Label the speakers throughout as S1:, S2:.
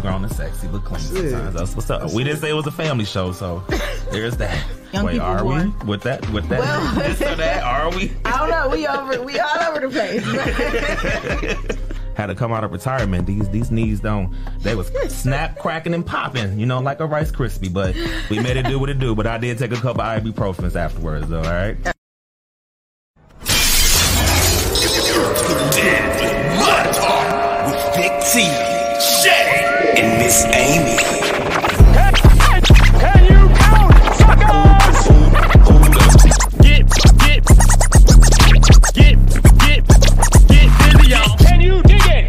S1: grown and sexy, but clean
S2: Shit.
S1: sometimes. That's what's up. we didn't say it was a family show, so there's that.
S3: Young
S1: Wait,
S3: people
S1: are we
S3: born.
S1: with that? With that?
S3: Well-
S1: this or that? Are we?
S3: I don't know. We over. We all over the place.
S1: Had to come out of retirement. These these knees don't. They was snap cracking and popping, you know, like a Rice Krispie. But we made it do what it do. But I did take a couple ibuprofens afterwards, though. All right.
S4: Dead Mud Talk with Big T, Shay, and Miss Amy.
S5: Can you count it, suckers? Get, get, get, get, get busy, y'all. Can you dig it?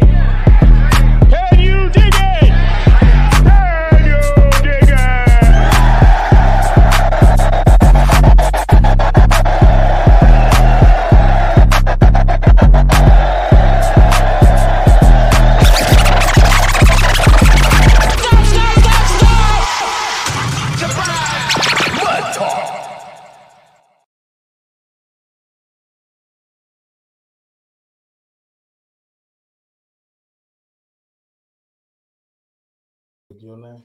S5: Can you dig it? Can you dig it?
S2: Your name?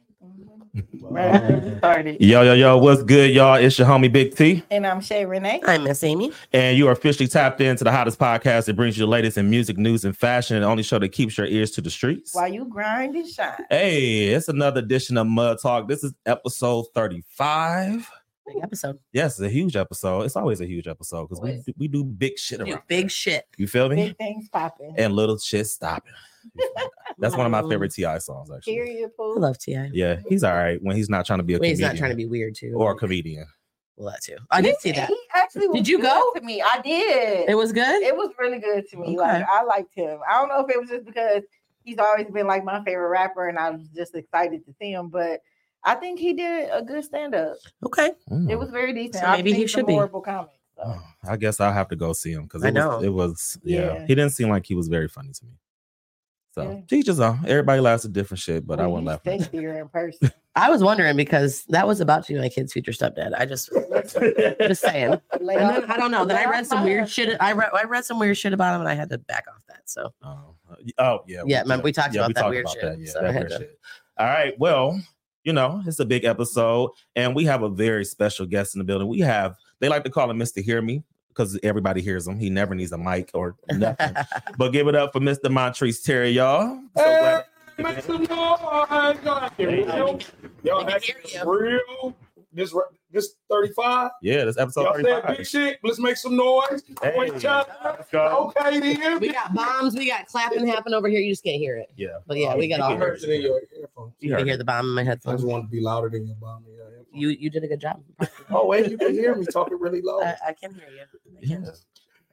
S6: started.
S1: Yo yo yo, what's good, y'all? It's your homie Big T,
S3: and I'm Shay Renee.
S6: I'm Miss Amy.
S1: and you are officially tapped into the hottest podcast that brings you the latest in music, news, and fashion. The only show that keeps your ears to the streets.
S3: While you grind and shine,
S1: Hey, it's another edition of Mud Talk. This is episode 35.
S6: Big episode.
S1: Yes, it's a huge episode. It's always a huge episode because we,
S3: Always.
S1: do- we do big shit around.
S6: Do
S1: here.
S6: big shit.
S1: You feel me?
S3: big things popping.
S1: And little shit stopping. That's one of my favorite Ti songs, actually.
S3: Period.
S6: I
S3: Pooh.
S6: love Ti.
S1: Yeah, he's all right when he's not trying to be a
S6: Wait, he's
S1: comedian
S6: not trying to be weird too.
S1: or a comedian.
S6: well, that too. I did see that.
S3: He actually was
S6: Did you
S3: good
S6: go?
S3: to me? I did.
S6: It was good.
S3: It was really good to me.
S6: Okay.
S3: Like I liked him. I don't know if it was just because he's always been like my favorite rapper, and I was just excited to see him. But I think he did a good stand up.
S6: okay.
S3: It was very decent.
S6: So
S3: I've
S6: maybe he
S3: seen some
S6: should be.
S3: horrible comics. So.
S1: Mm. Oh, I guess I'll have to go see him because
S6: I
S1: it, was-
S6: know.
S1: it was, yeah.
S3: Yeah.
S1: He didn't seem like he was very funny to me. So,
S3: Yeah.
S1: teach his own. Everybody laughs at different shit, but I
S3: Well,
S1: won't
S3: you
S1: laugh. at
S3: Shakespeare in person.
S6: I was wondering because that was about to be my kid's future stepdad. I just just saying.
S3: Lay
S6: And
S3: off-
S6: then, I don't know. Then I
S3: lay
S6: read
S3: off
S6: some
S3: my
S6: weird
S3: hands.
S6: shit. I read I read some weird shit about him and I had to back off that. So
S1: Oh, uh, y- oh yeah.
S6: Yeah, remember we talked about that weird shit,
S1: yeah,
S6: so I
S1: that
S6: had
S1: weird
S6: to-
S1: shit. All right. Well, you know, it's a big episode, and we have a very special guest in the building. We have they like to call him Mr. Hear Me because everybody hears him. He never needs a mic or nothing. but give it up for Mr. Montrese Terry, y'all. So glad-
S5: Make some noise. Y'all acting real. Y'all
S6: I can
S5: acting
S6: hear
S5: real. This re- this 35.
S1: yeah, this episode
S5: Y'all said
S1: 35.
S5: big shit. Let's make some noise.
S1: Hey,
S5: Wait, y'all.
S1: let's go.
S5: Okay, then.
S6: we got bombs, we got clapping happening over here. You just can't hear it.
S1: Yeah.
S6: But yeah, we got
S5: I
S6: all
S1: heard
S5: heard it in your earphones.
S6: you can hear the bomb in my
S5: I
S1: Oh.
S6: headphones.
S5: just wanted to be louder than your bomb. in your earphones.
S6: You you did a good job.
S5: Oh wait, you can hear me talking really low.
S6: I, I can hear you. I can.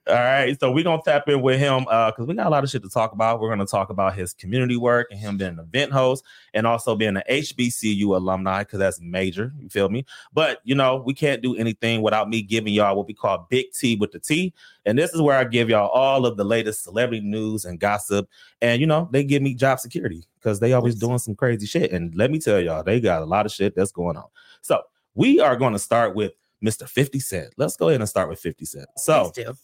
S1: All right, so we're gonna tap in with him because we got a lot of shit to talk about. We're gonna talk about his community work and him being an event host and also being an HBCU alumni because that's major. You feel me? But you know, we can't do anything without me giving y'all what we call Big T with the T, and this is where I give y'all all of the latest celebrity news and gossip. And you know, they give me job security because they always doing some crazy shit. And let me tell y'all, they got a lot of shit that's going on. So we are gonna start with Mr. 50 Cent. Let's go ahead and start with 50 Cent. So.
S6: Please do.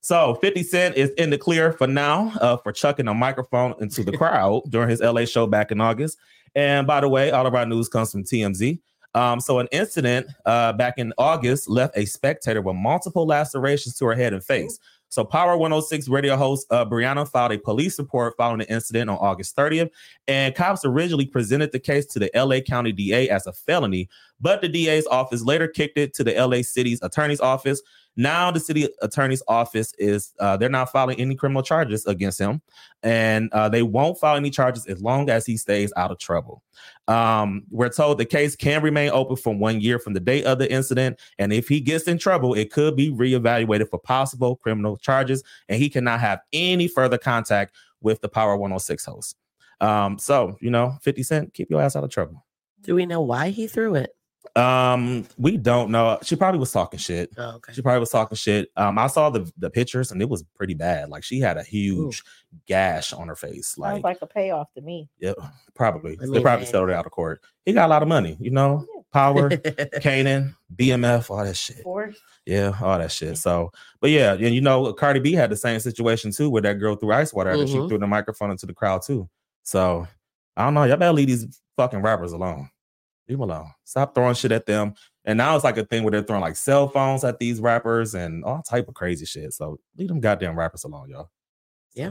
S1: So 50 Cent is in the clear for now uh, for chucking a microphone into the crowd during his LA show back in August. And by the way, all of our news comes from TMZ. Um, so an incident uh, back in August left a spectator with multiple lacerations to her head and face. So Power 106 radio host uh, Brianna filed a police report following the incident on August 30th, and cops originally presented the case to the LA County DA as a felony, but the DA's office later kicked it to the LA City's attorney's office. Now the city attorney's office is uh, they're not filing any criminal charges against him, and uh, they won't file any charges as long as he stays out of trouble. Um, we're told the case can remain open for one year from the date of the incident, and if he gets in trouble, it could be reevaluated for possible criminal charges, and he cannot have any further contact with the Power 106 host. Um, so you know, 50 Cent, keep your ass out of trouble.
S6: Do we know why he threw it?
S1: Um, we don't know. She probably was talking shit.
S6: Oh, okay.
S1: She probably was talking shit. Um, I saw the the pictures and it was pretty bad. Like she had a huge gash on her face.
S3: Sounds
S1: Like,
S3: like a payoff to me.
S1: yeah, probably they
S6: I mean,
S1: probably
S6: man.
S1: settled it out of court. He got a lot of money, you know, power, Canaan, BMF, all that shit.
S3: Force.
S1: Yeah, all that shit. So, but yeah, and you know, Cardi B had the same situation too, where that girl threw ice water and she
S6: Mhm.
S1: threw the microphone into the crowd too. So I don't know. Y'all better leave these fucking rappers alone. Leave them alone. Stop throwing shit at them. And now it's like a thing where they're throwing like cell phones at these rappers and all type of crazy shit. So leave them goddamn rappers alone, y'all.
S6: Yeah.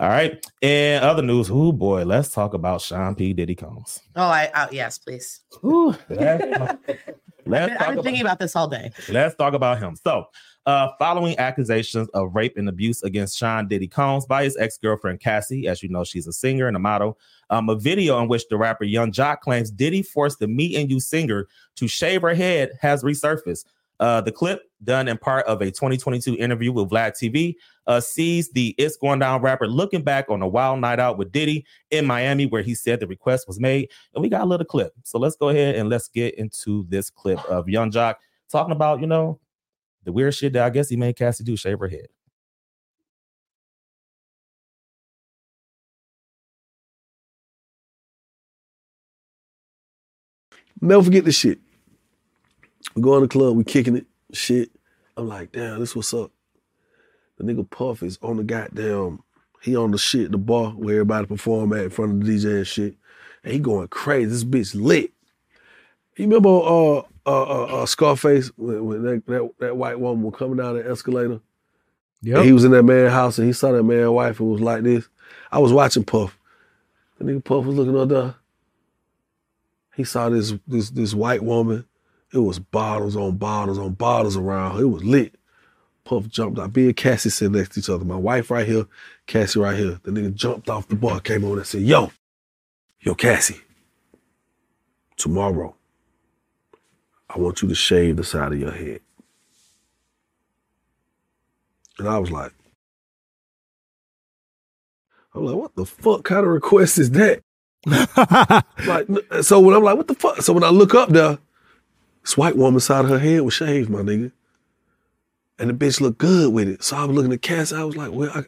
S1: All right. And other news. Oh boy, let's talk about Sean P. Diddy Combs.
S6: Oh, I oh, yes, please.
S1: Ooh, let's talk- let's
S6: I've been,
S1: talk
S6: I've been
S1: about-
S6: thinking about this all day.
S1: Let's talk about him. So, uh, following accusations of rape and abuse against Sean Diddy Combs by his ex girlfriend Cassie, as you know, she's a singer and a model. Um, a video in which the rapper Young Jock claims Diddy forced the Me and You singer to shave her head has resurfaced. Uh, the clip, done in part of a 2022 interview with Vlad TV, uh, sees the It's Going Down rapper looking back on a wild night out with Diddy in Miami, where he said the request was made. And we got a little clip. So let's go ahead and let's get into this clip of Young Jock talking about, you know, the weird shit that I guess he made Cassie do, shave her head.
S7: Never forget this shit. We go in the club, we kicking it, shit. I'm like, damn, this what's up. The nigga Puff is on the goddamn, he on the shit, the bar where everybody perform at in front of the DJ and shit. And he going crazy. This bitch lit. You remember uh uh uh, uh Scarface when, when that, that that white woman was coming down the escalator? Yeah. He was in that man's house and he saw that man's wife and was like this. I was watching Puff. The nigga Puff was looking up there he saw this this this white woman. It was bottles on bottles on bottles around her. It was lit. Puff jumped out. Me and Cassie sitting next to each other. My wife right here, Cassie right here. The nigga jumped off the bar, came over and said, Yo, yo, Cassie, tomorrow, I want you to shave the side of your head. And I was like, I'm like, what the fuck kind of request is that? like n- so when I'm like, what the fuck? So when I look up there, this white woman side of her head was shaved, my nigga. And the bitch looked good with it. So I was looking at Cass, I was like, well, I,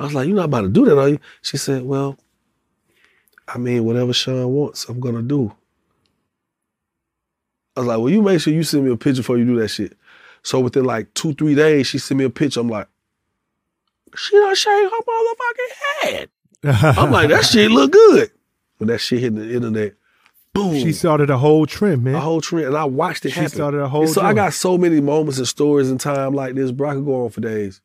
S7: I was like, you're not about to do that, are you? She said, well, I mean, whatever Sean wants, I'm gonna do. I was like, well, you make sure you send me a picture before you do that shit. So within like two, three days, she sent me a picture. I'm like, she done shaved her motherfucking head. I'm like, that shit look good. When that shit hit the internet, boom.
S8: she started a whole trend,
S7: a
S8: man.
S7: whole trend, and I watched it
S8: She
S7: happen.
S8: started a whole.
S7: so I
S8: joint.
S7: got so many moments and stories in time like this, bro. I could go on for days.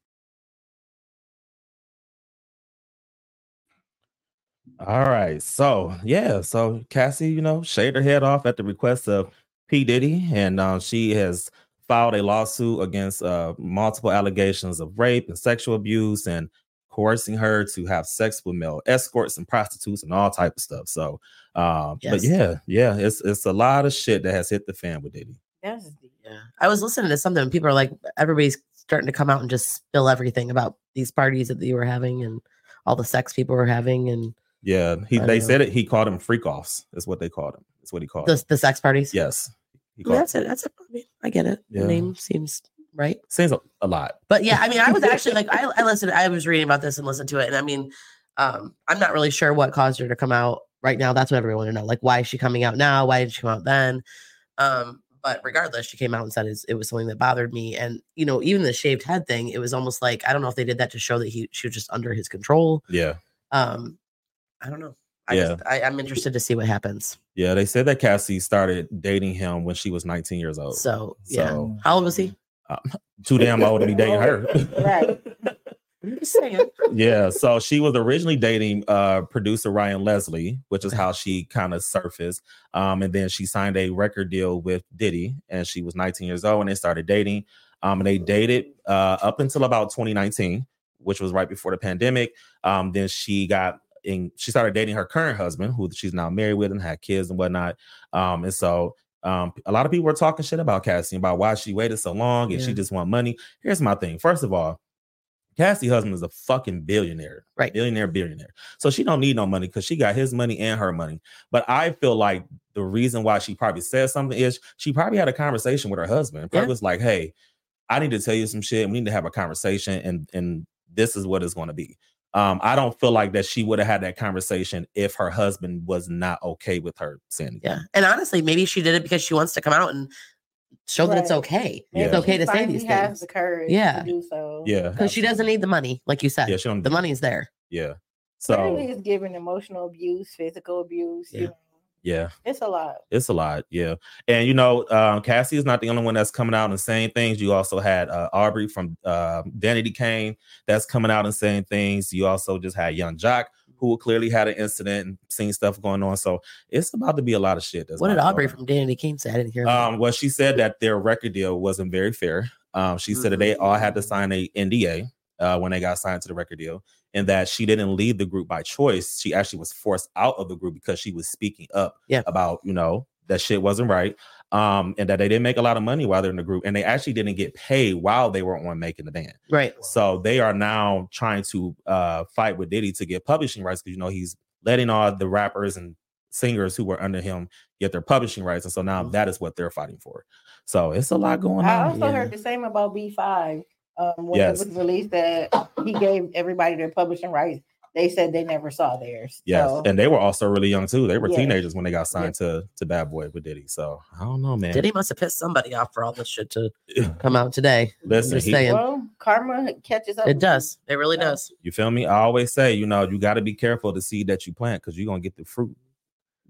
S1: All right. So, yeah. So Cassie, you know, shaved her head off at the request of P. Diddy. And uh, she has filed a lawsuit against uh, multiple allegations of rape and sexual abuse and coercing her to have sex with male escorts and prostitutes and all type of stuff. So, uh, but
S6: Yes.
S1: yeah, yeah, it's it's a lot of shit that has hit the fan with Diddy.
S3: That's deep.
S6: Yeah. I was listening to something. and People are like, everybody's starting to come out and just spill everything about these parties that you were having and all the sex people were having and
S1: Yeah, he
S6: I
S1: they
S6: know.
S1: said it. He called him freak offs. Is what they called him. That's what he called.
S6: the, the sex parties.
S1: Yes. He
S6: I mean,
S1: called-
S6: that's it. That's it. I, mean, I get it.
S1: Yeah.
S6: The name seems right.
S1: Seems a, a lot.
S6: But yeah, I mean, I was actually like, I, I listened, I was reading about this and listened to it. And I mean, um, I'm not really sure what caused her to come out right now. That's what everyone to know. Like, why is she coming out now? Why did she come out then? Um, but regardless, she came out and said it's, it was something that bothered me. And, you know, even the shaved head thing, it was almost like, I don't know if they did that to show that he, she was just under his control.
S1: Yeah.
S6: Um, I don't know. I
S1: Yeah.
S6: just, I, I'm interested to see what happens.
S1: Yeah. They said that Cassie started dating him when she was 19 years old.
S6: So, yeah.
S1: Oh, So-
S6: How old was he?
S1: Too damn old to be dating her.
S3: Right.
S6: Just saying.
S1: yeah. So she was originally dating uh producer Ryan Leslie, which is how she kind of surfaced. Um, and then she signed a record deal with Diddy, and she was 19 years old when they started dating. Um, and they dated uh up until about 2019, which was right before the pandemic. Um, then she got in she started dating her current husband, who she's now married with and had kids and whatnot. Um, and so um, a lot of people were talking shit about Cassie about why she waited so long and she
S6: Yeah.
S1: just want money. Here's my thing. First of all, Cassie husband is a fucking billionaire,
S6: Right.
S1: Billionaire, billionaire. So she don't need no money because she got his money and her money. But I feel like the reason why she probably said something is she probably had a conversation with her husband. Probably
S6: Yeah.
S1: was like, "Hey, I need to tell you some shit. We need to have a conversation, and and this is what it's going to be." Um, I don't feel like that she would have had that conversation if her husband was not okay with her saying it.
S6: Yeah. And honestly, maybe she did it because she wants to come out and show that it's
S3: Right.
S6: okay.
S1: Yeah.
S6: It's okay
S3: She
S6: to say
S3: finally
S6: these
S3: has
S6: things.
S3: the courage
S6: Yeah.
S3: to do so.
S1: Yeah,
S6: Because she doesn't
S1: absolutely.
S6: need the money, like you said.
S1: Yeah, she don't.
S6: the money's there.
S1: Yeah. So
S3: Clearly, it's giving emotional abuse, physical abuse.
S1: Yeah.
S3: You know,
S1: yeah,
S3: it's a lot.
S1: it's a lot. Yeah, and you know, um, Cassie is not the only one that's coming out and saying things. You also had uh, Aubrey from uh, Danity Kane that's coming out and saying things. You also just had Young Jock who clearly had an incident and seen stuff going on. So it's about to be a lot of shit. That's
S6: What did
S1: about to go
S6: Aubrey
S1: down.
S6: from Danny King say? I didn't hear. that.
S1: Um, well, she said that their record deal wasn't very fair. Um, she said that they
S6: Mm-hmm.
S1: all had to sign a NDA uh, when they got signed to the record deal, and that she didn't leave the group by choice. She actually was forced out of the group because she was speaking up
S6: Yeah.
S1: about you know that shit wasn't right, um, and that they didn't make a lot of money while they're in the group, and they actually didn't get paid while they were on making the band.
S6: right.
S1: So they are now trying to uh, fight with Diddy to get publishing rights because you know he's letting all the rappers and singers who were under him get their publishing rights, and so now
S6: Mhm.
S1: that is what they're fighting for. So it's a lot going
S3: Mm-hmm. I
S1: on.
S3: also
S6: yeah.
S3: heard the same about B5 um, when
S1: Yes.
S3: it was released that he gave everybody their publishing rights. They said they never saw theirs.
S1: Yes,
S3: So,
S1: and they were also really young too. They were
S3: Yeah.
S1: teenagers when they got signed to to Bad Boy with Diddy. So I don't know, man.
S6: Diddy must have pissed somebody off for all this shit to come out today.
S1: Listen,
S6: Just
S1: he-
S6: saying.
S3: well, karma catches up.
S6: It
S3: with
S6: does. It really does.
S1: you feel me? I always say, you know, you got to be careful the seed that you plant because you're gonna get the fruit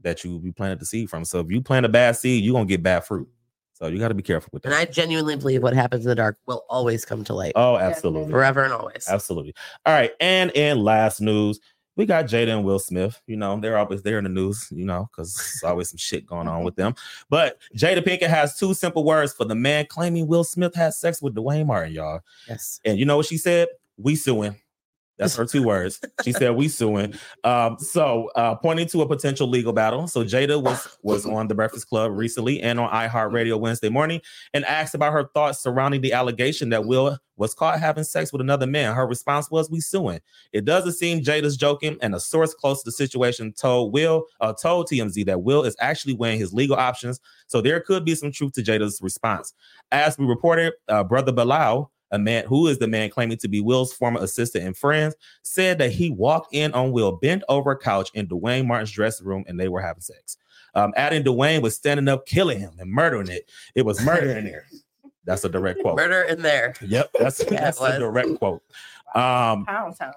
S1: that you you planted the seed from. So if you plant a bad seed, you're gonna get bad fruit. So you got to be careful with that.
S6: And I genuinely believe what happens in the dark will always come to light
S1: oh, absolutely.
S6: forever and always.
S1: Absolutely. All right. And in last news, we got Jada and Will Smith. You know, they're always there in the news, you know, because there's always some shit going on with them. But Jada Pinkett has two simple words for the man claiming Will Smith had sex with Dwayne Martin, y'all.
S6: Yes.
S1: And you know what she said? We suing. That's her two words. She said, "We suing." Um, so, uh, pointing to a potential legal battle. So, Jada was was on the Breakfast Club recently and on iHeartRadio Wednesday morning, and asked about her thoughts surrounding the allegation that Will was caught having sex with another man. Her response was, "We suing." It doesn't seem Jada's joking, and a source close to the situation told Will uh, told TMZ that Will is actually weighing his legal options. So, there could be some truth to Jada's response. As we reported, uh, Brother Bilal, a man who is the man claiming to be Will's former assistant and friends, said that he walked in on Will bent over a couch in Dwayne Martin's dressing room and they were having sex. Um, adding Dwayne was standing up, killing him and murdering it. It was murder in Oh. there. That's a direct quote.
S6: Murder in there.
S1: Yep, that's,
S6: Yeah, it
S1: that's a
S6: was.
S1: direct quote. Um,
S3: Pound Town.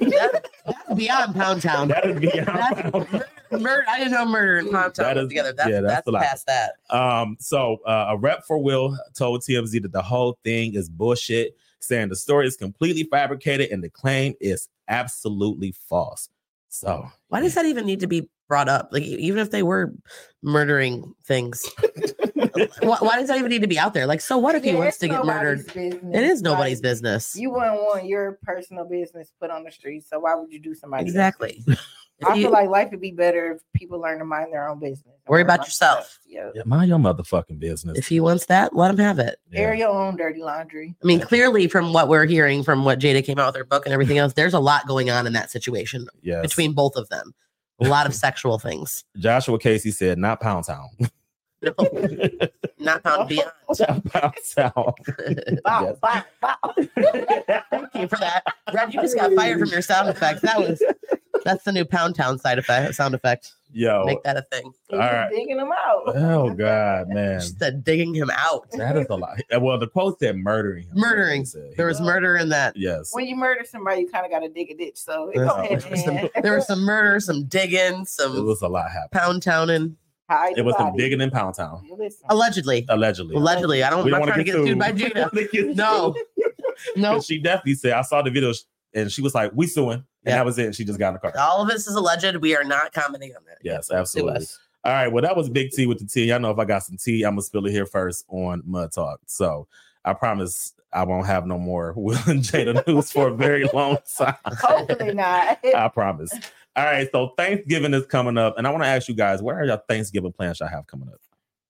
S6: That's beyond Pound Town.
S1: that is beyond.
S6: That's- Murder. I didn't know murder and Pound Town
S1: That
S6: was
S1: is-
S6: together. That's,
S1: yeah, that's
S6: that's,
S1: a lot.
S6: past that.
S1: Um, so uh, a rep for Will told TMZ that the whole thing is bullshit, saying the story is completely fabricated and the claim is absolutely false. So
S6: Why does that even need to be brought up? Like, e- even if they were murdering things, why, why does that even need to be out there? Like, so what if he
S3: Yeah,
S6: wants
S3: it's
S6: to get
S3: nobody's
S6: murdered?
S3: business.
S6: It is
S3: Like,
S6: nobody's business.
S3: You wouldn't want your personal business put on the street, so why would you do somebody? else's?
S6: Exactly. If
S3: I
S6: you-
S3: feel like life would be better if people learn to mind their own business. and
S6: Worry
S3: learn
S6: about
S3: not to
S6: yourself.
S3: touch. Yeah.
S1: mind your motherfucking business.
S6: if he wants that, let him have it.
S1: Yeah.
S3: Air your own dirty laundry.
S6: I mean, clearly, from what we're hearing, from what Jada came out with her book and everything else, there's a lot going on in that situation
S1: Yes.
S6: between both of them. A lot of sexual things.
S1: Joshua Casey said, not Pound Town.
S6: No, not found beyond.
S1: Not Pound Town.
S3: Bow,
S1: Yes.
S3: bow, bow.
S6: Thank you for that, Brad. You just got fired from your sound effects. That was that's the new Pound Town side effect. Sound effect.
S1: Yo.
S6: Make that a thing.
S3: He
S1: All
S3: was
S1: right.
S3: digging them out.
S1: Oh God, man.
S6: Just the digging him out.
S1: That is a lot. Well, the quote said murdering. him.
S6: Murdering.
S1: Said he-
S6: There was murder in that.
S1: Yes.
S3: When you murder somebody, you kind of got to dig a ditch. So it
S6: There's-
S3: go ahead and
S6: There was some murder, some digging,
S1: It
S6: some
S1: was a lot happening.
S6: Pound Towning.
S3: hide
S1: It
S3: the
S1: was some
S3: body.
S1: digging in Pound Town.
S3: Listen,
S6: Allegedly,
S1: Allegedly.
S6: allegedly. I don't.
S1: We
S6: I'm
S1: don't want
S6: not trying
S1: to
S6: to
S1: get
S6: get sued by Jada. No, no.
S1: 'Cause she definitely said, I saw the video sh- and she was like, We suing. And
S6: Yeah. Uh,
S1: that was it. She just got in the car.
S6: All of this is alleged. We are not commenting on that.
S1: Yes,
S6: Sue
S1: absolutely.
S6: us.
S1: All right. Well, that was Big T with the tea. I know if I got some tea, I'm gonna spill it here first on Mud Talk. So I promise I won't have no more Will and Jada news for a very long time.
S3: hopefully not.
S1: I promise. All right. So Thanksgiving is coming up, and I want to ask you guys, what are your Thanksgiving plans y'all have coming up?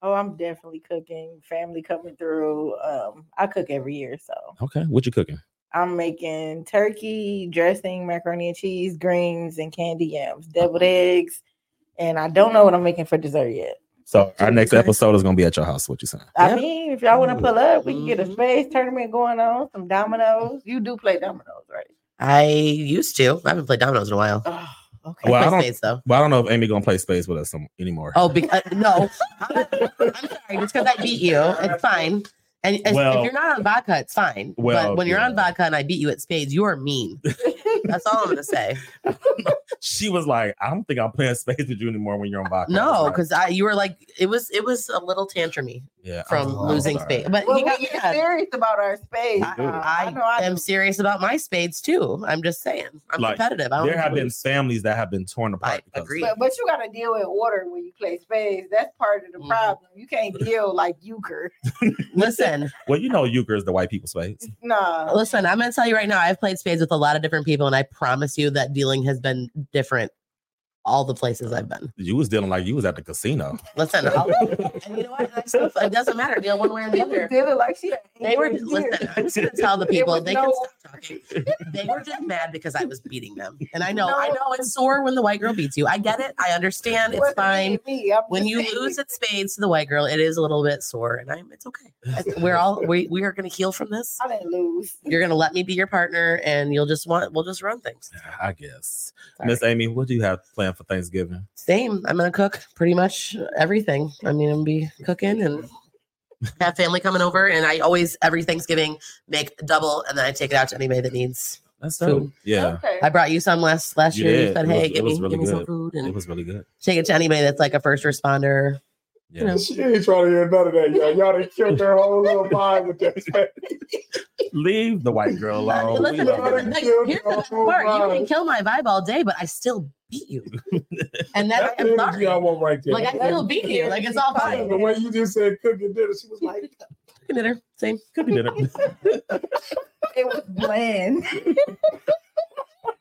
S3: oh, I'm definitely cooking. Family coming through. Um, I cook every year, so
S1: Okay, what you cooking?
S3: I'm making turkey dressing, macaroni and cheese, greens, and candy yams, deviled eggs, and I don't know what I'm making for dessert yet.
S1: So our next episode is gonna be at your house. What you saying?
S3: I
S6: Yep.
S3: mean, if y'all want to pull up, we can get a
S1: Mm-hmm.
S6: Mhm.
S3: space tournament going on, some dominoes. You do play dominoes, right?
S6: I used to. I haven't played dominoes in a while.
S3: Oh,
S6: I
S3: okay.
S1: Well, I
S6: play
S1: don't-
S6: spades though.
S1: Well, I don't know if Amy gonna play space with us some, anymore.
S6: Oh, because no. I'm sorry. Just because I beat you, it's fine. And as-
S1: Well-
S6: if you're not on vodka, it's fine.
S1: Well,
S6: but when you're on
S1: yeah.
S6: vodka and I beat you at spades, you are mean. That's all I'm gonna say.
S1: She was like, I don't think I'm playing space with you anymore when you're on vodka. I was
S6: No,
S1: like,
S6: because I you were like it was it was a little tantrumy
S1: yeah, I
S6: from
S1: was like, Oh, I'm
S6: losing
S1: sorry.
S6: spade. But
S3: Well,
S6: he got
S3: we get
S6: mad.
S3: serious about our space.
S1: We do.
S3: Uh, I, know
S6: I
S3: I
S6: am
S3: am.
S6: serious about my spades too. I'm just saying. I'm
S1: Like,
S6: competitive. I don't
S1: There
S6: like
S1: have
S6: to
S1: been
S6: lose.
S1: families that have been torn apart.
S6: I agree.
S3: But, but you got to deal with order when you play spades. That's part of the
S6: Mhm.
S3: problem. You can't deal like euchre.
S6: Listen,
S1: Well, you know, euchre is the white people's spades.
S3: Nah.
S6: listen, I'm gonna tell you right now, I've played spades with a lot of different people, and I promise you that dealing has been different all the places I've been.
S1: You was dealing like you was at the casino.
S6: Listen, I'll, and you know what? That's so fun. it doesn't matter. Deal one way or the
S3: She was
S6: other.
S3: dealing like she. had
S6: They were
S3: eight years.
S6: listen. I'm just gonna tell the people
S3: was
S6: they
S3: no-
S6: can stop talking. They were just mad because I was beating them, and I know, I
S3: No.
S6: know it's sore when the white girl beats you. I get it. I understand. It's
S3: Wasn't
S6: fine.
S3: Me. I'm
S6: When
S3: just
S6: you
S3: saying.
S6: lose at spades to the white girl, it is a little bit sore, and I'm. It's okay. It's- We're all we we are gonna heal from this.
S3: I didn't lose.
S6: You're gonna let me be your partner, and you'll just want we'll just run things.
S1: I guess.
S6: Sorry.
S1: Miss Amy, what do you have planned for Thanksgiving?
S6: Same. I'm gonna cook pretty much everything. I mean, I'm gonna be cooking and have family coming over. And I always every Thanksgiving make double, and then I take it out to anybody that needs.
S1: That's
S6: Food.
S1: dope. Yeah.
S3: Okay.
S6: I brought you some last last
S1: You
S6: year. You
S1: did.
S6: said,
S1: It was-
S6: "Hey,
S1: it
S6: give me
S1: was really
S6: give me some
S1: good.
S6: food," and
S1: It was really good.
S6: take it to anybody that's like a first responder.
S1: Yeah.
S6: You know.
S2: She ain't trying to hear none of that, y'all. Y'all done killed their whole little vibe with that spades.
S1: Leave the white girl alone.
S6: Listen,
S1: We
S6: listen,
S1: love
S6: listen,
S1: her.
S6: like,
S2: Kill
S6: here's the
S2: the
S6: best
S2: whole
S6: part: you can
S2: vibe.
S6: kill my vibe all day, but I still beat you. And that
S2: That's the
S6: I'm
S2: energy I
S6: sorry.
S2: want right there.
S6: Like I still beat you. Like it's all fine.
S2: The way you just said cooking dinner, she was like,
S6: Dinner, same.
S1: Could be dinner.
S3: It was bland.
S6: Here-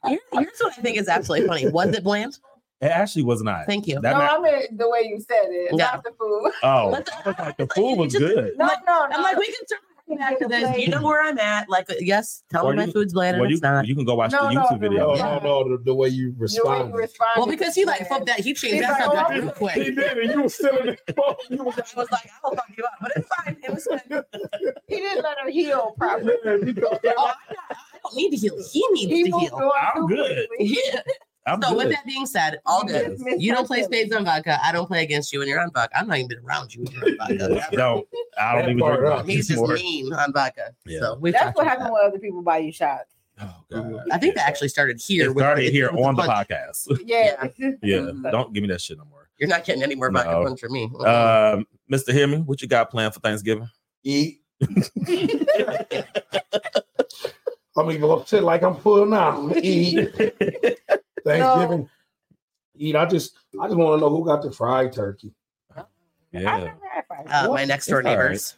S6: Here's what I think is absolutely funny. Was it bland?
S1: It actually was not.
S6: Thank you.
S1: That
S3: no,
S1: ma-
S3: I meant the way you said it,
S6: Yeah.
S3: not the food.
S1: oh,
S6: Let's-
S1: I was like, the
S6: Like,
S1: food
S6: you
S1: was
S6: just-
S1: good.
S3: No, no, no.
S6: I'm like, we can circle right back to this. You know where I'm at. Like, uh, yes, tell
S1: Or
S6: me my
S1: you-
S6: food's bland
S1: Well,
S6: and
S1: you,
S6: it's not.
S1: you can go watch
S3: No,
S1: the
S3: no,
S1: YouTube
S3: no,
S1: video.
S2: no,
S3: Yeah.
S2: no, no, the, the way you
S3: The way
S2: responded.
S3: you responded
S6: Well, because he
S3: was
S6: like flipped
S3: bland.
S6: that, he changed
S3: He's
S6: that
S3: like,
S6: subject
S3: oh,
S6: real
S2: He
S6: quick.
S2: did, and you were still in the phone. You was
S6: I was like, I'll fuck you up, but it's fine. It was good.
S3: He didn't let her heal properly.
S2: Yeah, you thought that
S6: Oh, I'm not, I don't need to heal. He needs
S3: He
S6: to
S3: moved
S6: heal.
S3: on
S1: I'm
S3: too
S1: good.
S3: quickly.
S6: Yeah.
S1: I'm
S6: So with
S1: good.
S6: that being said, all
S3: You
S6: good.
S3: just missed
S6: You don't
S3: her
S6: play
S3: feelings.
S6: spades on vodka. I don't play against you when you're on vodka. I'm not even been around you when you're on vodka.
S1: No, I
S2: That
S1: don't even
S2: part
S1: drink
S2: up.
S1: vodka
S6: He's just
S1: anymore.
S6: mean on vodka.
S1: Yeah.
S6: So we
S3: That's what happened when other people buy you shots.
S1: Oh, God.
S6: I think that actually started here.
S1: It
S6: with-
S1: started here
S6: with
S1: on the
S6: punch.
S1: podcast.
S3: Yeah.
S1: Yeah,
S6: Mhm.
S1: don't give me that shit no more.
S6: You're not getting any more vodka
S1: No.
S6: punch from me.
S1: Um, Mr. Hear me, what you got planned for Thanksgiving?
S2: eat. I'm even upset like I'm full now. I'm gonna eat. E. Thanksgiving. Eat. I just I just want to know who got the fried turkey.
S3: I
S1: Yeah,
S3: never had fried
S6: uh, my
S3: what?
S6: next door
S1: It's all right.
S6: neighbors.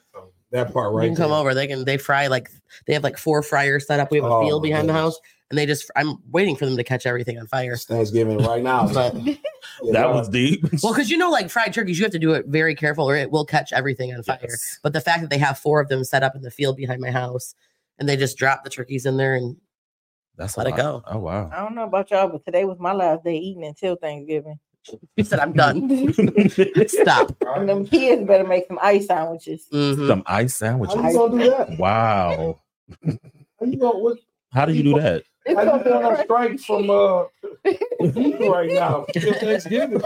S2: That part
S6: you
S2: right.
S6: can come
S2: there.
S6: over. They can they fry like they have like four fryers set up. We have a
S2: Oh,
S6: field
S2: my
S6: behind the
S2: goodness.
S6: house, and they just I'm waiting for them to catch everything on fire.
S2: It's Thanksgiving right now.
S6: But
S2: Yeah,
S1: that
S2: y'all-
S1: was deep.
S6: well, because you know, like fried turkeys, you have to do it very careful, or it will catch everything on fire.
S1: Yes.
S6: But the fact that they have four of them set up in the field behind my house, and they just drop the turkeys in there, and
S1: That's
S6: Let
S1: a lot.
S6: it go.
S1: Oh wow.
S3: I don't know about y'all, but today was my last day eating until Thanksgiving.
S6: we said, "I'm done. Stop."
S3: And them kids better make some ice sandwiches.
S6: Mhm.
S1: Some ice
S2: How
S1: sandwiches.
S2: you gonna do that?
S1: Wow.
S2: How you gonna what,
S1: How do you do that?
S3: It's
S2: how you
S3: gonna be
S2: going on
S3: crazy.
S2: strike from uh eating right now? It's Thanksgiving.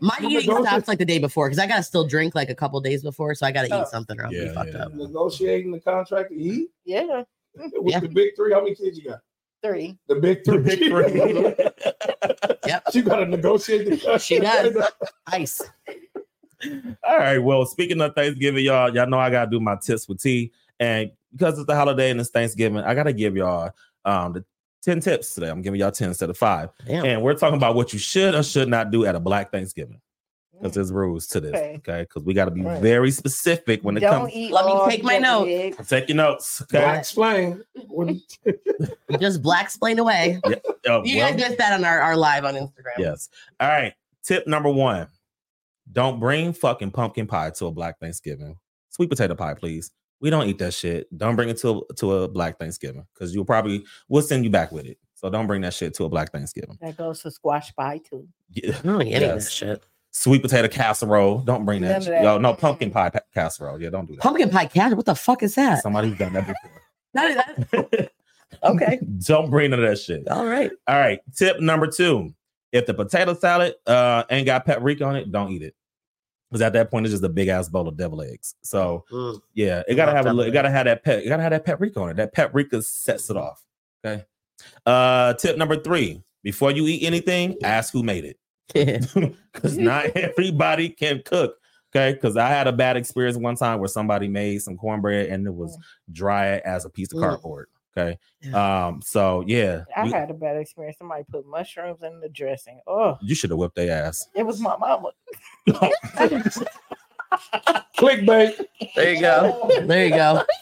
S6: My
S2: You
S6: eating
S2: negotiate-
S6: stops like the day before because I gotta still drink like a couple days before, so I gotta
S1: Oh.
S6: eat something or I'll
S1: Yeah,
S6: be fucked
S1: yeah.
S6: up.
S2: Negotiating the contract to eat
S3: Yeah,
S2: with
S6: Yeah.
S2: the big three. How many kids you got?
S3: three.
S2: The big three.
S1: big three.
S2: you gotta negotiate the contract.
S6: She does. Ice.
S1: All right. Well, speaking of Thanksgiving, y'all, y'all know I gotta do my tips with tea, and because it's the holiday and it's Thanksgiving, I gotta give y'all um the ten tips today. I'm giving y'all ten instead of five,
S6: Damn.
S1: and we're talking about what you should or should not do at a Black Thanksgiving because there's rules to this.
S3: Mm. Okay.
S1: Okay, because we gotta be
S3: Right.
S1: very specific when it
S3: Don't
S1: comes.
S3: eat.
S6: Let me
S3: all
S6: take my
S3: the
S6: note.
S3: eggs.
S1: Take your notes.
S2: Don't
S1: Okay.
S2: explain. What-
S6: Just black splain away.
S1: Uh,
S6: You
S1: well-
S6: guys missed that on our, our live on Instagram.
S1: Yes. All right. Tip number one: Don't bring fucking pumpkin pie to a black Thanksgiving. Sweet potato pie, please. We don't eat that shit. Don't bring it to a, to a black Thanksgiving because you'll probably we'll send you back with it. So don't bring that shit to a black Thanksgiving.
S3: That goes to squash pie too.
S1: Yeah.
S6: I don't eat any of that
S1: Yes.
S6: shit.
S1: Sweet potato casserole. Don't bring
S3: None
S1: that.
S3: of
S1: shit.
S3: that.
S1: Yo, no pumpkin pie pa- casserole. Yeah, don't do that.
S6: Pumpkin pie cat. What the fuck is that?
S1: Somebody's done that before.
S6: Not that- okay.
S1: don't bring none of that shit.
S6: All right.
S1: All right. Tip number two. If the potato salad uh ain't got paprika on it, don't eat it. Because at that point, it's just a big ass bowl of devil eggs. So
S2: Mm.
S1: yeah, it gotta
S6: Love
S1: have a
S6: devil
S1: little, it gotta have that pet, it gotta have that paprika on it. That paprika sets it off. Okay. Uh, tip number three: before you eat anything, ask who made it, because not everybody can cook. Okay, because I had a bad experience one time where somebody made some cornbread and it was dry as a piece of
S6: Mm.
S1: cardboard. Okay, um, so yeah,
S3: I
S1: you,
S3: had a bad experience. Somebody put mushrooms in the dressing. Oh,
S1: you should have whipped their ass.
S3: it was my mama.
S2: Clickbait.
S6: there you go. There you go.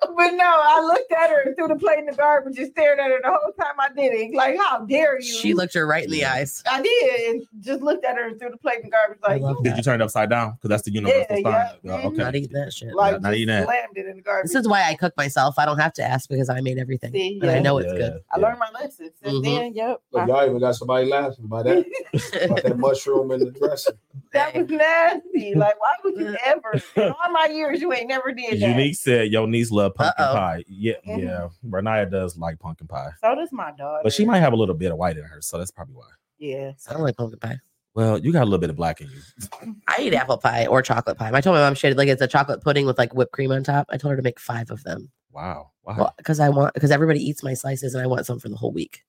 S3: But no, I looked at her and threw the plate in the garbage and stared at her the whole time I did it. Like, how dare you?
S6: She looked her right in the eyes.
S3: I did and just looked at her and threw the plate in the garbage.
S6: I
S3: Like,
S6: love
S1: Did you
S6: that.
S1: turn it upside down? Because that's the universal
S3: Yeah, Mm-hmm.
S1: sign.
S3: yeah.
S1: Yeah, Okay.
S6: Not eating that shit.
S3: like
S1: Not- not
S3: just
S1: eating that.
S3: slammed it in the garbage.
S6: This is why I cook myself. I don't have to ask because I made everything,
S3: See,
S6: and I
S3: yeah.
S6: know it's
S1: Yeah,
S6: good.
S3: I
S1: yeah.
S3: learned my lesson. Since
S6: Mhm.
S3: then, yep.
S2: Look, y'all even got somebody laughing by that, about that mushroom in the dressing.
S3: that was nasty. Like, why would you ever? In all my years, you ain't never did that.
S1: Unique said, "Your niece love pumpkin
S6: Uh-oh.
S1: pie." Yeah,
S3: Mhm.
S1: yeah. Renaya does like pumpkin pie,
S3: So does my daughter.
S1: but she might have a little bit of white in her, so that's probably why.
S3: Yeah.
S6: I don't like pumpkin pie.
S1: Well, you got a little bit of black in you.
S6: I eat apple pie or chocolate pie. I told my mom she had like it's a chocolate pudding with like whipped cream on top. I told her to make five of them
S1: Wow, wow.
S6: because Uh, I want because everybody eats my slices and I want some for the whole week.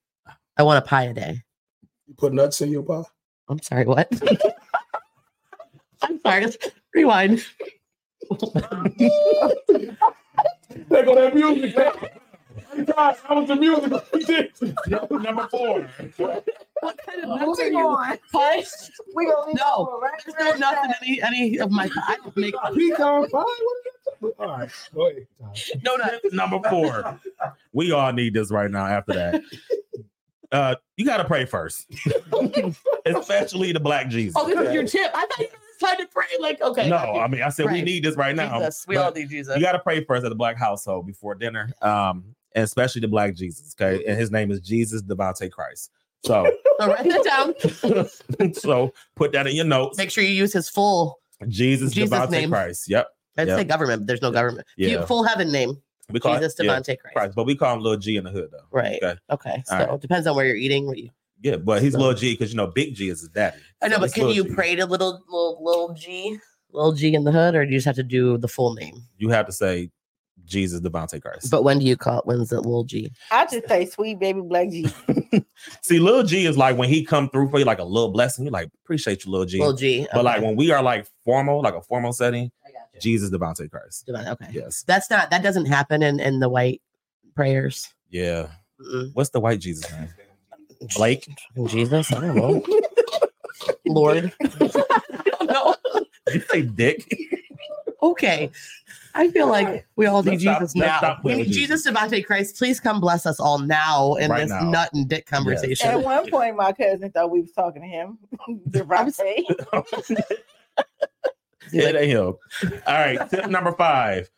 S6: I want a pie a day.
S2: You put nuts in your pie.
S6: I'm sorry, what? I'm sorry. Rewind.
S2: They go that music. You guys, that was the music. We did.
S1: Number four.
S6: What kind of nuts are
S3: Moving
S6: you?
S3: on.
S6: Pie?
S3: We gonna leave
S6: No.
S3: it right
S6: There's
S3: there.
S6: no nothing in any, any of my. I don't make
S2: Pecan pie. What the- All right, go ahead.
S6: no nuts.
S1: Number four. We all need this right now. After that, uh, you got to pray first, especially the black Jesus.
S6: Oh, this is your tip. I thought you were trying to pray. Like, okay.
S1: no, I mean, I said we
S6: Right.
S1: need this right now.
S6: Jesus. We
S1: but-
S6: all need Jesus.
S1: you got to pray first at the black household before dinner, um, and especially the black Jesus. Okay, and his name is Jesus Devante Christ. So,
S6: so write that down.
S1: so put that in your notes.
S6: Make sure you use his full.
S1: Jesus,
S6: Jesus'
S1: Devante
S6: name.
S1: Christ. Yep,
S6: I'd
S1: Yeah.
S6: say government, but there's no government. You-
S1: Yeah.
S6: full heaven name.
S1: we call
S6: Jesus
S1: it, yeah,
S6: Devontae Christ.
S1: Christ, but we call him Little G in the hood though.
S6: Right.
S1: Okay.
S6: Okay. So
S1: All
S6: it depends on where you're eating. What you,
S1: Yeah, but he's
S6: So-
S1: Little G because you know Big G is his daddy.
S6: I know,
S1: So
S6: but
S1: it's
S6: can
S1: Lil
S6: you
S1: G.
S6: pray to little little little G, little G in the hood, or do you just have to do the full name?
S1: You have to say Jesus Devante Christ.
S6: But when do you call it? When's it little G?
S3: I just say sweet baby black G.
S1: See, Little G is like when he come through for you, like a little blessing. You like appreciate you, Little G.
S6: Little G.
S1: But like
S6: okay.
S1: when we are like formal, like a formal setting,
S6: I got you.
S1: Jesus Devante Christ.
S6: Divine, Okay.
S1: Yes.
S6: That's not. That doesn't happen in in the white prayers.
S1: Yeah.
S6: Mm-mm.
S1: What's the white Jesus name? Blake.
S6: Jesus. I don't know. Lord. no.
S1: Did you say Dick?
S6: Okay. I feel like we all
S1: Let's
S6: need
S1: stop-
S6: Jesus
S1: let's
S6: now.
S1: stop
S6: We
S1: playing
S6: need
S1: with
S6: Jesus, Devante Christ, please come bless us all now in
S1: Right
S6: this
S1: now.
S6: nut and dick conversation.
S3: At one point, my cousin thought we was talking to him. Devontae.
S1: it ain't him. All right. Tip number five.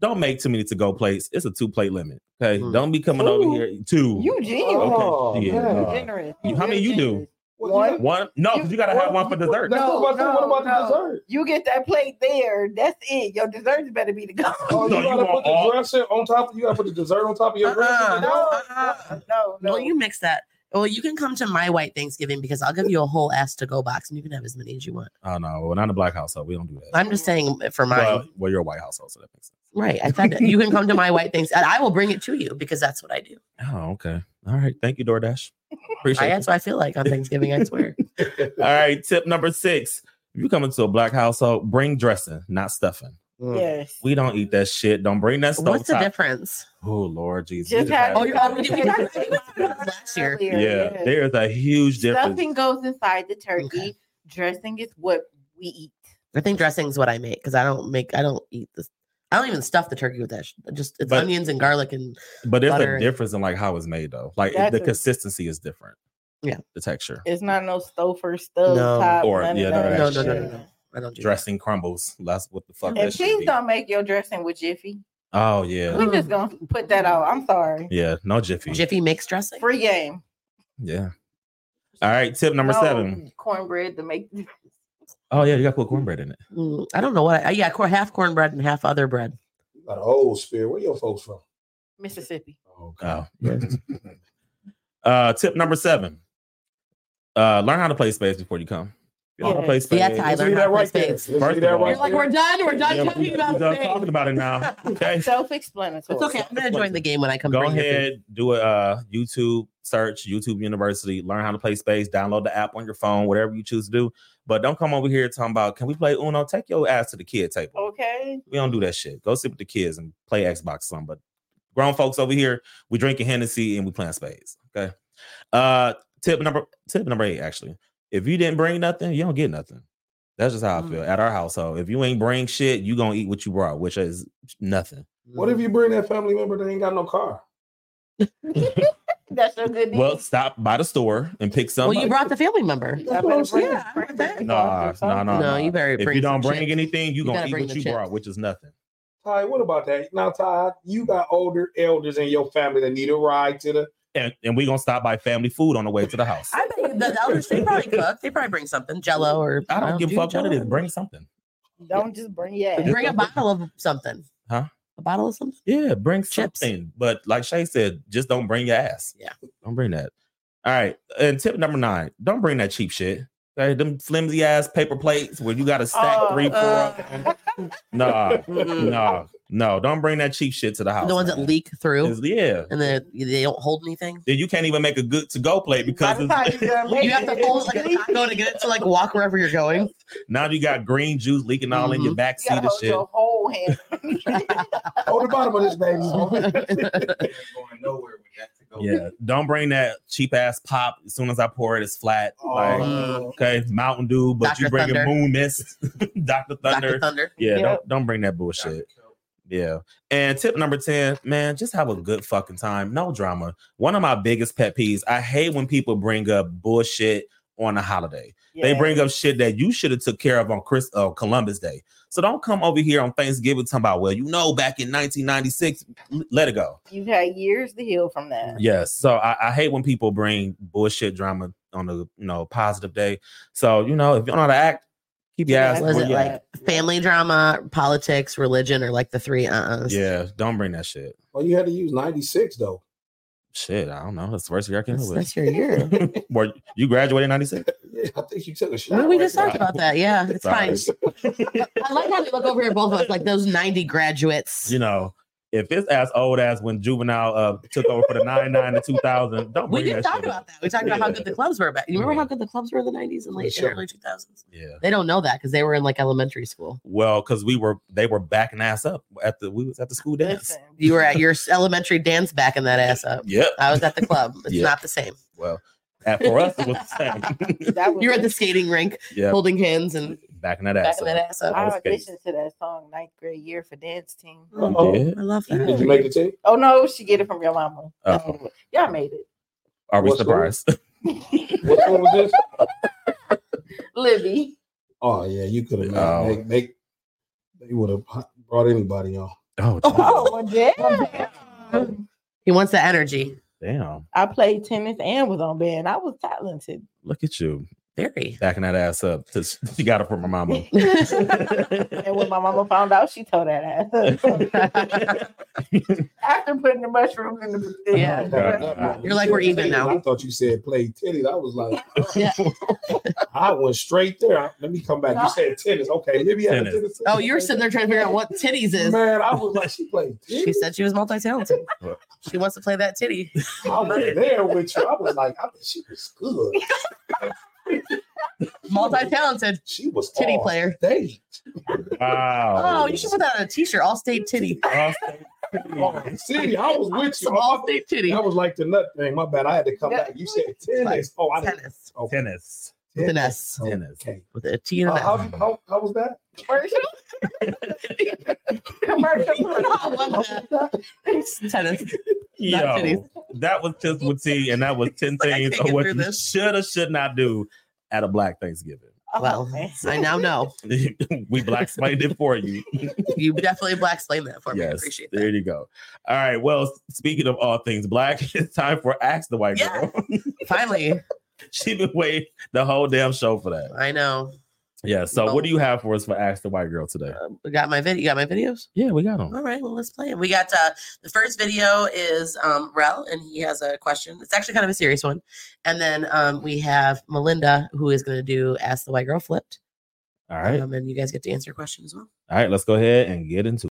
S1: Don't make too many to go plates. It's a two plate limit. Okay.
S6: Mm.
S1: Don't be coming
S2: Two?
S1: over here. Two.
S3: you genius.
S1: okay.
S2: Oh,
S1: yeah.
S2: man.
S3: generous.
S1: You- how
S3: Very
S1: many you do?
S3: generous.
S2: What-
S3: One.
S1: One. No, because you gotta have one for dessert.
S2: That's what about,
S3: No,
S2: what about
S3: no,
S2: the dessert?
S3: You get that plate there. That's it. Your desserts better be the go.
S2: Oh, you
S1: No, you
S2: gotta
S1: want
S2: put the
S1: all-
S2: dressing on top. You gotta put the dessert on top of your
S6: Uh-uh.
S2: dressing.
S3: No,
S6: Uh-uh.
S3: no, no.
S6: Well, you mix that. Well, you can come to my white Thanksgiving because I'll give you a whole ass to go box and you can have as many as you want.
S1: Oh no, we're not in a black household. We don't do that.
S6: I'm just saying eh, for mine.
S1: Well, well, you're a white household, so that makes sense.
S6: right. I said that you can come to my white things and I will bring it to you because that's what I do.
S1: Oh, okay. All right. Thank you, DoorDash. Appreciate
S6: I,
S1: it.
S6: that's what I feel like on Thanksgiving, I swear.
S1: All right. Tip number six. If you come into a black household, bring dressing, not stuffing.
S3: yes.
S1: We don't eat that shit. Don't bring that stuff.
S6: What's the difference?
S1: Oh Lord Jesus.
S3: Just
S1: We
S3: have.
S6: Oh, you're already-
S3: Just have-
S6: Last year.
S1: yeah,
S3: Earlier, yes.
S1: there is a huge difference.
S3: Stuffing goes inside the turkey.
S6: Okay.
S3: Dressing is what we eat.
S6: I think dressing's what I make because I don't make, I don't eat this. I don't even stuff the turkey with that. sh- Just it's
S1: But-
S6: onions and garlic and
S1: But there's
S6: butter
S1: a
S6: and-
S1: difference in like how it's made though. Like
S3: That's
S1: the
S3: a-
S1: consistency is different.
S6: Yeah.
S1: The texture.
S3: It's not no stover stuff
S6: No.
S3: top.
S1: Or-
S3: none of
S1: yeah, none of
S3: that
S6: no,
S1: that
S6: no, no,
S1: shit.
S6: no, no. I don't do
S1: Dressing crumbles. That's what the fuck.
S3: And
S1: that should
S3: please
S1: be.
S3: don't make your dressing with Jiffy.
S1: Oh yeah.
S3: we just gonna put that out. I'm sorry.
S1: Yeah. No
S6: that.
S1: jiffy.
S6: Jiffy makes dressing.
S3: Free game.
S1: Yeah. All right. Tip number
S3: No
S1: seven.
S3: Cornbread to make
S1: Oh yeah, you got to put cornbread in it.
S6: Mm, I don't know what. I, yeah, cor- half cornbread and half other bread.
S2: You got an old spirit. Where your folks from?
S3: Mississippi.
S1: Oh. uh, tip number seven. Uh, learn how to play space before you come. I don't play spades.
S6: Yeah, Tyler.
S2: See
S6: how
S2: that
S6: to play
S2: right there.
S6: spades.
S2: See
S1: First of
S2: that
S1: all-
S2: right
S6: You're like,
S2: there?
S6: we're done. We're done
S1: Yeah,
S6: talking about
S1: I'm
S6: spades.
S1: talking about it now. Okay.
S3: Self-explanatory.
S6: It's okay. I'm gonna join the game when I come.
S1: Go
S6: bring your food.
S1: ahead, do a uh, YouTube search, YouTube University, learn how to play space, download the app on your phone, whatever you choose to do. But don't come over here talking about can we play Uno? Take your ass to the kid table.
S3: Okay.
S1: We don't do that shit. Go sit with the kids and play Xbox some. But grown folks over here, we drinking Hennessy and we playing spades. Okay. Uh tip number tip number eight, actually. If you didn't bring nothing, you don't get nothing. That's just how I
S6: Mm.
S1: feel at our household. If you ain't bring shit, you gonna eat what you brought, which is nothing.
S2: What if you bring that family member that ain't got no car?
S3: That's your good deed.
S1: Well, stop by the store and pick
S6: Well,
S1: something.
S6: you brought the family member.
S2: That's what I'm saying.
S6: Yeah, I heard that.
S1: Nah, nah, nah,
S6: No,
S1: nah.
S6: you better
S1: If
S6: bring
S1: you don't
S6: some
S1: bring
S6: chips.
S1: anything, you,
S6: You
S1: gonna
S6: gotta
S1: eat
S6: bring
S1: what
S6: the
S1: you
S6: chips.
S1: brought, which is nothing.
S2: Ty, what about that? Now, Ty, you got older elders in your family that need a ride to the.
S1: And and we gonna stop by family food on the way to the house. I,
S6: I bet you the elders they probably cook. They probably bring something, Jello or
S1: don't give a
S6: do
S1: fuck what it is.
S6: Jell-O.
S1: Bring something.
S3: Don't just bring your ass.
S6: Bring a bottle of something.
S1: Huh?
S6: A bottle of something.
S1: Yeah, bring
S6: Chips.
S1: something. But like Shay said, just don't bring your ass.
S6: Yeah.
S1: Don't bring that. All right. And tip number nine, don't bring that cheap shit. Okay, them flimsy ass paper plates where you gotta stack
S3: Oh,
S1: three, four.
S3: uh,
S1: of them. Nah,
S6: Mm-mm.
S1: nah, no. Don't bring that cheap shit to the house.
S6: the ones that
S1: man.
S6: leak through
S1: It's- Yeah.
S6: and then they don't hold anything.
S1: Then you can't even make a good to go plate because
S3: By the
S1: it's-
S3: time you're done
S6: You have to
S3: making it,
S6: hold like a taco to get it to like walk wherever you're going.
S1: Now you got green juice leaking all in your back
S3: Mm-hmm. You gotta
S1: seat and
S3: hold
S1: shit.
S3: your whole hand.
S2: Oh, the bottom of this baby.
S8: going nowhere with that to go.
S1: Yeah, don't bring that cheap ass pop. As soon as I pour it, it's flat. Like,
S2: Oh,
S1: okay, Mountain Dew, but you
S6: Dr.
S1: bringing
S6: Thunder.
S1: Moon Mist, Doctor Thunder.
S6: Dr. Thunder.
S1: Yeah,
S3: Yep.
S1: don't don't bring that bullshit. Yeah. And tip number 10, man, just have a good fucking time. No drama. One of my biggest pet peeves, I hate when people bring up bullshit on a holiday. They
S3: Yeah.
S1: bring up shit that you should have took care of on Chris uh, Columbus Day. So don't come over here on Thanksgiving talking about, well, you know, back in 1996, L- let it go.
S3: You've had years to heal from that.
S1: Yes. So I, I hate when people bring bullshit drama on a you know positive day. So you know, if you don't know how to act, keep your ass.
S3: Yeah.
S6: Was
S1: where
S6: it
S1: you
S6: like
S1: at.
S6: family drama, politics, religion, or like the three uh uh
S1: Yeah, don't bring that shit.
S2: well, you had to use 96, though.
S1: Shit, I don't know. That's the worst year I can
S6: That's,
S1: live with.
S6: that's your year.
S1: Where you graduated in '96?
S2: Yeah, I think you took a shot.
S6: No, we
S2: right
S6: just talked
S2: there.
S6: about that. Yeah, it's
S1: Sorry.
S6: fine. I like how we look over here, both of us, like those 90 graduates.
S1: You know, if it's as old as when Juvenile uh, took over for the '99 to 2000, don't
S6: We
S1: bring
S6: did
S1: that
S6: talk
S1: shit
S6: about
S1: up.
S6: that. We talked about how
S1: Yeah.
S6: good the clubs were back. You remember
S1: Yeah.
S6: how good the clubs were in the 90s and late
S2: Sure.
S6: early 2000s?
S1: Yeah.
S6: They don't know that because they were in like elementary school.
S1: Well, because we were they were backing ass up at the we was at the school dance.
S3: Listen,
S6: You were at your elementary dance back in that ass up.
S1: Yep.
S6: I was at the club. It's
S1: Yeah.
S6: not the same.
S1: Well, at, for us it was the same.
S3: that was
S6: You were at the skating rink
S1: yeah.
S6: holding hands and
S1: Backing that
S6: back
S1: ass
S6: in
S1: up.
S6: that ass up.
S1: Wow.
S3: I
S1: Ice Skates.
S3: auditioned to that song ninth grade year for dance team.
S1: You
S2: Uh-oh.
S1: did?
S6: I love
S2: Did
S6: that.
S2: you make it to?
S3: Oh no, she get it from your mama.
S1: Oh.
S3: Y'all made it.
S1: Are we
S2: What's wrong?
S1: surprised?
S2: What one was this?
S3: Libby.
S2: Oh, yeah, you could have.
S1: Oh.
S2: They, they, they would have brought anybody on.
S1: Oh,
S3: Oh well, yeah.
S6: He wants the energy.
S1: damn.
S3: I played tennis and was on band. I was talented.
S1: Look at you
S6: Very.
S1: backing that ass up. 'cause She got it from her mama.
S3: And when my mama found out, she told that ass. up. After putting the mushrooms in the in
S6: Yeah.
S3: the-
S6: You're like, we're even now.
S2: I thought you said play tennis. I was like,
S6: Yeah.
S2: I went straight there. Let me come back. You said tennis. Okay, let me have a
S1: Tennis.
S2: tennis.
S6: Oh, you were sitting there trying to figure out what titties is.
S2: Man, I was like, she played
S6: She
S2: tennis.
S6: said she was multi talented. She wants to play that titty.
S2: I was there with you. I was like, I mean, she was good.
S6: Multi talented
S2: She was
S6: titty
S2: all
S6: player.
S2: day.
S1: wow.
S6: Oh, you should put that on a t shirt. All state titty.
S1: Austin.
S2: Oh, see, I was with you.
S6: Some all state titty.
S2: That was like the nut thing. My bad. I had to come
S3: Yeah.
S2: back. You said tennis. Oh, I didn't.
S6: Tennis.
S2: Oh,
S1: Tennis.
S6: With an S.
S1: Tennis.
S2: Okay.
S6: With a T and
S2: Uh,
S6: an
S2: how,
S6: S.
S2: how, how was that?
S3: commercial. commercial. Oh,
S6: I love that. Tennis. Not
S1: Yo,
S6: titties.
S1: that was just with T, and that was 10
S6: like, I
S1: things
S6: can't
S1: of what
S6: get through
S1: you
S6: this.
S1: should or should not do at a Black Thanksgiving.
S3: Oh,
S6: Well,
S3: man.
S6: I now know.
S1: we black explained it for you.
S6: You definitely black explained that for me. I
S1: yes,
S6: appreciate
S1: there
S6: that.
S1: you go. All right. Well, speaking of all things black, it's time for Ask the White
S6: Yeah.
S1: Girl.
S6: Finally,
S1: She's been waiting the whole damn show for that.
S6: I know.
S1: Yeah. So
S6: Oh.
S1: what do you have for us for Ask the White Girl today?
S6: Uh, we got my video. You got my videos.
S1: Yeah, we got them.
S6: All right, well, let's play it. We got uh, the first video is um, Rel, and he has a question. It's actually kind of a serious one. And then um, we have Melinda, who is going to do Ask the White Girl Flipped.
S1: All right.
S6: Um, and you guys get to answer a question as well.
S1: All right. Let's go ahead and get into it.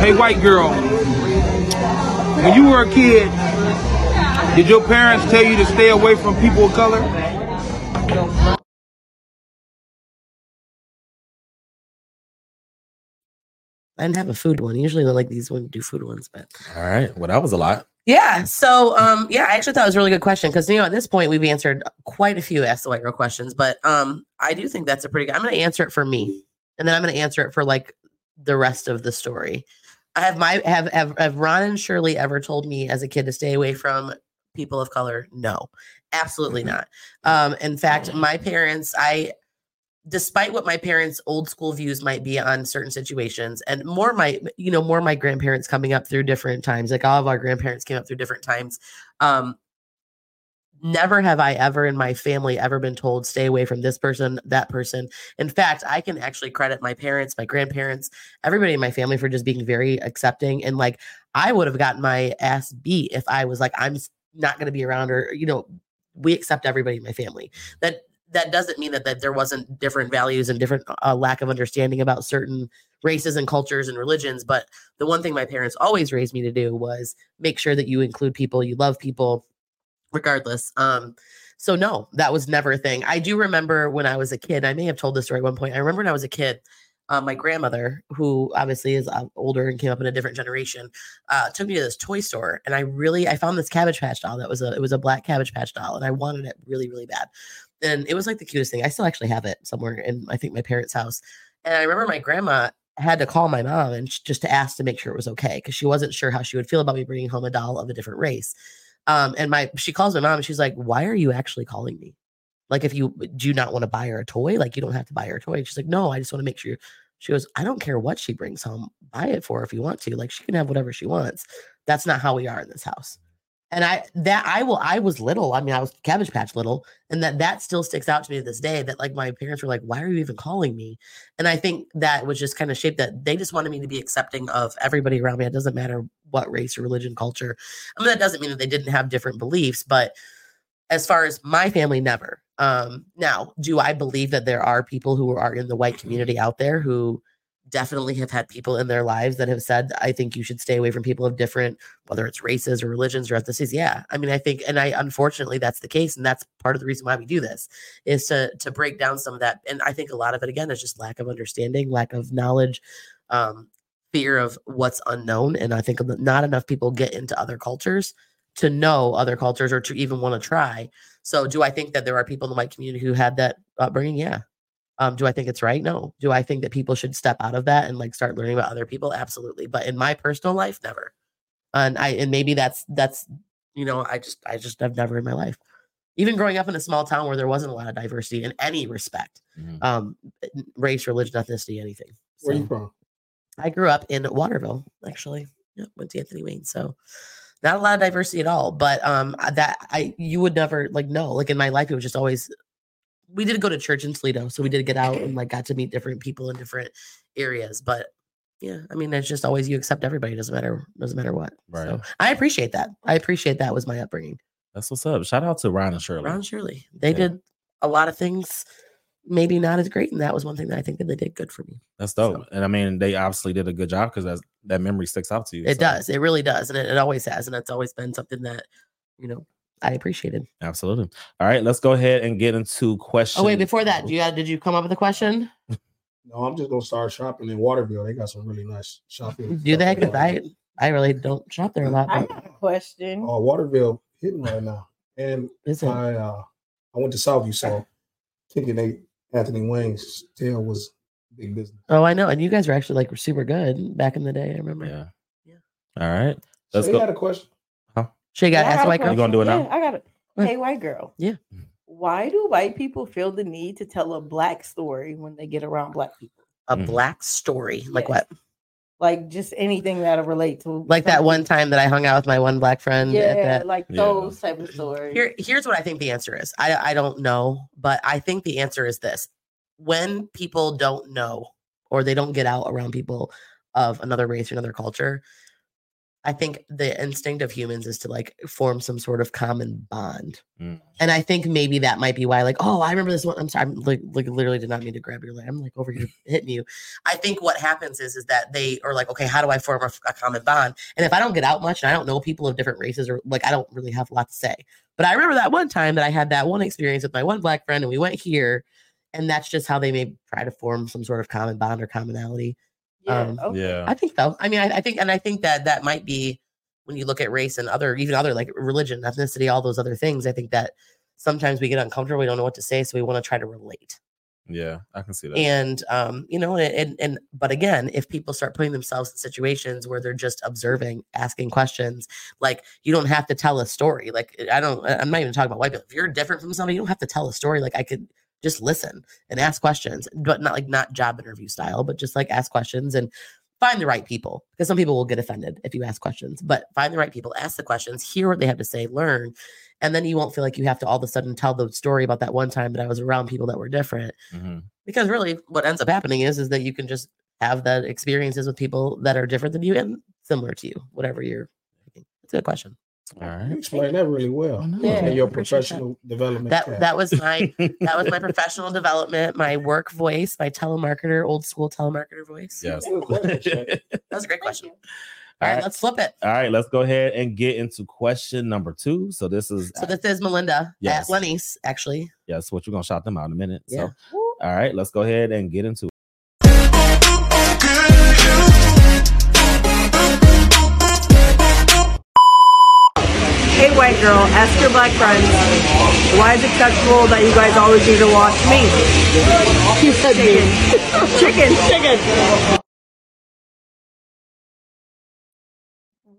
S9: Hey, white girl, when you were a kid, did your parents tell you to stay away from people of color?
S6: I didn't have a food one. Usually, they're like these women do food ones, but
S1: All right. Well, that was a lot.
S6: yeah. So, um, yeah, I actually thought it was a really good question because you know at this point we've answered quite a few Ask the White Girl questions, but um, I do think that's a pretty good. I'm going to answer it for me, and then I'm going to answer it for like the rest of the story. I have my have, have have Ron and Shirley ever told me as a kid to stay away from people of color? No, absolutely not. Um, in fact, my parents, I despite what my parents' old school views might be on certain situations, and more my you know more my grandparents coming up through different times, like all of our grandparents came up through different times. Um, never have I ever in my family ever been told stay away from this person, that person. In fact, I can actually credit my parents, my grandparents, everybody in my family for just being very accepting and like I would have gotten my ass beat if I was like I'm s- not going to be around or you know we accept everybody in my family. That that doesn't mean that, that there wasn't different values and different uh, lack of understanding about certain races and cultures and religions but the one thing my parents always raised me to do was make sure that you include people you love people regardless um so no that was never a thing i do remember when i was a kid i may have told this story at one point i remember when i was a kid uh, my grandmother who obviously is uh, older and came up in a different generation uh, took me to this toy store and i really i found this cabbage patch doll that was a it was a black cabbage patch doll and i wanted it really really bad and it was like the cutest thing. I still actually have it somewhere in I think my parents' house. And I remember my grandma had to call my mom and sh- just to ask to make sure it was okay because she wasn't sure how she would feel about me bringing home a doll of a different race. Um, and my she calls my mom and she's like, "Why are you actually calling me? Like, if you do you not want to buy her a toy, like you don't have to buy her a toy." And she's like, "No, I just want to make sure." She goes, "I don't care what she brings home. Buy it for her if you want to. Like, she can have whatever she wants. That's not how we are in this house." And I that I will I was little. I mean, I was cabbage patch little and that that still sticks out to me to this day that like my parents were like why are you even calling me and i think that was just kind of shaped that they just wanted me to be accepting of everybody around me it doesn't matter what race or religion culture i mean that doesn't mean that they didn't have different beliefs but as far as my family never um now do i believe that there are people who are in the white community out there who definitely have had people in their lives that have said i think you should stay away from people of different whether it's races or religions or ethnicities. Yeah, I mean, I think, and I unfortunately that's the case, and that's part of the reason why we do this is to to break down some of that. And I think a lot of it again is just lack of understanding, lack of knowledge, um, fear of what's unknown, and I think that not enough people get into other cultures to know other cultures or to even want to try. So, do I think that there are people in the white community who had that upbringing? Yeah. Um, do I think it's right? No. Do I think that people should step out of that and like start learning about other people? Absolutely. But in my personal life, never and i and maybe that's that's you know i just i just have never in my life even growing up in a small town where there wasn't a lot of diversity in any respect
S1: Mhm.
S6: um n- race religion ethnicity anything
S2: Where you
S6: so
S2: from?
S6: i grew up in waterville actually yeah, went to anthony wayne so not a lot of diversity at all but um I- that i you would never like no like in my life it was just always we did go to church in toledo so we did get out and like got to meet different people in different areas but yeah i mean it's just always you accept everybody doesn't matter doesn't matter what
S1: Right.
S6: so i appreciate that i appreciate that was my upbringing
S1: That's what's up. Shout out to Ryan and Shirley.
S6: ron shirley they
S1: Yeah.
S6: did a lot of things maybe not as great and that was one thing that i think that they did good for me
S1: That's
S6: So-
S1: dope. And I mean, they obviously did a good job because that memory sticks out to you.
S6: it
S1: so-
S6: does it really does and it, it always has and it's always been something that you know i appreciated
S1: Absolutely. All right, let's go ahead and get into
S6: oh
S1: questions.
S6: wait before that do you uh, did you come up with a question
S2: No, I'm just gonna start shopping in Waterville. They got some really nice shopping.
S6: Mm, do they
S2: stuff in
S6: because i
S2: Waterville.
S6: i really don't shop there a lot
S3: I
S6: but
S3: have a question.
S2: Oh, Waterville hitting right now, and
S6: is it
S2: I uh, I went to Southview, so thinking they Anthony Wayne's tail was big business.
S6: oh i know and you guys were actually like super good back in the day i remember
S1: Yeah.
S6: Yeah.
S1: All right. Let's
S2: They
S1: go.
S2: got a question.
S6: she got
S3: Yeah, I
S6: asked
S3: got a
S6: white girl
S1: You gonna do it
S3: question.
S1: now?
S3: Yeah, I got it.
S6: Go ahead.
S3: Hey, white girl.
S6: Yeah.
S3: Why do white people feel the need to tell a black story when they get around black people?
S6: a
S1: Mm.
S6: black story like
S3: Yes.
S6: what
S3: like just anything that'll relate to
S6: Like that one time that I hung out with my one black friend.
S3: yeah,
S6: at that.
S3: like
S1: Yeah.
S3: those type of stories.
S6: Here, here's what I think the answer is. I, I don't know, but I think the answer is this: when people don't know or they don't get out around people of another race or another culture, I think the instinct of humans is to like form some sort of common bond.
S1: Mm.
S6: And I think maybe that might be why, like, oh, I remember this one. I'm sorry, I'm like, like literally did not mean to grab your leg. I'm like over here hitting you. I think what happens is is that they are like, okay, how do I form a, a common bond? And if I don't get out much and I don't know people of different races or like I don't really have a lot to say. But I remember that one time that I had that one experience with my one black friend and we went here. And that's just how they may try to form some sort of common bond or commonality.
S3: yeah,
S6: um,
S3: okay.
S1: Yeah.
S6: I think so. I mean, I, I think, and I think that that might be when you look at race and other, even other like religion, ethnicity, all those other things. I think that sometimes we get uncomfortable. We don't know what to say, so we want to try to relate.
S1: Yeah. I can see that.
S6: And um, you know, and, and and but again, if people start putting themselves in situations where they're just observing, asking questions, like you don't have to tell a story. Like I don't, I- I'm not even talking about white people. If you're different from somebody, you don't have to tell a story. Like I could just listen and ask questions, but not like not job interview style, but just like ask questions and find the right people because some people will get offended if you ask questions. But find the right people, ask the questions, hear what they have to say, learn, and then you won't feel like you have to all of a sudden tell the story about that one time that I was around people that were different
S1: Mhm.
S6: because really what ends up happening is is that you can just have that experiences with people that are different than you and similar to you whatever you're picking. it's a good question
S1: All
S2: You
S1: right.
S2: explained that really well.
S3: Yeah,
S2: And your
S6: I Oh, appreciate that.
S2: professional development.
S6: that
S2: path.
S6: that was my that was my professional development my work voice my telemarketer old school telemarketer voice
S1: yes.
S2: Good question.
S6: that was a great question
S1: All
S6: all right
S1: right.
S6: let's flip it
S1: All right, let's go ahead and get into question number two. So this is
S6: so this is melinda
S1: Yes.
S6: at lenny's actually
S1: yes, what you're gonna shout them out in a minute.
S6: Yeah.
S1: So all right, let's go ahead and get into it.
S10: Hey, white girl, ask your black friends, why is it acceptable that you guys always need to wash me? You said chicken. chicken, chicken.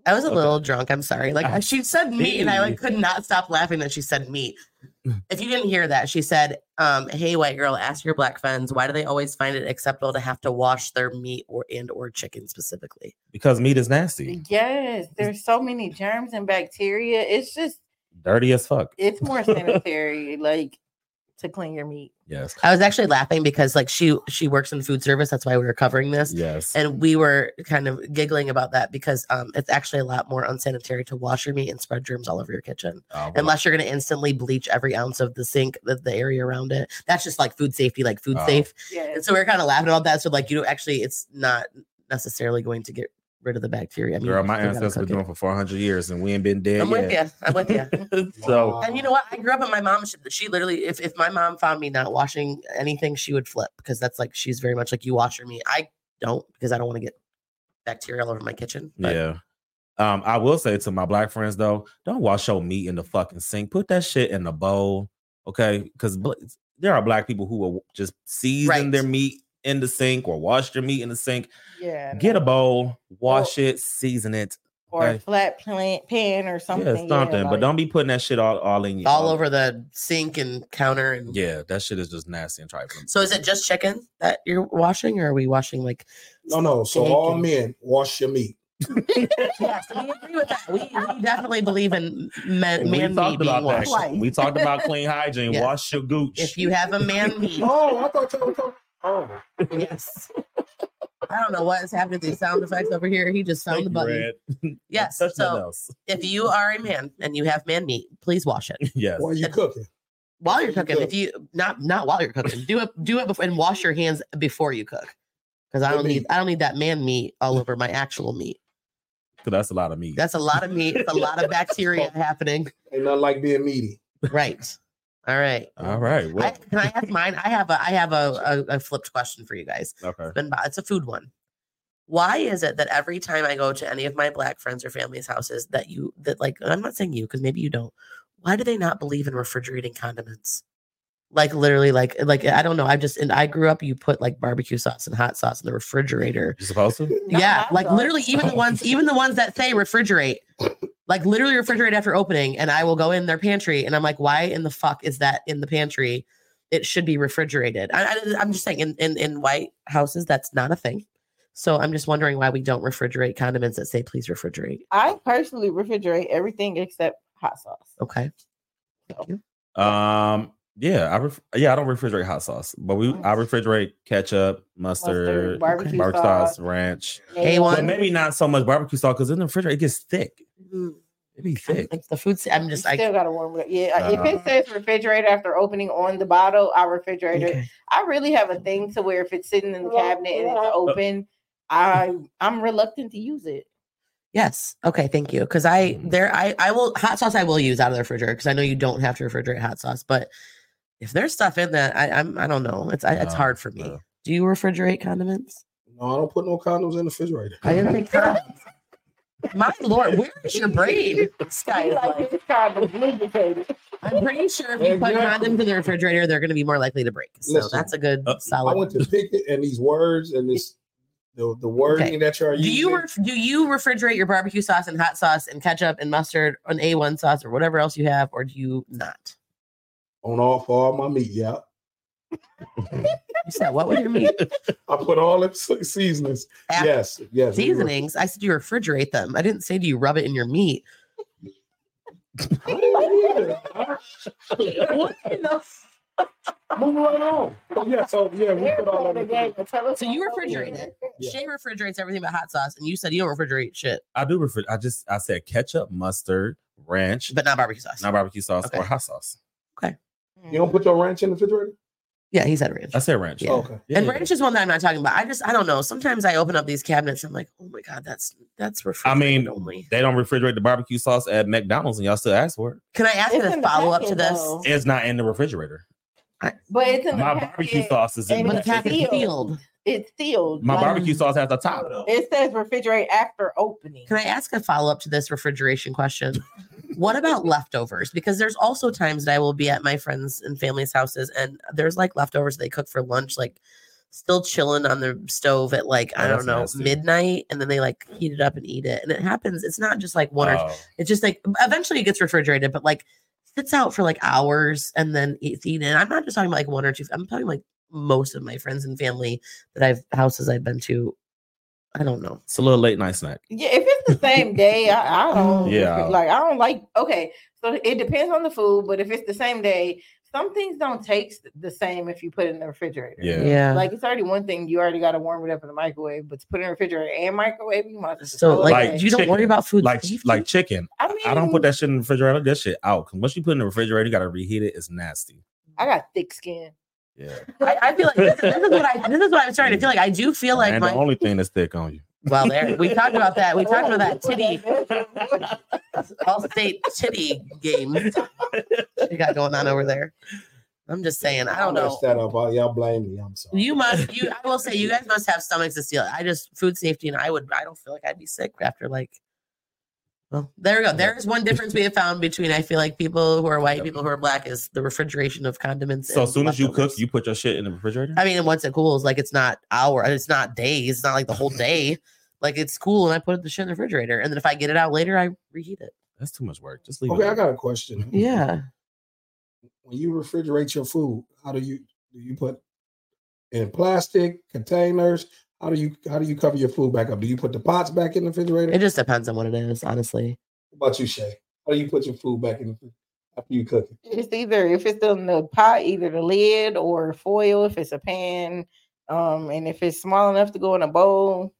S6: i was a
S1: Okay. Ah,
S6: little drunk i'm sorry like
S1: I
S6: she said meat and i like
S1: see.
S6: could not stop laughing that she said meat if you didn't hear that she said um, hey white girl ask your black friends why do they always find it acceptable to have to wash their meat or and or chicken specifically
S1: Because meat is nasty,
S3: Yes, there's so many germs and bacteria. It's just
S6: Mm-hmm.
S1: dirty as fuck.
S3: it's more sanitary, like to clean your meat.
S1: Yes.
S6: i was actually laughing because like she she works in food service that's why we were covering this
S1: Yes.
S6: and we were kind of giggling about that because um, it's actually a lot more unsanitary to wash your meat and spread germs all over your kitchen
S1: Oh, well,
S6: unless you're going to instantly bleach every ounce of the sink the, the area around it that's just like food safety like food
S1: Oh.
S6: safe
S3: Yeah.
S6: And so we are kind of laughing about that. So like, you know, actually, it's not necessarily going to get rid of the bacteria. I mean,
S1: girl, my
S6: you still gotta
S1: ancestors been
S6: cook it.
S1: doing it for 400 years and we ain't been dead
S6: I'm with
S1: yet.
S6: you. I'm with you.
S1: so
S6: And you know what? I grew up in my mom. She, she literally, if, if my mom found me not washing anything, she would flip because that's like she's very much like you wash your meat. I don't because I don't want to get bacteria all over my kitchen. but-
S1: yeah. Um, I will say to my black friends though, don't wash your meat in the fucking sink. Put that shit in the bowl, okay? Because there are black people who will just season
S6: Right.
S1: their meat in the sink or wash their meat in the sink.
S3: Yeah.
S1: Get a bowl, wash it, season it.
S3: or
S1: okay.
S3: a flat plant pan or something.
S1: yeah, something. but
S3: like-
S1: don't be putting that shit all, all in
S6: all over the sink and counter and.
S1: Yeah, that shit is just nasty and trifling.
S6: So is it just chicken that you're washing, or are we washing like?
S2: No, no. So
S6: steak
S2: all
S6: and-
S2: men wash your meat.
S6: Yes, we agree with that. We, we definitely believe in man,
S1: we
S6: man meat
S1: talked
S6: being
S1: about that.
S6: washed.
S3: Twice.
S1: We talked about clean hygiene.
S6: Yeah.
S1: Wash your gooch.
S6: If you have a man meat,
S2: Oh, I thought you were talking. Oh,
S6: Yes. I don't know what is happening to these sound effects over here. He just
S1: Thank
S6: found the
S1: you,
S6: button.
S1: Red.
S6: Yes.
S1: Touch nothing
S6: So
S1: else.
S6: if you are a man and you have man meat, please wash it
S1: yes.
S2: why you cooking?
S6: while you're
S2: There you
S6: cooking. If you not not while you're cooking, do it do it before and wash your hands before you cook. Because I
S2: The
S6: don't need
S2: meat.
S6: I don't need that man meat all over my actual meat.
S1: 'Cause that's a lot of meat.
S6: That's a lot of meat. It's a lot of bacteria happening.
S2: Ain't nothing like being meaty.
S6: Right. All right.
S1: all right.
S6: I,
S1: Uh, Well,
S6: can I ask mine? I have a I have a, a, a flipped question for you guys.
S1: okay.
S6: been bo- it's a food one. Why is it that every time I go to any of my black friends or family's houses that you that like I'm not saying you because maybe you don't. Why do they not believe in refrigerating condiments? Like literally, like like I don't know. I just and I grew up. You put like barbecue sauce and hot sauce in the refrigerator.
S1: You supposed to?
S3: Not
S6: yeah,
S3: hot
S6: like
S3: sauce.
S6: literally, e even the ones even the ones that say refrigerate, like literally refrigerate after opening. And I will go in their pantry and I'm like, why in the fuck is that in the pantry? It should be refrigerated. I, I, I'm just saying, in, in in white houses, that's not a thing. So I'm just wondering why we don't refrigerate condiments that say please refrigerate.
S3: I personally refrigerate everything except hot sauce.
S6: Okay.
S1: Um. Yeah, I ref- yeah I don't refrigerate hot sauce, but we I refrigerate ketchup, mustard,
S3: Mustard, barbecue
S1: barbecue
S3: sauce.
S1: sauce, ranch.
S6: A1.
S1: But maybe not so much barbecue sauce because in the refrigerator it gets thick.
S3: Mm-hmm.
S1: It be thick.
S6: It's the food. I'm just
S3: Still gotta warm it up. Yeah, if
S1: Uh-huh.
S3: it says refrigerator after opening on the bottle, I refrigerate it.
S6: Okay.
S3: I really have a thing to where if it's sitting in the cabinet and it's
S1: Oh.
S3: open, I I'm reluctant to use it.
S6: Yes. Okay. Thank you. Because I there I I will hot sauce I will use out of the refrigerator because I know you don't have to refrigerate hot sauce, but if there's stuff in that I I'm I don't know it's I, it's
S1: No,
S6: hard for me.
S1: no.
S6: Do you refrigerate condiments?
S2: No, I don't put no condoms in the refrigerator.
S6: I didn't think so. My lord, where is your brain? Sky is like, I'm pretty sure if you put
S2: Exactly.
S6: condoms in the refrigerator, they're going to be more likely to break. So
S2: Listen,
S6: that's a good
S1: uh,
S2: I
S6: solid.
S2: went to pick it, and these words and this the, the wording
S6: Okay.
S2: that you're
S6: do
S2: using.
S6: you ref- do you refrigerate your barbecue sauce and hot sauce and ketchup and mustard and A1 sauce or whatever else you have, or do you not?
S2: on all for all my meat, yeah.
S6: You said what would your meat?
S2: I put all the se- seasonings.
S6: After
S2: Yes, yes. we were-
S6: seasonings. I said you refrigerate them. I didn't say do you rub it in your meat.
S2: Move right on. Oh, yeah, so yeah, we put all that. in the-
S6: So you refrigerate it.
S2: Yeah.
S6: Shay refrigerates everything but hot sauce, and you said you don't refrigerate shit,
S1: I do refrigerate. I just I said ketchup, mustard, ranch,
S6: but not barbecue sauce.
S1: not barbecue sauce
S6: Okay.
S1: or hot sauce.
S2: You don't put your ranch in the refrigerator?
S6: yeah, he said ranch.
S1: I said ranch.
S6: Yeah.
S2: Okay.
S1: Yeah.
S6: And ranch is one that I'm not talking about. I just I don't know. Sometimes I open up these cabinets. I'm like, oh my god, that's that's
S1: I
S6: refrigerated
S1: mean,
S6: only.
S1: they don't refrigerate the barbecue sauce at McDonald's, and y'all still ask for it.
S6: Can I ask you
S3: It's
S6: a
S3: in the
S6: follow up to
S3: packet,
S6: this?
S3: though.
S1: It's not in the refrigerator.
S3: But it's in the
S1: My barbecue
S3: packet.
S1: sauce is in
S3: And
S1: the
S6: But the
S3: it's
S1: packet.
S6: packet
S3: sealed.
S6: sealed.
S3: It's sealed.
S1: My
S3: Like,
S1: barbecue sauce has the top
S6: Mm-hmm.
S1: though.
S3: It says refrigerate after opening.
S6: Can I ask a follow up to this refrigeration question? what about leftovers? Because there's also times that I will be at my friends and family's houses, and there's like leftovers they cook for lunch, like still chilling on the stove at like
S1: Oh,
S6: I
S1: that's
S6: don't know
S1: nasty.
S6: midnight, and then they like heat it up and eat it. And it happens. It's not just like one or
S1: Oh.
S6: It's just like eventually it gets refrigerated, but like sits out for like hours and then it's eaten. I'm not just talking about like one or two. I'm talking like most of my friends and family that I've houses I've been to. I don't know.
S1: It's a little late night snack.
S3: Yeah, if it's the same day, I, I don't.
S1: Yeah.
S3: like I don't like. Okay, so it depends on the food, but if it's the same day, some things don't taste the same if you put it in the refrigerator.
S1: Yeah.
S6: Like,
S3: Like it's already one thing you already got to warm it up in the microwave, but to put it in the refrigerator and microwave, you might
S6: so like,
S1: Oh, Like
S6: you don't worry
S1: chicken.
S6: about food
S1: Like
S6: safety?
S1: like chicken.
S3: I mean,
S1: I don't put that shit in the refrigerator. I let That shit out. 'Cause Once you put it in the refrigerator, you gotta reheat it. It's nasty.
S3: I got thick skin.
S1: Yeah.
S6: I, I feel like this, this is what I this is what I'm starting to feel like. I do feel like
S1: and
S6: my
S1: the only thing that's thick on you.
S6: well there we talked about that. We talked about that titty all state titty game you got going on over there. I'm just saying, I don't know.
S2: messed that up. I- Y'all blame me. I'm sorry.
S6: You must. You, I will say, you guys must have stomachs to steal. it. I just food safety, and I would. I don't feel like I'd be sick after like. Well, there we go. There is one difference we have found between I feel like people who are white, people who are black, is the refrigeration of condiments.
S1: So
S6: and
S1: as soon as you cook,
S6: leftovers.
S1: you put your shit in the refrigerator.
S6: I mean, and once it cools, like it's not hour, it's not days, it's not like the whole day. Like it's cool, and I put the shit in the refrigerator, and then if I get it out later, I reheat it.
S1: That's too much work. Just leave
S2: Okay,
S1: it.
S2: I got a question.
S1: Mm-hmm.
S6: Yeah,
S2: When you refrigerate your food, how do you do you put in plastic containers? How do you how do you cover your food back up? Do you put the pots back in the refrigerator?
S6: it just depends on what it is, honestly.
S2: What about you, Shay? How do you put your food back in the fridge after you cook it?
S3: It's either if it's in the pot, either the lid or foil if it's a pan. Um, and if it's small enough to go in a bowl,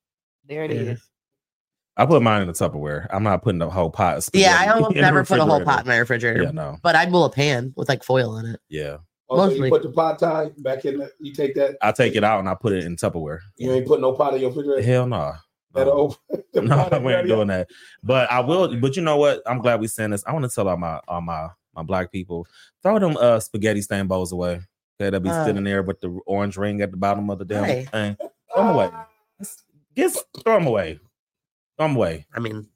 S3: there it is.
S6: Yeah.
S1: I put mine in the Tupperware. I'm not putting the whole pot. of
S6: Yeah, I
S1: spaghetti
S6: almost
S1: in the
S6: never put a whole
S1: refrigerator.
S6: pot in my refrigerator,
S1: Yeah, no.
S6: but I'd will a pan with like foil in it.
S1: Yeah.
S2: Oh, so you
S6: Mostly.
S2: put the pot tie back in. The, you take that.
S1: I take it out and I put it in Tupperware.
S2: You ain't put no pot in your refrigerator.
S1: Hell no.
S2: That old, the
S1: No,
S2: pot
S1: I ain't
S2: already up.
S1: doing that. But I will. But you know what? I'm glad we sent this. I want to tell all my all my my black people throw them uh spaghetti stain bowls away. Okay, they'll be
S6: Uh.
S1: sitting there with the orange ring at the bottom of the damn
S6: Right.
S1: thing. Throw them away. Just throw them away. Throw them away.
S6: I mean,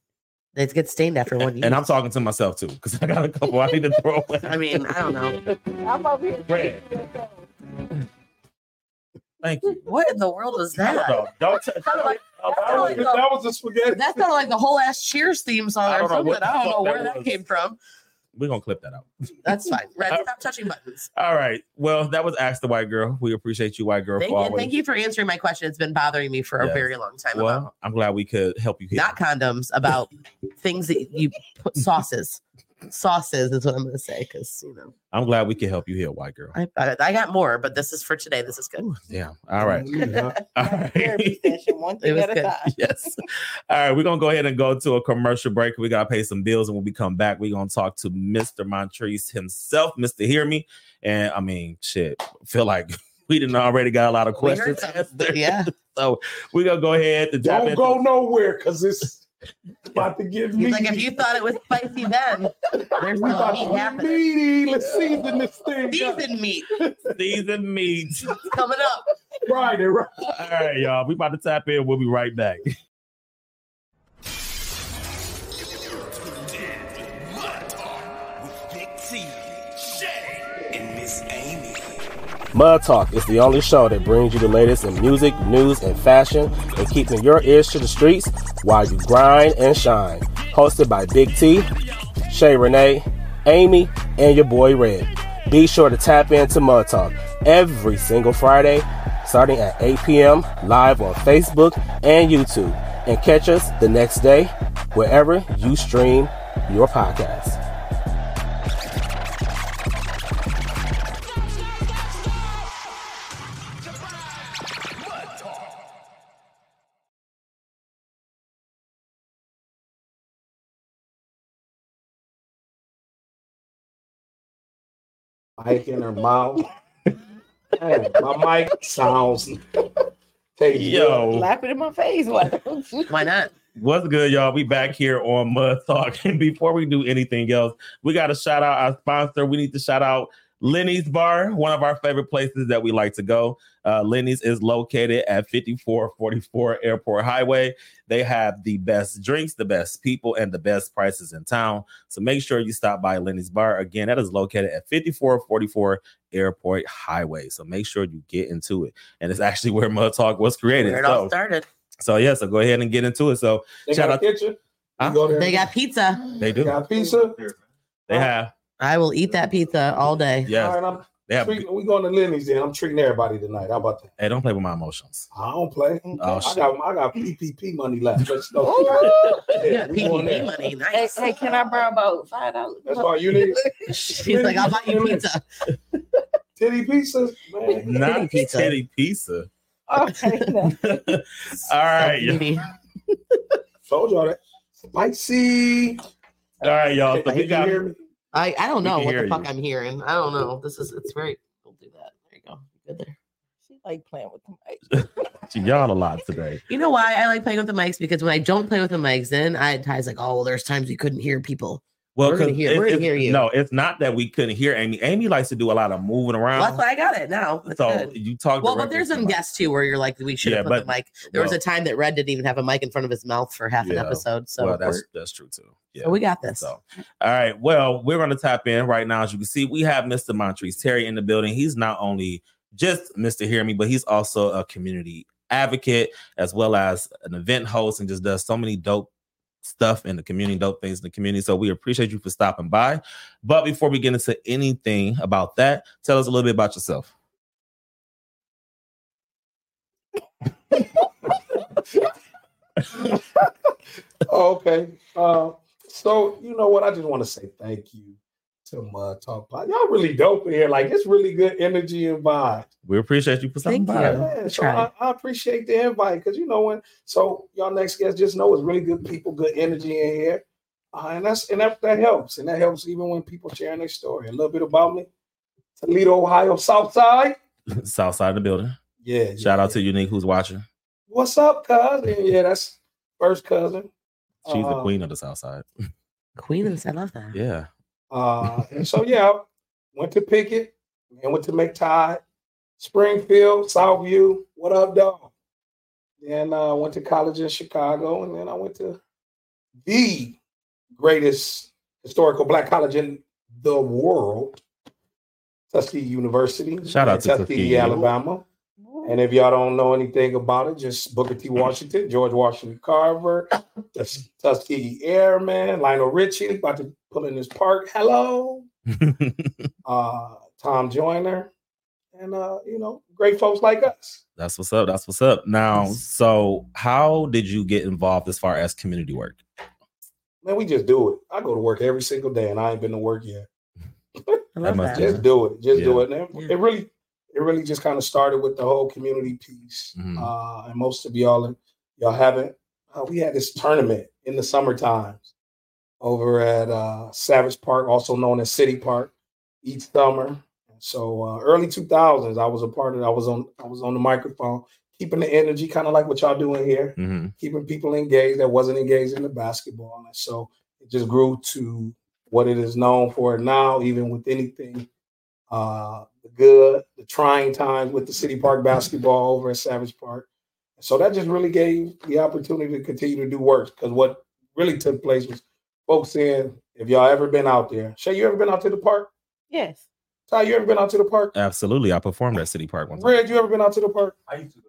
S6: they get stained after one year.
S1: And I'm talking to myself too because I got a couple I need to throw away.
S6: I mean, I don't know.
S3: I'm over here.
S1: Bread. Thank you.
S6: What in the world is that?
S1: No, don't t-
S6: Kinda like-
S2: That was-
S6: That's all I
S2: that was a spaghetti.
S6: That sounded like the whole ass Cheers theme song
S1: I
S6: or
S1: don't know
S6: something.
S1: what the
S6: I don't
S1: fuck
S6: know
S1: that
S6: where that
S1: was.
S6: came from.
S1: We're gonna clip that out.
S6: That's fine. Red, stop touching buttons.
S1: All right. Well, that was Ask the White Girl. We appreciate you, White Girl.
S6: Thank
S1: for
S6: you,
S1: always-
S6: thank you for answering my question. It's been bothering me for a
S1: Yes.
S6: very long time
S1: Well,
S6: about
S1: I'm glad we could help you. Here.
S6: not condoms, about things that you put sauces. Sauces is what I'm going to say because you know
S1: I'm glad we could help you here, White Girl.
S6: I, I, I got more, but this is for today. This is good.
S1: Yeah. All right. All right.
S3: Therapy session, one
S6: It
S3: thing
S6: was
S3: at a
S6: good.
S3: time.
S1: yes. All right, we're gonna go ahead and go to a commercial break. We gotta pay some bills, and when we come back, we're gonna talk to Mr. Montrese himself, Mr. Hear Me. And I mean, shit, feel like we didn't already got a lot of
S6: We heard
S1: questions. answered.
S6: Yeah,
S1: So we're gonna go ahead to tap
S2: Don't
S1: into-
S2: go nowhere because it's about to give
S6: He's
S2: me.
S6: like if you thought it was spicy then, there's
S2: we
S6: no
S2: about
S6: meat
S2: to get
S6: happening.
S2: meaty. Let's season this thing. up.
S6: Seasoned meat
S1: season meat.
S6: coming up.
S2: Friday, right?
S1: All right, y'all. We about to tap in. We'll be right back.
S4: With Big T, Shay, and Miss Amy.
S11: Mud Talk is the only show that brings you the latest in music, news, and fashion, and keeping your ears to the streets while you grind and shine. Hosted by Big T, Shay Renee, Amy, and your boy Red. Be sure to tap into Mud Talk every single Friday, starting at 8 p.m. live on Facebook and YouTube, and catch us the next day wherever you stream your podcast.
S2: mic in her mouth. Man, my mic sounds. Hey,
S1: Yo.
S3: Slap it in my face. Why don't you?
S6: Why not?
S1: What's good, y'all? We back here on Mud Talk. And before we do anything else, we got to shout out our sponsor. We need to shout out Lenny's Bar, one of our favorite places that we like to go. Uh, Lenny's is located at 5444 Airport Highway. They have the best drinks, the best people, and the best prices in town. So make sure you stop by Lenny's Bar. Again, that is located at 5444 Airport Highway. So make sure you get into it. And it's actually where Mud Talk was created.
S6: Where it all
S1: So,
S6: started.
S1: so, yeah, so go ahead and get into it. So,
S2: They
S1: Shout
S2: got
S1: out-
S2: a kitchen.
S1: Huh?
S2: You go there,
S6: They got pizza.
S1: They
S2: they
S1: do.
S2: got pizza.
S1: They have.
S6: I will eat that pizza all day.
S1: Yes.
S2: All right,
S1: They
S2: I'm
S1: have.
S2: treating, we going to Lenny's then. I'm treating everybody tonight. How about that?
S1: Hey, don't play with my emotions.
S2: I don't play.
S1: Oh,
S2: I
S1: shit.
S2: got I got PPP money left. Let's go.
S6: Oh,
S3: Ooh.
S2: Yeah, we going
S6: PPP
S2: there.
S6: money,
S3: hey,
S6: nice.
S3: hey, can I borrow about five dollars?
S2: That's all you need.
S6: She's like, I'll buy you pizza.
S2: Titty pizza. Man.
S1: Not
S6: pizza.
S1: titty pizza.
S3: Okay, no.
S1: All right. y'all.
S6: Beauty.
S2: Told y'all that. Spicy.
S1: All right, y'all. So
S2: Can
S1: we
S2: you
S1: got
S2: hear me?
S6: I, I don't
S1: We
S6: know
S1: can
S6: what
S1: hear
S6: the fuck
S1: you.
S6: I'm hearing. I don't know. This is it's very. Don't do that. There you go. Good there.
S3: She like playing with the mic.
S1: y'all a lot today.
S6: You know why I like playing with the mics because when I don't play with the mics, then I Ty's like, oh, well, there's times we couldn't hear people.
S1: Well,
S6: We're gonna
S1: 'cause
S6: hear-
S1: it-
S6: we're gonna
S1: it's-
S6: hear you.
S1: No, it's not that we couldn't hear Amy. Amy likes to do a lot of moving
S6: Well, that's
S1: around.
S6: why I got it now. That's
S1: Uh-huh. So
S6: good.
S1: you talk.
S6: Well, but
S1: directly
S6: there's
S1: to
S6: some
S1: my-
S6: guests too where you're like, we should
S1: Yeah,
S6: have put the mic. There was a
S1: well-
S6: time that Red didn't even have a mic in front of his mouth for half
S1: Yeah.
S6: an episode. So,
S1: Well, that's
S6: we're-
S1: that's true too. Yeah.
S6: so we got this.
S1: So, all right. Well, we're going to tap in right now. As you can see, we have Mr. Montrese Terry in the building. He's not only just Mr. Hear Me, but he's also a community advocate as well as an event host and just does so many dope stuff in the community, dope things in the community. So we appreciate you for stopping by. But before we get into anything about that, tell us a little bit about yourself.
S2: Oh, okay. Uh, so you know what? I just want to say thank you to Mud Talk Pod. Y'all really dope in here. Like it's really good energy and vibe.
S1: We appreciate you for stopping
S6: Thank
S1: by.
S6: you.
S2: Yeah, so
S6: try.
S2: I, I appreciate the invite because you know when. So y'all next guest just know it's really good people, good energy in here, uh, and that's and that, that helps, and that helps even when people sharing their story. A little bit about me, Toledo, Ohio, South Side.
S1: South side of the building.
S2: Yeah.
S1: Shout
S2: yeah,
S1: out to
S2: yeah.
S1: Unique who's watching.
S2: What's up, cousin? Yeah, that's first cousin.
S1: She's the
S2: Uh,
S1: queen of the South Side.
S6: Queen of the- I love that.
S1: Yeah.
S2: Uh, and so yeah, went to Pickett and went to McTide, Springfield, Southview. What up, dog? Then uh, went to college in Chicago, and then I went to the greatest historical black college in the world, Tuskegee University.
S1: Shout out to
S2: Tuskegee,
S1: Tuskegee.
S2: Alabama. And if y'all don't know anything about it, just Booker T. Washington, George Washington Carver, Tus- Tuskegee Airman, Lionel Richie, about to put in his park. Hello. uh, Tom Joyner, and uh, you know, great folks like us.
S1: That's what's up. That's what's up. Now, so how did you get involved as far as community work?
S2: Man, we just do it. I go to work every single day, and I ain't been to work yet.
S1: love must that. be
S2: Just
S1: nice.
S2: do it. Just do
S1: Yeah.
S2: it. And it- it really, it really just kind of started with the whole community piece.
S1: Mhm.
S2: Uh, and most of y'all, y'all haven't. Uh, we had this tournament in the summer times over at uh, Savage Park, also known as City Park, each summer. So uh, early two thousands, I was a part of. I was on. I was on the microphone, keeping the energy, kind of like what y'all doing here
S1: Mhm.
S2: keeping people engaged that wasn't engaged in the basketball. And so it just grew to what it is known for now, even with anything uh, the good, the trying times with the City Park basketball over at Savage Park. So that just really gave the opportunity to continue to do work because what really took place was folks saying, if y'all ever been out there, Shay, you ever been out to the park?
S3: Yes.
S2: Ty, you ever been out to the park?
S1: Absolutely. I performed at City Park once.
S2: Red, you ever been out to the park? I used to.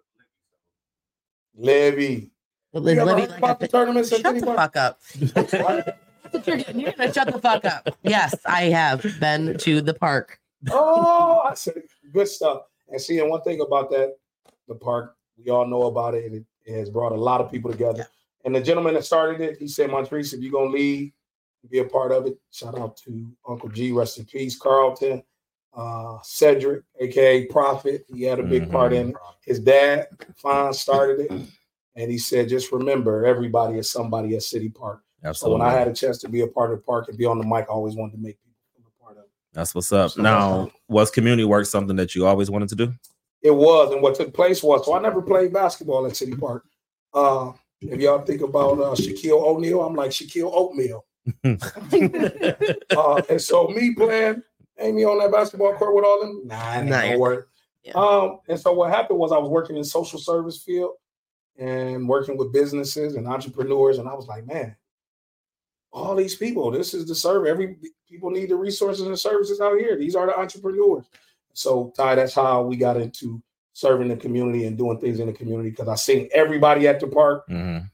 S2: Levy.
S6: Liz,
S2: You ever
S6: Libby,
S2: heard
S6: like,
S2: about the tournaments at
S6: shut
S2: City
S6: the
S2: Park?
S6: fuck up. That's what you're getting. You're gonna shut the fuck up. Yes, I have been to the park.
S2: oh, I said good stuff. And see, and one thing about that, the park, we all know about it, and it, it has brought a lot of people together. And the gentleman that started it, he said, Montrese, if you're gonna lead, be a part of it. Shout out to Uncle G, rest in peace, Carlton, uh, Cedric, aka Prophet. He had a big part in it. His dad, Fine, started it. And he said, just remember, everybody is somebody at City Park. So when I
S1: Absolutely.
S2: had a chance to be a part of the park and be on the mic, I always wanted to make
S1: That's what's up. Now, was community work something that you always wanted to do?
S2: It was, and what took place was. So I never played basketball at City Park. Uh, if y'all think about uh, Shaquille O'Neal, I'm like Shaquille Oatmeal. uh, and so me playing, Amy on that basketball court with all them, nah, it ain't
S5: Nah,
S2: gonna work. Um, and so what happened was I was working in social service field and working with businesses and entrepreneurs, and I was like, man, all these people, this is the serve. Every people need the resources and services out here. These are the entrepreneurs. So Ty, that's how we got into serving the community and doing things in the community because I seen everybody at the park. And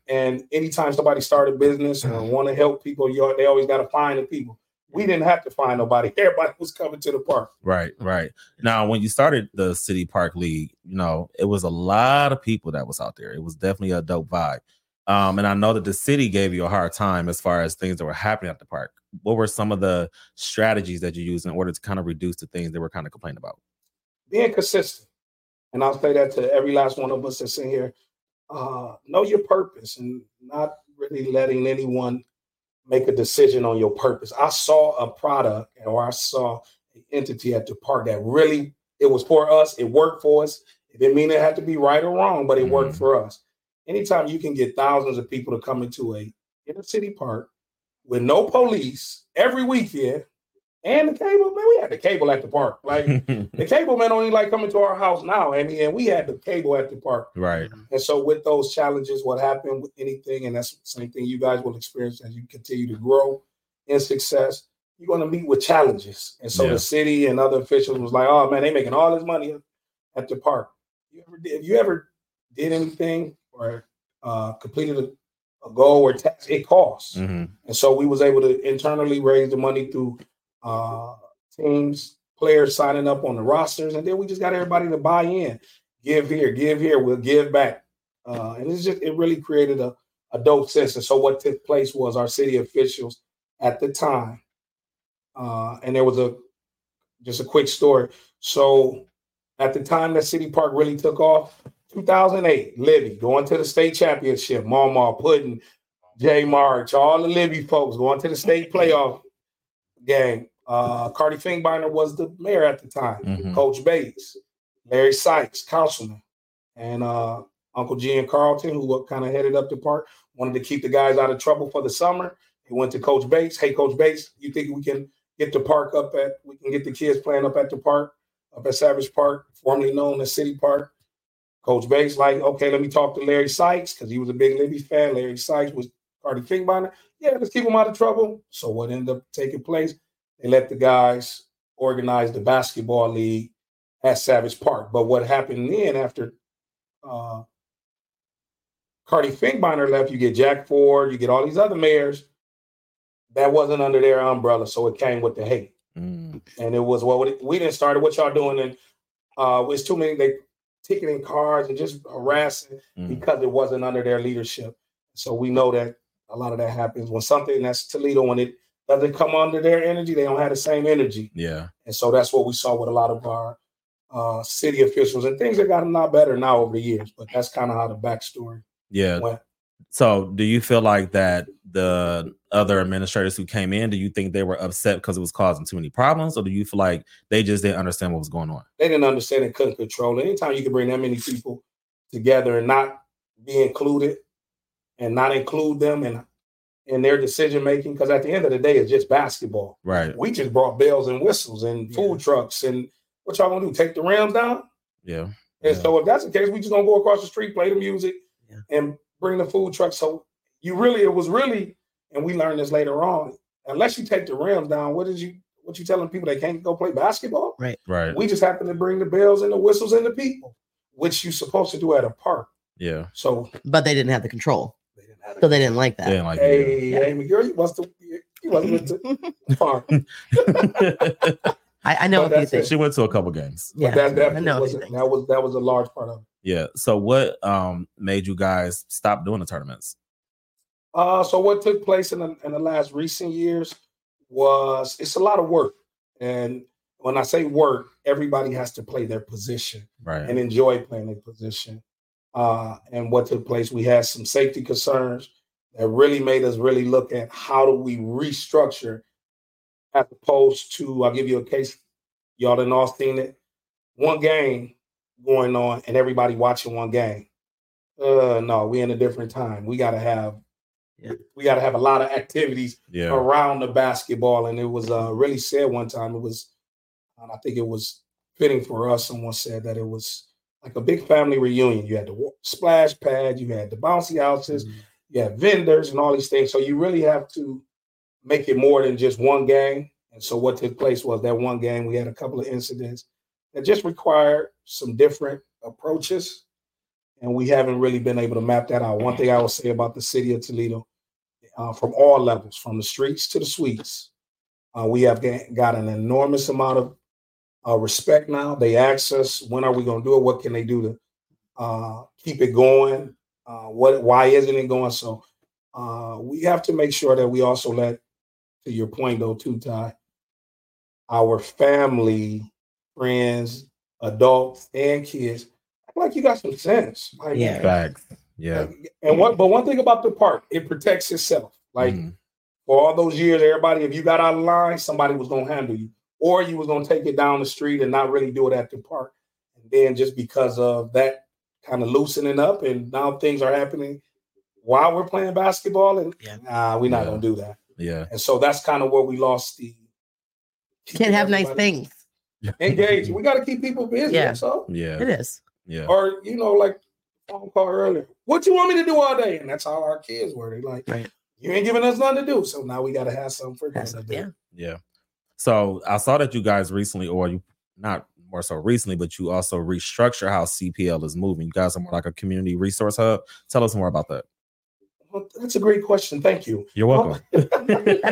S2: anytime somebody start a business or want to help people, you they always got to find the people. We didn't have to find nobody. Everybody was coming to the park.
S1: Right, right. Now, when you started the City Park League, you know, it was a lot of people that was out there. It was definitely a dope vibe. Um, and I know that the city gave you a hard time as far as things that were happening at the park. What were some of the strategies that you used in order to kind of reduce the things that were kind of complaining about?
S2: Being consistent, and I'll say that to every last one of us that's in here. Uh, know your purpose and not really letting anyone make a decision on your purpose. I saw a product or I saw an entity at the park that really it was for us. It worked for us. It didn't mean it had to be right or wrong, but it worked for us. Anytime you can get thousands of people to come into a inner city park with no police every weekend and the cable man, we had the cable at the park. Like the cable man only like coming to our house now, Amy, and we had the cable at the park.
S1: Right.
S2: And so, with those challenges, what happened with anything, and that's the same thing you guys will experience as you continue to grow in success, you're going to meet with challenges. And so,
S1: Yeah.
S2: the city and other officials was like, "Oh man, they making all this money at the park. You ever did, if you ever did anything or uh, completed a, a goal or task, it costs."
S1: Mm-hmm,
S2: And so we was able to internally raise the money through uh, teams, players signing up on the rosters, and then we just got everybody to buy in, give here, give here, we'll give back, uh, and it's just it really created a a dope sense. And so what took place was our city officials at the time, uh, and there was a just a quick story. So at the time that City Park really took off, 2008, Libby going to the state championship, Mama Puddin, Jay March, all the Libby folks going to the state playoff game. Uh, Cardi Finkbeiner was the mayor at the time,
S1: mm-hmm,
S5: Mhm.
S2: Coach Bates, Larry Sykes, councilman, and uh, Uncle G and Carlton, who kind of headed up the park, wanted to keep the guys out of trouble for the summer. They went to Coach Bates. Hey, Coach Bates, you think we can get the park up at, we can get the kids playing up at the park, up at Savage Park, formerly known as City Park? Coach Bates, like, okay, let me talk to Larry Sykes because he was a big Libby fan. Larry Sykes was Cardi Finkbinder. Yeah, let's keep him out of trouble. So what ended up taking place? They let the guys organize the basketball league at Savage Park. But what happened then after uh, Cardi Finkbeiner left, you get Jack Ford, you get all these other mayors that wasn't under their umbrella, so it came with the hate.
S1: mm-hmm.
S2: And it was well, what- we didn't start it. What y'all doing? And uh, it's too many. They ticketing cars and just harassing because it wasn't under their leadership. So we know that a lot of that happens when something that's Toledo when it doesn't come under their energy, they don't have the same energy.
S12: Yeah.
S2: And so that's what we saw with a lot of our uh, city officials and things have gotten a lot better now over the years. But that's kind of how the backstory.
S1: Yeah.
S2: Well-
S1: So, do you feel like that the other administrators who came in, do you think they were upset because it was causing too many problems, or do you feel like they just didn't understand what was going on?
S2: They didn't understand and couldn't control it. Anytime you can bring that many people together and not be included and not include them and in their decision making, because at the end of the day, it's just basketball.
S1: Right.
S2: We just brought bells and whistles and food trucks and what y'all gonna do? Take the rims down?
S1: Yeah.
S2: And so if that's the case, we just gonna go across the street, play the music, and bring the food truck. So you really, it was really, and we learned this later on. Unless you take the rims down, what is you what you telling people they can't go play basketball?
S6: Right.
S1: Right.
S2: We just happen to bring the bells and the whistles and the people, which you supposed to do at a park.
S1: Yeah.
S2: So
S6: But they didn't have the control. So they didn't like that.
S2: hey, Amy, girl, you must have you must have been to the farm.
S6: I, I know
S2: But
S6: a few
S2: that's it.
S6: things.
S1: She went to a couple games.
S2: But that definitely was that was that was a large part of it.
S1: Yeah. So, what um made you guys stop doing the tournaments?
S2: Uh, so what took place in the, in the last recent years was it's a lot of work, and when I say work, everybody has to play their position
S1: Right.
S2: and enjoy playing their position. Uh, and what took place, we had some safety concerns that really made us really look at how do we restructure, as opposed to I'll give you a case, y'all in Austin, it one game going on and everybody watching one game. Uh, no, we in a different time. We got to have we got to have a lot of activities
S1: Yeah.
S2: around the basketball. And it was uh, really said one time. It was, and I think it was fitting for us. Someone said that it was like a big family reunion. You had the wa- splash pad, you had the bouncy houses, you had vendors, and all these things. So you really have to make it more than just one game. And so what took place was that one game we had a couple of incidents that just required some different approaches. And we haven't really been able to map that out. One thing I will say about the city of Toledo, uh, from all levels, from the streets to the suites, uh, we have ga- got an enormous amount of uh, respect now. They ask us, when are we going to do it? What can they do to uh, keep it going? Uh, what? Why isn't it going? So uh, we have to make sure that we also let, to your point though, too, Ty, our family, friends, adults, and kids act like you got some sense. Like,
S1: Yeah. Facts. Yeah.
S2: and what, but one thing about the park, it protects itself. Like
S1: Mm-hmm,
S2: for all those years, everybody, if you got out of line, somebody was gonna handle you, or you was gonna take it down the street and not really do it at the park. And then just because of that kind of loosening up, and now things are happening while we're playing basketball, and nah, we're
S1: Yeah.
S2: not gonna do that.
S1: Yeah.
S2: And so that's kind of where we lost the
S6: Can't have nice
S2: Everybody-
S6: things.
S2: engage. We got to keep people busy.
S6: Yeah.
S2: That's all.
S1: Yeah.
S6: It is.
S1: Yeah.
S2: Or you know, like phone call earlier. What you want me to do all day? And that's how our kids were. They like, you ain't giving us nothing to do. So now we got to have something for them. to do.
S1: Yeah. So I saw that you guys recently, or you not more so recently, but you also restructure how CPL is moving. You guys are more like a community resource hub. Tell us more about that.
S2: Well, that's a great question. Thank you.
S1: You're welcome.
S6: That's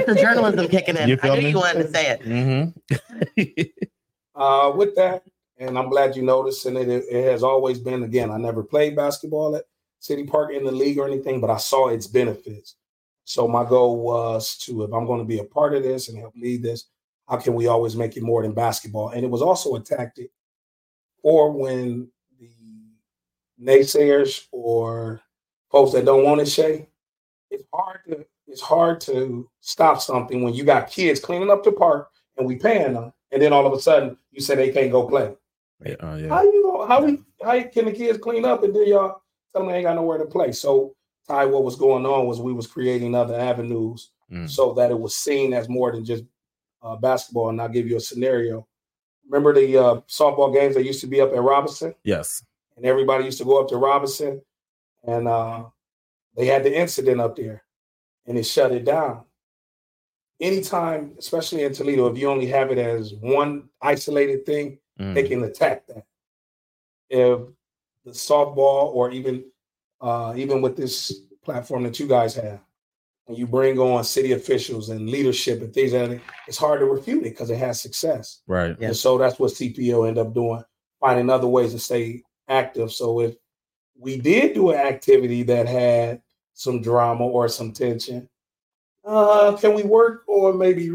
S6: the journalism kicking in.
S1: You feel
S6: I knew
S1: me?
S6: you wanted to say it.
S1: Mm-hmm.
S2: Uh, with that, and I'm glad you noticed. And it, it has always been. Again, I never played basketball at City Park in the league or anything, but I saw its benefits. So my goal was to, if I'm going to be a part of this and help lead this, how can we always make it more than basketball? And it was also a tactic for when the naysayers or folks that don't want it, Shay, it's hard to it's hard to stop something when you got kids cleaning up the park and we paying them, and then all of a sudden you say they can't go play.
S1: Yeah. uh, yeah.
S2: How you gonna- how we how can the kids clean up and then y'all tell them they ain't got nowhere to play? So Ty, what was going on was we was creating other avenues
S1: Mm.
S2: so that it was seen as more than just uh, basketball. And I'll give you a scenario. Remember the uh, softball games that used to be up at Robinson?
S1: Yes.
S2: and everybody used to go up to Robinson, and uh, they had the incident up there, and it shut it down. Anytime, especially in Toledo, if you only have it as one isolated thing,
S1: Hmm. Mm-hmm.
S2: They can attack that. If the softball or even uh, even with this platform that you guys have, when you bring on city officials and leadership and things like that, it's hard to refute it because it has success.
S1: Right.
S2: And so that's what CPO end up doing, finding other ways to stay active. So if we did do an activity that had some drama or some tension, uh, can we work or maybe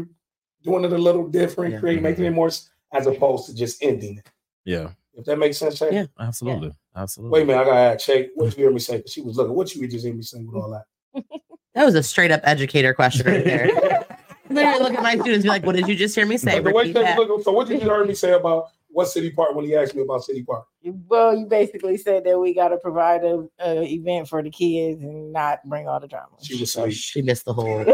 S2: doing it a little different, create making it more s- as opposed to just ending it?
S1: Yeah.
S2: If that makes sense, Shay?
S1: Absolutely. Absolutely.
S2: Wait a minute, I gotta ask Shay, what you hear me say? 'Cause she was looking, what you just hear me saying with all that?
S6: That was a straight up educator question right there. Literally look at my students and be like, what did you just hear me say?
S2: But the way
S6: Repeat
S2: Shay was
S6: that.
S2: looking- so what did you hear me say about what city park when he asked me about city park?
S3: Well, you basically said that we got to provide a, a event for the kids and not bring all the drama.
S2: She was sweet.
S6: She missed the whole.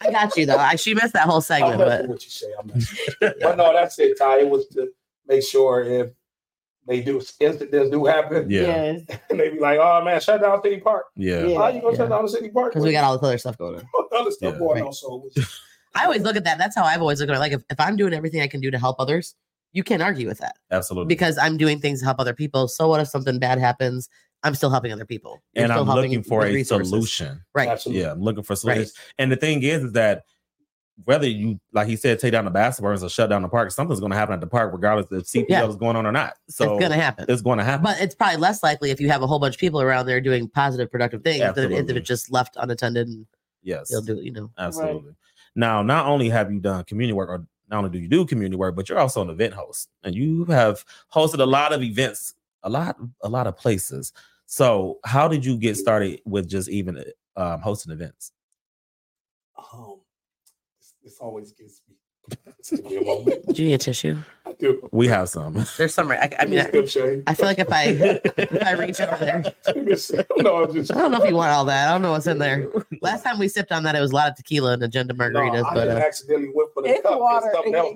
S6: I got you though. I, she missed that whole segment,
S2: I'm messing
S6: but
S2: with you, Shay. I'm messing with you. but no, that's it, Ty. It was to make sure if they do incidents do happen,
S6: Yeah.
S2: and they be like, "Oh man, shut down City Park."
S1: Yeah.
S2: How you gonna
S6: Yeah.
S2: shut down the City Park?
S6: because we got all this other stuff going on.
S2: other stuff
S6: Yeah.
S2: going
S6: Right.
S2: on. So
S6: I always look at that. That's how I've always looked at it. Like if, if I'm doing everything I can do to help others, you can't argue with that
S1: Absolutely.
S6: because I'm doing things to help other people. So what if something bad happens? I'm still helping other people. You're
S1: and
S6: still
S1: I'm
S6: helping
S1: looking for
S6: with
S1: a
S6: resources.
S1: solution.
S6: Right.
S1: Yeah, I'm looking for solutions. And the thing is, is that whether you, like he said, take down the basketballs or shut down the park, something's going to happen at the park, regardless if CPL
S6: Yeah.
S1: is going on or not. So
S6: It's gonna happen.
S1: It's going to happen.
S6: But it's probably less likely if you have a whole bunch of people around there doing positive, productive things than if- if
S1: Absolutely.
S6: it's just left unattended. And
S1: yes,
S6: they'll do it, you know.
S1: absolutely. Now, not only have you done community work, or not only do you do community work, but you're also an event host, and you have hosted a lot of events, a lot, a lot of places. So, how did you get started with just even um, hosting events?
S2: um, this always gets me. Just give me a moment.
S6: Do you need a tissue?
S2: I do.
S1: We have some.
S6: There's some. right- I, I mean, I, I feel like if I if I reach over there,
S2: no, I'm just.
S6: I don't know if you want all that. I don't know what's in there. Last time we sipped on that, it was a lot of tequila and agenda margaritas.
S2: I
S6: but
S2: just
S6: uh,
S2: accidentally went for the
S3: It's
S2: cup.
S3: water.
S2: And something else.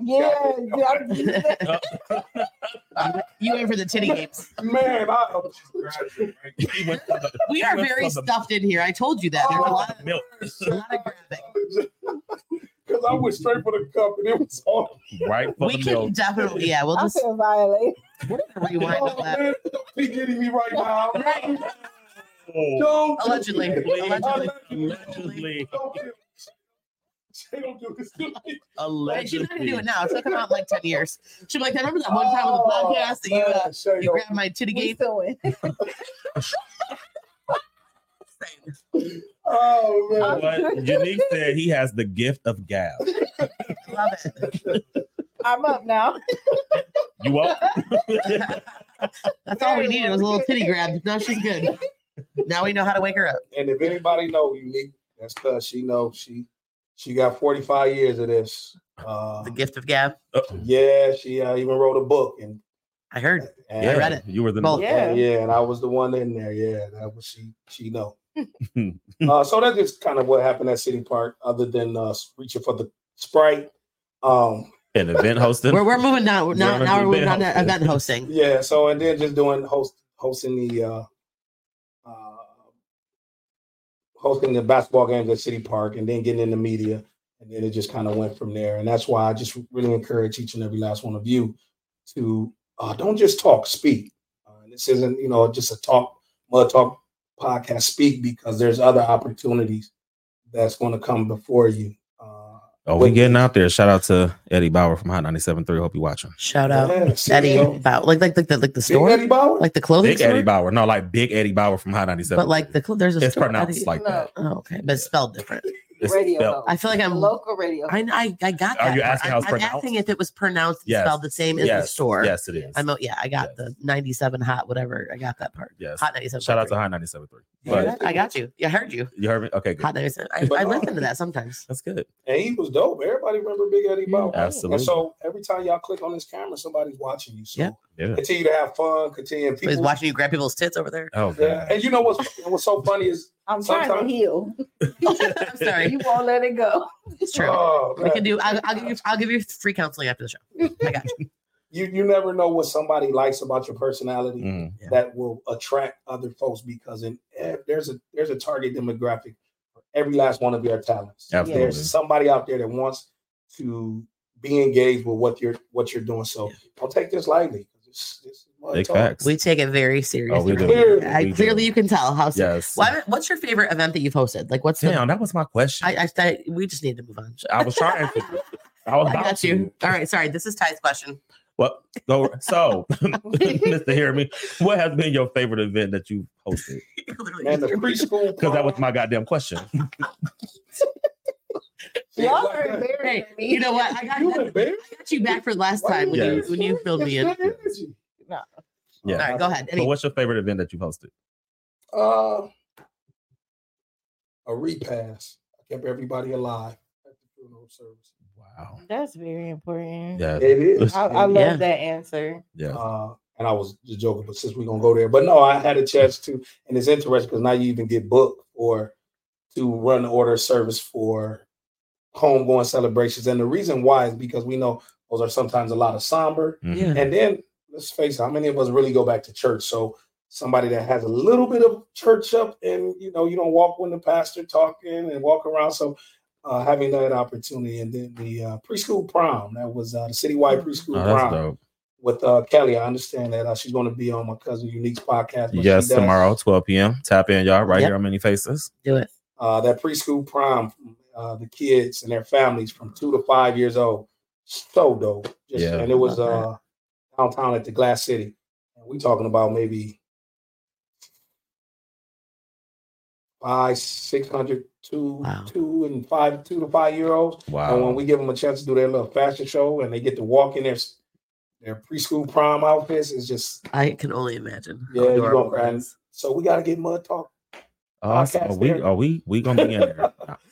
S3: Yeah.
S6: you went for the titty games.
S2: Man, I,
S6: We are very stuffed in here. I told you
S3: Oh,
S6: that. There's a lot of
S1: milk.
S2: Because I went straight for the cup and it was on.
S1: Right for
S6: We
S1: the
S6: can
S1: milk.
S6: definitely, yeah. We'll
S3: I
S6: just
S3: feel violated.
S6: rewind all
S2: Oh,
S6: that.
S2: man, don't be getting me right now. Don't do
S6: Oh, Allegedly.
S2: that.
S6: Allegedly.
S2: Allegedly. Don't do- They don't do this to me.
S6: Like, she's not gonna do it now. It's gonna come out in like ten years. She'll be like, "I remember that one time on the podcast that you uh,
S2: Oh, Man, Shay,
S6: you
S2: don't-
S6: grabbed my titty
S3: We
S6: gape."
S3: suing.
S2: Oh
S6: Uh,
S2: man.
S1: But Unique said he has the gift of gab.
S6: Love it.
S3: I'm up now.
S1: You up?
S6: That's all we needed was a little titty grab. Now she's good. Now we know how to wake her up.
S2: And if anybody know unique, that's because she knows she she got 45 years of this. Uh,
S6: The gift of gab.
S2: yeah, she uh, even wrote a book and,
S6: I heard.
S2: and
S6: I read it.
S1: You were the
S6: Both.
S2: Yeah.
S3: Yeah.
S2: yeah, and I was the one in there. Yeah, that was she. She know. uh, so that's just kind of what happened at City Park. Other than uh, reaching for the Sprite. Um,
S1: an event hosting.
S6: We're, we're moving down. We're Now,
S1: We're
S6: now we're moving
S1: event
S6: on to
S1: hosting.
S6: event hosting.
S2: yeah. So and then just doing host hosting the uh, uh, hosting the basketball games at City Park, and then getting in the media, and then it just kind of went from there. And that's why I just really encourage each and every last one of you to uh, don't just talk, speak. Uh, this isn't you know just a talk mud talk podcast. Speak because there's other opportunities that's going to come before you. Uh,
S1: oh, we getting out there. Shout out to Eddie Bauer from Hot 97.3. Hope you watching.
S6: Shout out
S2: yeah, see,
S6: Eddie
S2: you know,
S6: about like like like the like the
S2: Big
S6: store,
S2: Eddie Bauer.
S6: like the clothing
S1: Big
S6: store,
S1: Eddie Bauer. No, like Big Eddie Bauer from Hot 97.
S6: Oh, but like the cl- there's a
S1: it's
S6: store.
S1: pronounced
S6: Eddie-
S1: like that.
S6: Oh, okay, but it's spelled different.
S1: It's
S3: radio.
S1: spelled-
S3: host.
S6: I feel like I'm.
S3: local radio.
S6: I I, I got that.
S1: Are you
S6: part.
S1: asking how it's
S6: I'm
S1: pronounced?
S6: asking if it was pronounced and
S1: Yes.
S6: spelled the same as the
S1: yes,
S6: store.
S1: Yes, it is.
S6: I'm oh, yeah, I got the 97 hot whatever. I got that part.
S1: yes.
S6: Hot 97.
S1: Shout out to Hot 97.3.
S2: Yeah.
S1: But
S6: I got you. Yeah, I heard you.
S1: you heard me? Okay, good.
S6: Hot 97. I, I listen to that sometimes.
S1: That's good.
S2: And he was dope. Everybody remember Big Eddie Bauer.
S1: Absolutely.
S2: And so every time y'all click on this camera, somebody's watching you. So
S6: Yeah.
S1: Yeah.
S2: continue to have fun. Continue. and
S6: He's
S2: People,
S6: watching you grab people's tits over there.
S1: Oh, God.
S2: yeah. And you know what's what's so funny is
S3: I'm trying
S2: Sometimes-
S3: to heal.
S6: I'm sorry.
S3: You won't let it go.
S6: It's true.
S2: oh,
S6: we
S2: man,
S6: can do. I'll, I'll give you. I'll give you free counseling after the show. I got you.
S2: you you never know what somebody likes about your personality
S1: Mm.
S6: Yeah.
S2: that will attract other folks because in eh, there's a there's a target demographic for every last one of your talents.
S1: Absolutely.
S2: There's somebody out there that wants to be engaged with what you're what you're doing. So don't take this lightly. It's, it's mud
S1: Big
S2: talk.
S1: facts.
S6: We take it very seriously.
S1: Oh, we do.
S6: Clearly, I-
S1: We do.
S6: clearly you can tell how.
S1: Yes.
S6: Why- what's your favorite event that you've hosted? Like, what's
S1: Damn, that was my question.
S6: I, I, I we just need to move on.
S1: I was trying to. I was
S6: I
S1: about
S6: got
S1: to.
S6: you. All right, sorry. This is Ty's question.
S1: Well, go so, Mr. Hear Me, what has been your favorite event that you hosted?
S2: Man, the preschool
S1: Because that was my goddamn question.
S3: Y'all are embarrassing me.
S6: You know what? I got,
S2: You
S6: I
S2: embarrassed?
S6: got you back for last
S2: Why
S6: time when you
S1: Yes.
S6: when you filled me in.
S3: No.
S1: Yeah.
S6: All right, go ahead.
S1: So,
S6: Any-
S1: what's your favorite event that you hosted?
S2: Uh, a repass. I kept everybody alive at the funeral service.
S1: Wow.
S3: That's very important.
S1: Yeah.
S2: It is.
S3: I, I love
S6: Yeah.
S3: that answer.
S1: Yeah.
S2: Uh, and I was just joking, but since we're gonna go there, but no, I had a chance to, and it's interesting because now you even get booked or to run the order of service for homegoing celebrations. And the reason why is because we know those are sometimes a lot of somber.
S1: Mm-hmm.
S6: Yeah.
S2: And then let's face it, how many of us really go back to church? So somebody that has a little bit of church up and you know, you don't walk when the pastor talking and walk around. So uh, having that opportunity and then the uh, preschool prom that was uh, the citywide preschool
S1: Oh,
S2: prom
S1: that's dope.
S2: with uh, Kelly. I understand that uh, she's going to be on my cousin Unique's podcast. but she
S1: Yes,
S2: does,
S1: tomorrow, 12 p.m. Tap in, y'all, right
S6: Yep.
S1: here on Many Faces.
S6: Do it.
S2: Uh, that preschool prom, uh, the kids and their families from two to five years old, so dope. Just,
S1: Yeah.
S2: and it was
S6: Love
S2: uh, downtown at the Glass City. And we talking about maybe five, six hundred, two,
S6: Wow.
S2: two and five, two to five year olds.
S1: Wow.
S2: And when we give them a chance to do their little fashion show and they get to walk in their their preschool prom outfits, it's just
S6: I can only imagine. how
S2: yeah, you
S6: adorable
S2: gonna cry.
S6: that
S2: And
S6: is.
S2: So we gotta get mud talk.
S1: Awesome.
S2: podcast
S1: Oh, we
S2: there.
S1: are we we gonna be in there.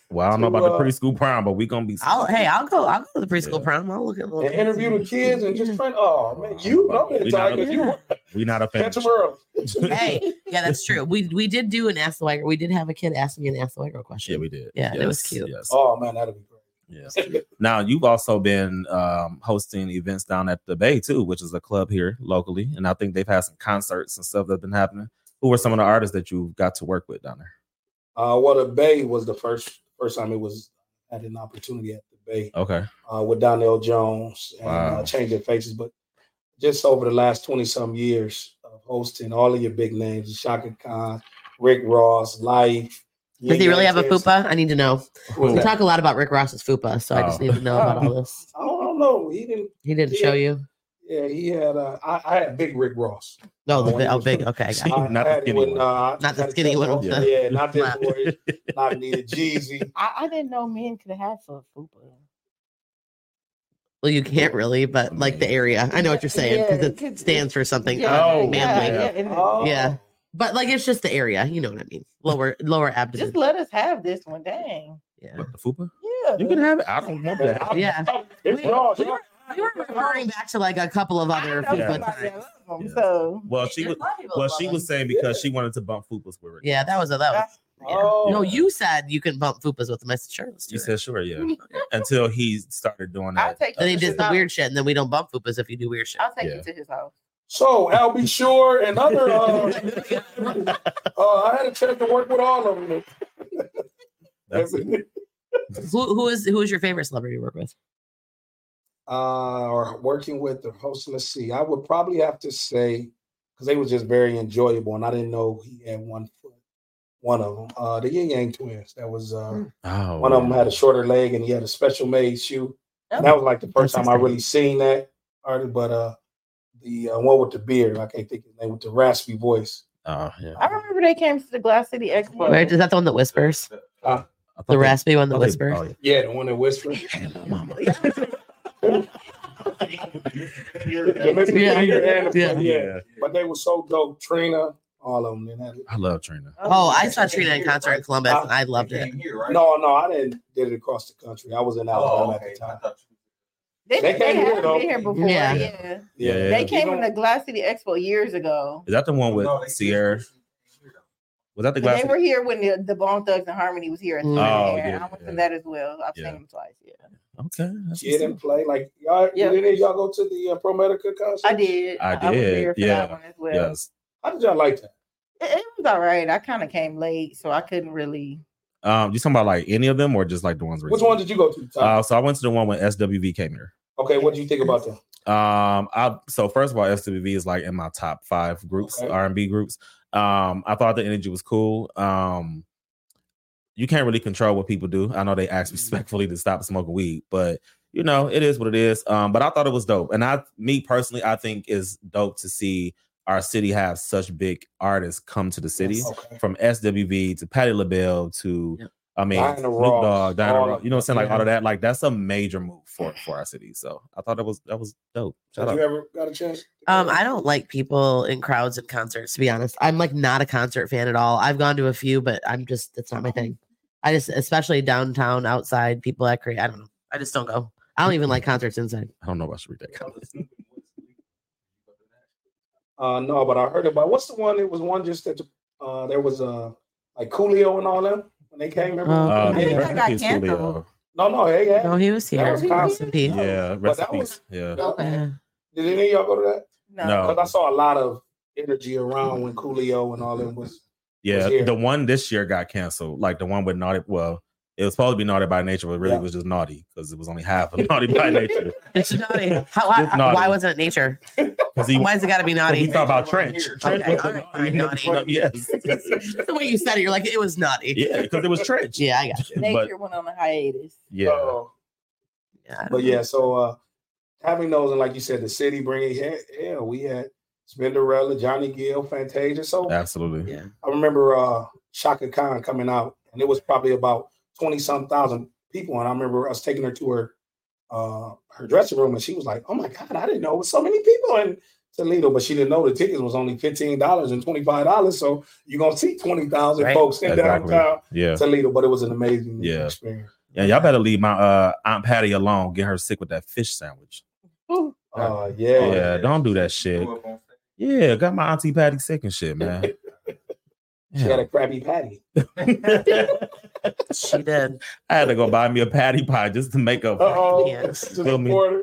S1: Well, I don't know
S2: To,
S1: about the
S2: uh,
S1: preschool prom, but we gonna be.
S6: I'll hey, I'll go. I'll go to the preschool
S1: Yeah.
S6: prom. I'll look at
S2: And interview the kids and just friend. Oh man, you know that
S1: We gotta-
S2: Tiger. You
S1: we not a fan.
S2: catch them early.
S6: Hey, yeah, that's true. We we did do an ask the white girl. We did have a kid ask me an ask the white girl question.
S1: Yeah, we did.
S6: Yeah, that was
S1: Yes,
S6: cute.
S1: Yes.
S2: Oh man, that'll be great.
S1: Yes. Now you've also been um, hosting events down at the Bay too, which is a club here locally, and I think they've had some concerts and stuff that's been happening. Who are some of the artists that you got to work with down there?
S2: Uh, well, the Bay was the first first time it was had an opportunity at the Bay.
S1: Okay.
S2: uh, with Donnell Jones and
S1: Wow.
S2: uh, Changing Faces. But just over the last 20 some years of hosting all of your big names, Shaka Khan, Rick Ross, Life.
S6: Does he really have a fupa? I need to know.
S2: Who
S6: We
S2: is that?
S6: talk a lot about Rick Ross's fupa, so I just
S1: Oh.
S6: need to know about all this.
S2: I don't, I don't know. He didn't.
S6: He didn't
S2: Yeah.
S6: show you.
S2: Yeah, he had. Uh, I, I had big Rick Ross.
S6: No, the
S2: Oh,
S6: bi- oh,
S2: he-
S6: big. Okay, I got it.
S2: I
S1: Not the
S2: had him
S1: skinny one.
S2: uh, I
S6: Not the
S2: had a
S6: skinny
S2: couple
S6: one.
S2: of- Yeah, not this one. Not needed Jeezy.
S3: I, I didn't know men could have a fupa.
S6: well, you can't really, but like the area. I know what you're saying
S3: Yeah,
S6: because
S3: it could-
S6: it stands for something.
S3: Yeah,
S6: uh,
S1: Oh,
S6: manly.
S1: yeah.
S3: and
S2: Oh,
S6: Yeah. But like it's just the area, you know what I mean? Lower lower abdomen.
S3: Just let us have this one. Dang.
S6: Yeah.
S1: What, the fupa?
S3: Yeah.
S1: You can have it. I don't want that.
S2: I-
S6: Yeah.
S2: It's
S6: We-
S2: Ross.
S6: we were- We were referring back to like a couple of
S3: I
S6: other
S1: Yeah.
S3: know
S6: fupa
S3: somebody that
S6: times.
S3: love 'em,
S1: Yeah.
S3: So
S1: Well, she was.
S6: There's a lot of people
S1: Well,
S6: that
S1: she
S6: love
S1: was
S6: them.
S1: saying because she wanted to bump fupas with Rick.
S6: Yeah, that was a that was
S2: Oh,
S6: no, you said you can bump fupas with them. I said, sure, let's do
S1: You
S6: it.
S1: said sure, yeah. Until he started doing
S3: I'll
S1: that.
S3: take
S6: then
S3: you
S6: he
S3: to
S6: did
S3: his
S6: the
S3: house.
S6: weird shit, and then we don't bump fupas if you do weird shit.
S3: I'll take
S1: Yeah.
S3: you to his house.
S2: So Al B. Shore and other. Uh, uh, I had a chance to work with all of them.
S1: That's it.
S6: Who who is who is your favorite celebrity to work with?
S2: uh, or working with or hosting a C, I would probably have to say because they were just very enjoyable, and I didn't know he had one foot. One of them, uh, the Yin Yang twins. That was
S6: Hmm.
S2: uh,
S1: Oh,
S2: one of them had a shorter leg, and he had a special made shoe.
S3: Oh,
S2: And that was like the first time I really seen that artist. But uh, the uh, one with the beard, I can't think of his name, with the raspy voice.
S1: Oh, yeah.
S3: I remember they came to the Glass City
S1: Oh.
S3: Expo.
S6: Right? Is that the one that whispers? The raspy one that whispers?
S1: Oh, yeah.
S2: Yeah, the one that whispered.
S6: Yeah,
S2: yeah,
S6: yeah.
S2: yeah. But they were so dope. Trina, all of them. And that,
S1: I love Trina.
S6: Oh, I saw Trina in concert in Columbus, and I loved it.
S2: No, no, I didn't did it across the country. I was in Alabama
S8: Oh,
S2: at
S8: okay.
S2: the time.
S3: They,
S2: They
S3: they,
S2: came here,
S3: have
S2: though.
S3: been here before.
S6: Yeah.
S3: Yeah.
S1: Yeah, yeah.
S3: They
S1: You
S3: came
S2: You
S3: in
S2: know,
S3: the Glass City Expo years ago.
S1: Is that the one with
S8: No, they-
S1: Sierra? Was that the
S3: And
S1: glass?
S3: they were here when the, the Bone Thugs and Harmony was here. At
S6: Mm.
S3: the
S1: Oh,
S3: fair.
S1: yeah,
S3: I went
S1: yeah.
S3: to that as well. I've
S1: Yeah.
S3: seen them twice. Yeah.
S1: Okay. that's
S2: Kid
S1: what's
S2: and
S1: up.
S2: play like y'all.
S3: Yeah.
S2: Did any of y'all go to the uh, Pro Medica concert?
S3: I did.
S1: I
S3: was
S1: did,
S3: there for
S1: yeah,
S3: that one as well.
S1: Yes.
S2: How did y'all like that?
S3: It, it was all right. I kind of came late, so I couldn't really.
S1: Um, you talking about like any of them or just like the ones?
S2: Which one did you go to? Ty?
S1: Uh, so I went to the one when SWV came here.
S2: Okay, what do you think about that?
S1: Um, I so first of all, SWV is like in my top five groups,
S2: Okay.
S1: R and B groups. Um, I thought the energy was cool. Um, you can't really control what people do. I know they asked respectfully to stop smoking weed, but you know it is what it is. Um, but I thought it was dope, and I, me personally, I think it's dope to see our city have such big artists come to the city
S2: Okay.
S1: from SWV to Patti LaBelle to. I mean,
S2: Diana
S1: Snoop
S2: Ross,
S1: Dogg, Diana
S2: all
S1: Ross,
S2: of
S1: you know what I'm saying? Like
S2: them.
S1: all of that, like that's a major move for for our city. So I thought that was that was dope. Shout
S2: Did
S1: out.
S2: you ever got a chance?
S6: Um, I don't like people in crowds at concerts, to be honest. I'm like not a concert fan at all. I've gone to a few, but I'm just that's not my thing. I just especially downtown outside, people that create I don't know. I just don't go. I don't even like concerts inside.
S1: I don't know if I should read that comment.
S2: Uh, no, but I heard about what's the one? It was one just that uh, there was uh, like Coolio and all them when they came. Remember?
S1: Uh,
S2: Yeah.
S1: rest in peace, Coolio.
S2: No, no, hey, yeah.
S6: No, Oh, he was
S2: That
S1: Oh,
S6: here.
S2: was Compton.
S6: Rest in peace.
S1: Yeah,
S2: But
S1: rest in
S2: that
S1: peace.
S2: was-
S1: yeah.
S6: Yeah.
S2: Did any of y'all go to that?
S1: No.
S2: because I saw a lot of energy around when Coolio and all them was.
S1: Yeah,
S2: here.
S1: the one this year got canceled. Like the one with naughty. Well, it was supposed to be naughty by nature, but really
S2: Yeah.
S1: it was just naughty because it was only half of naughty by nature.
S6: It's naughty. How, why,
S1: It's naughty.
S6: why wasn't it nature?
S1: Because he
S6: Why's it gotta be naughty?
S1: We talk about trench. Trench
S6: Okay,
S1: was
S6: all
S1: the
S6: right,
S1: naughty. Yes,
S6: Just the way you said it, you're like, it was naughty.
S1: yeah, because it was trench.
S6: Yeah, I got you.
S1: But
S3: Nature went on a hiatus.
S1: yeah,
S6: Yeah.
S2: uh, But yeah, so uh, having those and like you said, the city bringing yeah, yeah we had Spinderella, Johnny Gill, Fantasia. So
S1: absolutely.
S6: Yeah.
S2: I remember uh, Shaka Khan coming out, and it was probably about twenty some thousand people. And I remember us taking her to her uh, her dressing room, and she was like, "Oh my god, I didn't know it was so many people in Toledo," but she didn't know the tickets was only fifteen dollars and twenty five dollars. So you're gonna see twenty thousand
S6: Right.
S2: folks in
S1: Exactly.
S2: downtown
S1: Yeah.
S2: Toledo. But it was an amazing
S1: Yeah.
S2: experience.
S1: Yeah, y'all better leave my uh Aunt Patty alone. Get her sick with that fish sandwich.
S2: Uh, yeah,
S1: yeah, don't do that shit. Yeah, got my Auntie Patty sick and shit, man.
S2: she had
S1: Yeah.
S2: a Krabby Patty.
S6: She did.
S1: I had to go buy me a patty pie just to make up. for it.
S2: Uh-oh.
S6: Yes.
S2: Just
S1: Feel me?
S2: order.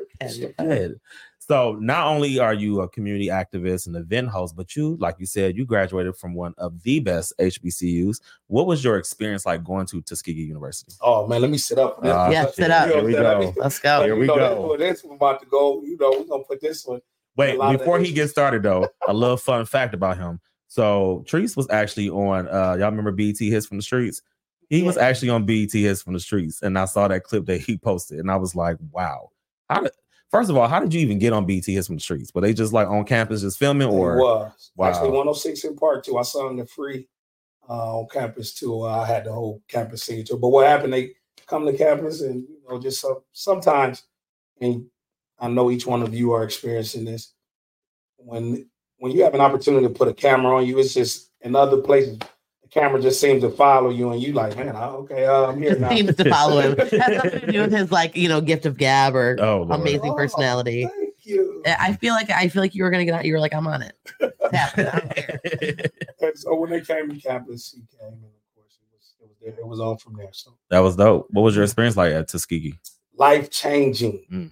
S1: Good. So not only are you a community activist and event host, but you, like you said, you graduated from one of the best HBCUs. What was your experience like going to Tuskegee University?
S2: Oh man, let me sit up. for this.
S1: Ah,
S6: Yeah,
S1: shit.
S6: sit up.
S1: Here we
S2: Uh, You know what I'm
S1: go.
S2: saying?
S6: Let's
S2: Like,
S6: go.
S1: Here
S2: Oh, you
S1: we
S2: know,
S1: go.
S2: That's, where this one about to go. You know, we're gonna put this one.
S1: Wait,
S2: A lot of
S1: before he
S2: issues.
S1: gets started though, a little fun fact about him. So Treese was actually on uh y'all remember BT Hits from the Streets? He was actually on BT Hits from the Streets, and I saw that clip that he posted, and I was like, wow. How did first of all, how did you even get on BT Hits from the Streets? Were they just like on campus just filming or
S2: it was
S1: Wow.
S2: actually 106 in part two. I sung the free uh, on campus too. I had the whole campus singing too. But what happened? They come to campus and you know just some sometimes, and I know each one of you are experiencing this. When when you have an opportunity to put a camera on you, it's just in other places the camera just seems to follow you, and you like, man, I, okay, uh, I'm here
S6: Just
S2: now.
S6: seems to follow him. Has nothing to do with his like, you know, gift of gab or
S1: oh Lord.
S6: amazing
S2: Oh,
S6: personality.
S2: Thank you.
S6: I I feel like I feel like you were gonna get out. You were like, I'm on it. It's happening. I don't care.
S2: And so oh, when they came to campus, he came, and of course it was it was there. It was on from there. So
S1: That was dope. What was your experience like at Tuskegee?
S2: life changing.
S1: Mm.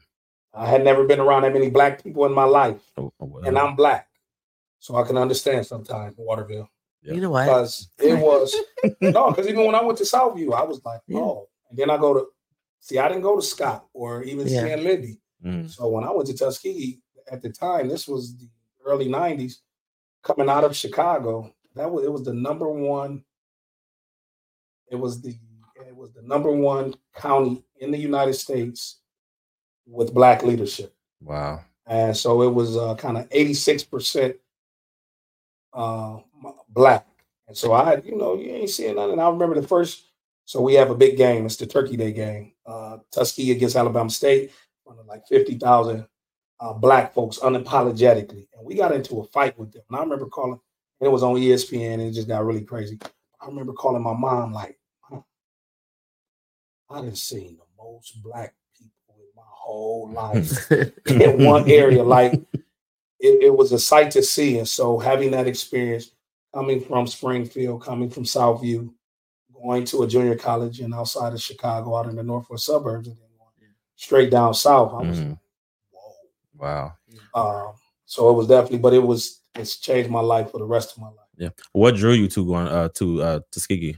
S2: I had never been around that many black people in my life,
S1: Oh, oh, well,
S2: and I'm black, so I can understand sometimes Waterville
S1: Yeah.
S6: You know what?
S2: because it was no, because even when I went to Southview, I was like,
S6: Yeah.
S2: oh, and then I go to see, I didn't go to Scott or even
S6: Yeah.
S2: Stan Libby.
S1: Mm.
S2: So when I went to Tuskegee at the time, this was the early '90s, coming out of Chicago. That was it was the number one. It was the it was the number one county in the United States with black leadership,
S1: Wow.
S2: and so it was uh, kind of eighty six percent uh, black. And so I, you know, you ain't seeing nothing. I remember the first. So we have a big game. It's the Turkey Day game, uh, Tuskegee against Alabama State front of like 50,000 uh, black folks unapologetically. And we got into a fight with them. And I remember calling, and it was on E ESPN, and it just got really crazy. I remember calling my mom, like, "Mom, I didn't see the most black people in my whole life in one area. Like, it, it was a sight to see. And so having that experience coming from Springfield, coming from Southview, going to a junior college and outside of Chicago, out in the northwest suburbs, and then going straight down south, I was
S1: Mm. Wow.
S2: um, so it was definitely, but it was it's changed my life for the rest of my life.
S1: Yeah. What drew you to going uh to uh Tuskegee?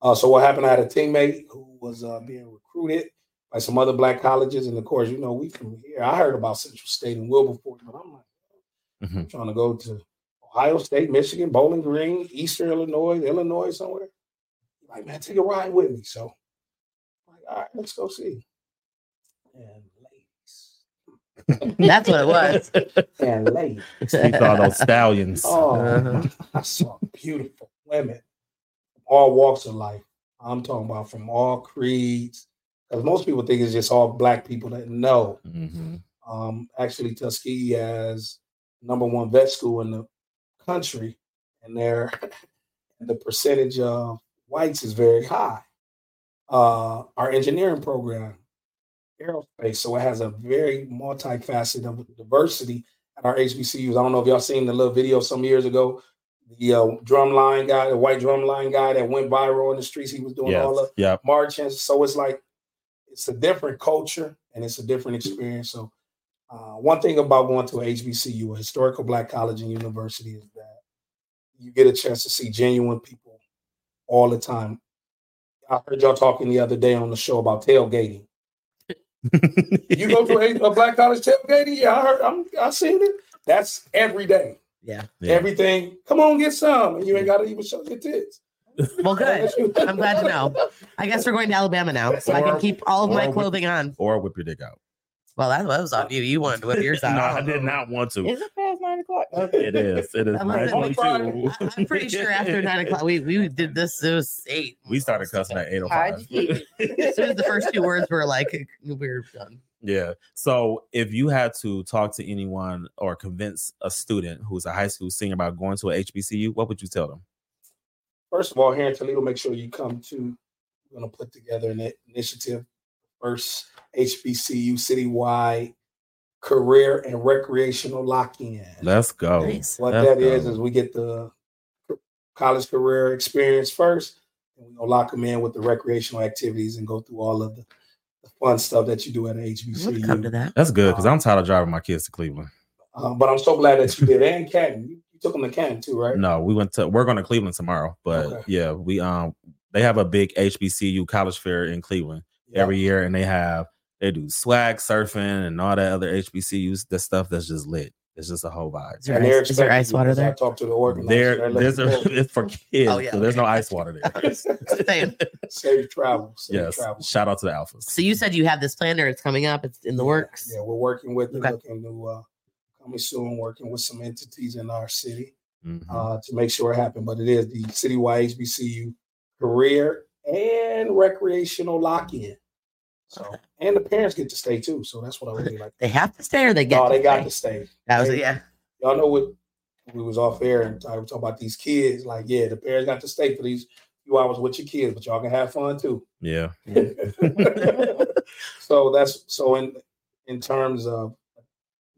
S2: Uh, so what happened? I had a teammate who was uh, being recruited like some other black colleges. And of course, you know, we from here. I heard about Central State and Wilberforce, but I'm like, I'm trying to go to Ohio State, Michigan, Bowling Green, Eastern Illinois, Illinois somewhere. Like, man, take a ride with me. So, I'm like, all right, let's go see.
S6: That's what it was.
S2: And ladies.
S1: Speak to all those stallions.
S2: Oh,
S1: Uh-huh.
S2: I saw beautiful women from all walks of life. I'm talking about from all creeds. Because most people think it's just all black people that know.
S1: Mm-hmm.
S2: Um, actually, Tuskegee has number one vet school in the country, and there the percentage of whites is very high. Uh, our engineering program, aerospace, so it has a very multifaceted of diversity at our HBCUs. I don't know if y'all seen the little video some years ago, the uh, drumline guy, the white drumline guy that went viral in the streets. He was doing
S1: Yes,
S2: all the
S1: yep.
S2: marches. So it's like it's a different culture and it's a different experience. So uh, one thing about going to a HBCU, a historical black college and university, is that you get a chance to see genuine people all the time. I heard y'all talking the other day on the show about tailgating. you go to a, a black college tailgating? Yeah, I heard. I'm, I seen it. That's every day.
S6: Yeah.
S2: Everything. Come on, get some, and you ain't got to even show your tits.
S6: Well, good. I'm glad to know. I guess we're going to Alabama now, so I can
S1: Or-
S6: keep all of my
S1: or we-
S6: clothing on.
S1: Or whip your dick out.
S6: Well, that, that was on you. You wanted to whip yours out.
S1: no, I did not want to.
S3: Is it past nine o'clock?
S1: It is. It is.
S6: I love it.
S1: 9:22.
S6: "Oh, I'm pretty sure after nine o'clock, we, we did this. It was eight.
S1: We started cussing at eight oh
S6: How'd
S1: five.
S6: you keep- As soon as the first two words were like, we're done.
S1: Yeah. So if you had to talk to anyone or convince a student who's a high school senior about going to a HBCU, what would you tell them?
S2: First of all, here in Toledo, make sure you come to. We're gonna put together an i- initiative, first HBCU citywide career and recreational lock-in.
S1: Let's go.
S2: What
S1: Let's
S2: that
S1: go.
S2: is is we get the college career experience first, and we gonna lock them in with the recreational activities and go through all of the, the fun stuff that you do at a HBCU.
S1: come to that. That's good because I'm tired of driving my kids to Cleveland.
S2: Um, but I'm so glad that you did. And Canton, you, you took them to Canton too, right?
S1: No, we went to we're going to Cleveland tomorrow, but
S2: Okay.
S1: yeah, we um they have a big HBCU college fair in Cleveland every year, and they have they do swag surfing and all that other HBCUs the stuff that's just lit. It's just a whole vibe.
S2: And they're expecting you, 'cause I talked to the organizer.
S1: There,
S2: They're
S1: there's a,
S2: looking forward.
S1: it's for kids.
S2: Oh, yeah,
S1: so there's no ice water there.
S2: Safe travel. Safe
S1: yes.
S2: travel.
S1: Shout out to the alphas.
S6: So you said you have this planned or it's coming up. It's in the works.
S2: Yeah, we're working with, them, looking to uh, coming soon, working with some entities in our city
S1: Mm-hmm.
S2: uh, to make sure it happens. But it is the citywide HBCU career and recreational lock-in. So, and the parents get to stay too. So that's what I really like.
S6: They have to stay or they get
S2: No,
S6: to
S2: they got
S6: stay?
S2: to stay.
S6: That was
S2: They-
S6: yeah.
S2: Y'all know what we was off air and I was talking about these kids. Like, yeah, the parents got to stay for these few hours with your kids, but y'all can have fun too.
S1: Yeah.
S2: so that's so in in terms of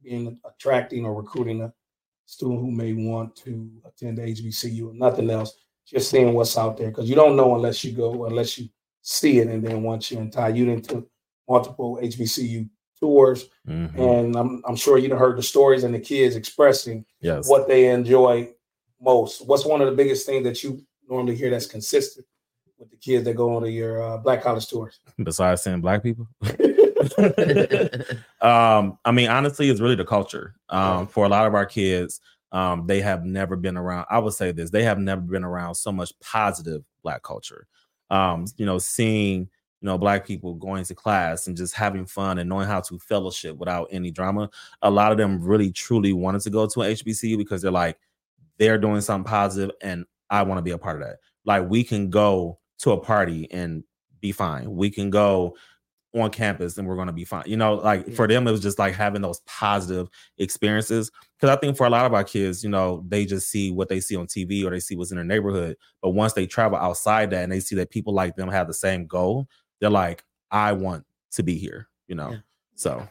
S2: being attracting or recruiting a student who may want to attend HBCU or nothing else, just seeing what's out there because you don't know unless you go unless you see it, and then once you're in tie, you didn't took multiple HBCU tours,
S1: mm-hmm.
S2: and I'm I'm sure you done heard the stories and the kids expressing
S1: Yes.
S2: what they enjoy most. What's one of the biggest things that you normally hear that's consistent with the kids that go on to your uh, black college tours?
S1: besides saying black people um i mean honestly it's really the culture um for a lot of our kids um they have never been around i would say this they have never been around so much positive black culture um you know seeing you know black people going to class and just having fun and knowing how to fellowship without any drama a lot of them really truly wanted to go to an hbcu because they're like they're doing something positive and I want to be a part of that. Like we can go to a party and be fine. We can go on campus and we're going to be fine. You know, like for them it was just like having those positive experiences cuz I think for a lot of our kids, you know, they just see what they see on TV or they see what's in their neighborhood, but once they travel outside that and they see that people like them have the same goal, they're like I want to be here, you know. So,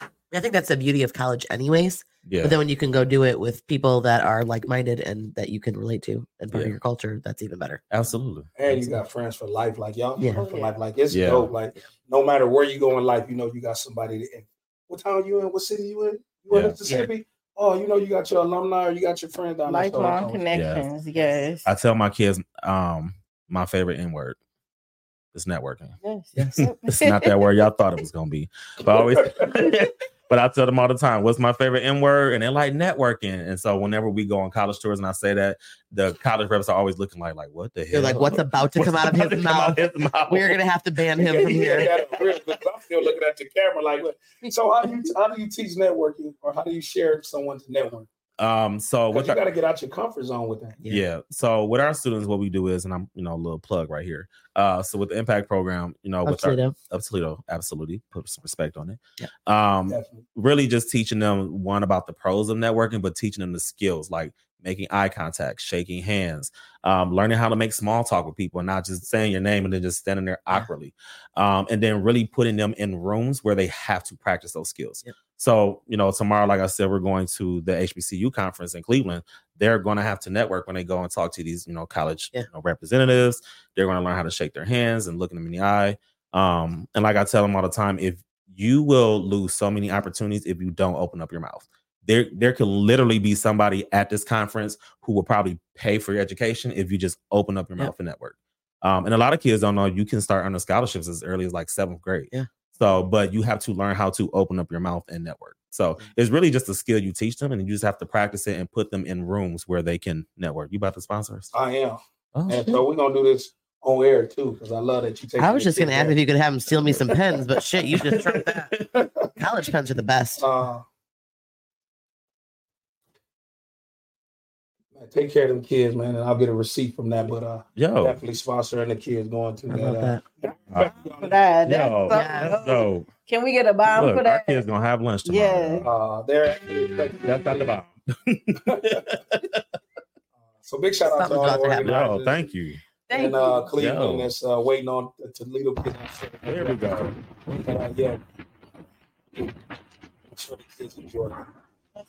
S6: I think that's the beauty of college, anyways.
S1: Yeah.
S6: But then when you can go do it with people that are like minded and that you can relate to and part of your culture, that's even better.
S1: absolutely.
S2: And you got friends for life, like y'all
S6: Oh, Yeah.
S2: friends for life, like it's
S6: Yeah.
S2: dope. Like no matter where you go in life, you know you got somebody. To, and what town you in? What city you in? You in
S1: Yeah.
S2: Mississippi? Oh, you know you got your alumni or you got your friend down there. So-
S3: Lifelong connections. Yes.
S1: I tell my kids um my favorite n word. It's networking.
S3: Yes,
S1: it's not that word y'all thought it was gonna be. But I always but I tell them all the time, what's my favorite N word? And they're like networking. And so whenever we go on college tours and I say that, the college reps are always looking like, like what the hell?
S6: They're like, what's about to come out of his mouth? We're gonna have to ban him from here.
S2: Yeah, that's real, 'cause I'm still looking at the camera like, what? so how do you how do you teach networking or how do you share someone's network?
S1: Um, so
S2: Because
S1: what
S2: you got to get out your comfort zone with that.
S1: Yeah. So with our students, what we do is, and I'm you know a little plug right here. Uh, so with the impact program, you
S3: Oh,
S1: know,
S6: Of
S1: with our-
S6: Toledo.
S1: of Toledo, absolutely put some respect on it.
S6: Yeah.
S1: Um, really just teaching them one about the pros of networking, but teaching them the skills like making eye contact, shaking hands, um, learning how to make small talk with people, and not just saying your name and then just standing there awkwardly, um, and then really putting them in rooms where they have to practice those skills. So, you know, tomorrow, like I said, we're going to the HBCU conference in Cleveland. They're going to have to network when they go and talk to these, you know, college you know, representatives. They're going to learn how to shake their hands and look them in the eye. Um, and like I tell them all the time, if you will lose so many opportunities if you don't open up your mouth. There, there could literally be somebody at this conference who will probably pay for your education if you just open up your
S6: Yeah.
S1: mouth and network. Um, and a lot of kids don't know you can start earning scholarships as early as like seventh grade.
S6: Yeah.
S1: So, but you have to learn how to open up your mouth and network. So it's really just a skill you teach them, and you just have to practice it and put them in rooms where they can network. You about to sponsor us?
S2: I am,
S1: Oh.
S2: and so we're gonna do this on air too because I love that you take.
S6: Mm-hmm. I was
S2: your
S6: just gonna
S2: kids
S6: ask
S2: there.
S6: if you could have him steal me some pens, but shit, you just tried that. College pens are the best.
S2: Uh, man, take care of them kids, man, and I'll get a receipt from that. But uh,
S1: Yo.
S2: definitely sponsoring the kids going to that.
S1: love
S2: Uh,
S3: For that. That's
S1: Yo,
S3: so-
S1: that's dope.
S3: Can we get a bomb
S1: Look,
S3: for
S1: our
S3: that?
S1: kids gonna have lunch tomorrow.
S3: Yeah.
S2: uh, there.
S1: That's not the bomb.
S2: So big shout out to all the
S1: Yo,
S2: organizers
S1: thank you.
S2: in uh, Cleveland
S1: Yo.
S2: that's uh, waiting on the Toledo kid. There
S1: we go.
S2: Uh, yeah. I'm sure the kids enjoy it.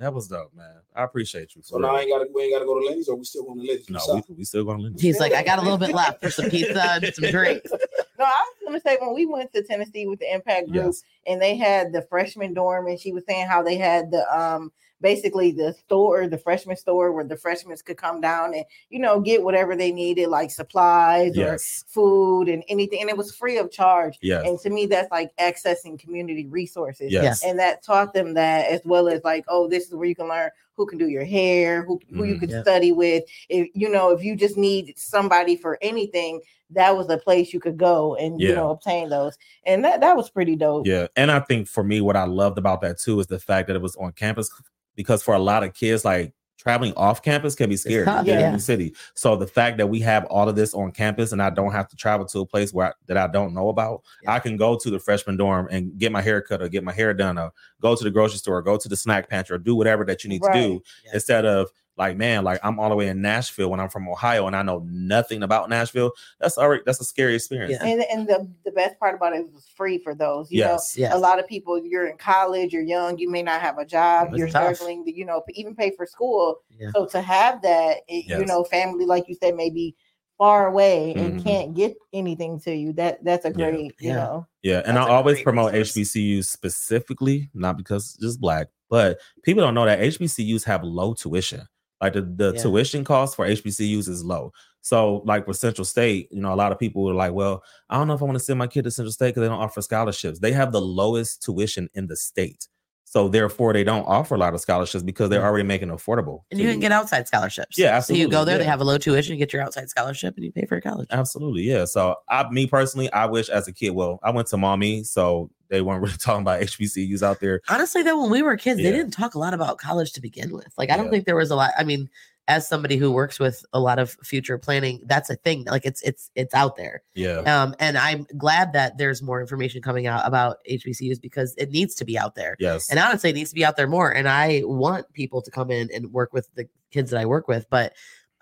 S1: That was dope, man. I appreciate you.
S2: So now I ain't gotta we ain't gotta go to Lindy's or we still going to Lindy's.
S1: no,
S2: So-
S1: we, we still gonna lend.
S6: He's like, I got a little bit left for some pizza and some drinks.
S3: No, I was gonna say when we went to Tennessee with the Impact Group
S6: Yes.
S3: and they had the freshman dorm, and she was saying how they had the um basically the store, the freshman store where the freshmen could come down and you know get whatever they needed, like supplies
S1: Yes.
S3: or food and anything, and it was free of charge.
S1: Yes.
S3: And to me, that's like accessing community resources.
S1: Yes. Yes.
S3: And that taught them that as well as like, oh, this is where you can learn who can do your hair, who who you
S1: Mhm.
S3: can
S1: Yeah.
S3: study with. If you know, if you just need somebody for anything, that was a place you could go and you
S1: Yeah.
S3: know obtain those. And that that was pretty dope.
S1: Yeah, and I think for me, what I loved about that too is the fact that it was on campus because for a lot of kids, like traveling off campus can be scary
S6: tough,
S1: yeah. in
S6: yeah.
S1: the city. So the fact that we have all of this on campus and I don't have to travel to a place where I, that I don't know about, I can go to the freshman dorm and get my hair cut or get my hair done or go to the grocery store, or go to the snack pantry or do whatever that you need to do
S3: Right.
S1: instead of like man like i'm all the way in nashville when i'm from ohio and i know nothing about nashville that's already that's a scary experience
S3: And, and the, the best part about it was free for those. You
S1: Yes,
S3: know,
S1: yes.
S3: a lot of people, you're in college, you're young, you may not have a job,
S6: It's
S3: you're
S6: tough.
S3: struggling to, you know, even pay for school.
S6: Yeah.
S3: So to have that, it, you
S6: Yes.
S3: know, family, like you said, maybe far away and
S1: Mhm.
S3: can't get anything to you, that that's a great, you
S1: Yeah.
S3: know.
S1: Yeah, and I always promote HBCUs specifically, not because it's just black, but people don't know that HBCUs have low tuition. Like the, the
S6: Yeah.
S1: tuition cost for HBCUs is low. So, like for Central State, you know, a lot of people are like, well, I don't know if I want to send my kid to Central State because they don't offer scholarships. They have the lowest tuition in the state. So, therefore, they don't offer a lot of scholarships because they're already making it affordable.
S6: Mm. And
S1: to
S6: you can get outside scholarships.
S1: Yeah,
S6: So you go
S1: absolutely,
S6: there, they
S1: yeah.
S6: have a low tuition, you get your outside scholarship, and you pay for your college.
S1: Absolutely, yeah. So I, me personally, I wish as a kid. Well, I went to mommy, so they weren't really talking about HBCUs out there.
S6: Honestly, though, when we were kids,
S1: Yeah.
S6: they didn't talk a lot about college to begin with. Like, I don't
S1: Yeah.
S6: think there was a lot. I mean, as somebody who works with a lot of future planning, that's a thing. Like, it's it's it's out there.
S1: Yeah.
S6: Um, and I'm glad that there's more information coming out about HBCUs because it needs to be out there.
S1: Yes.
S6: And honestly, it needs to be out there more. And I want people to come in and work with the kids that I work with, but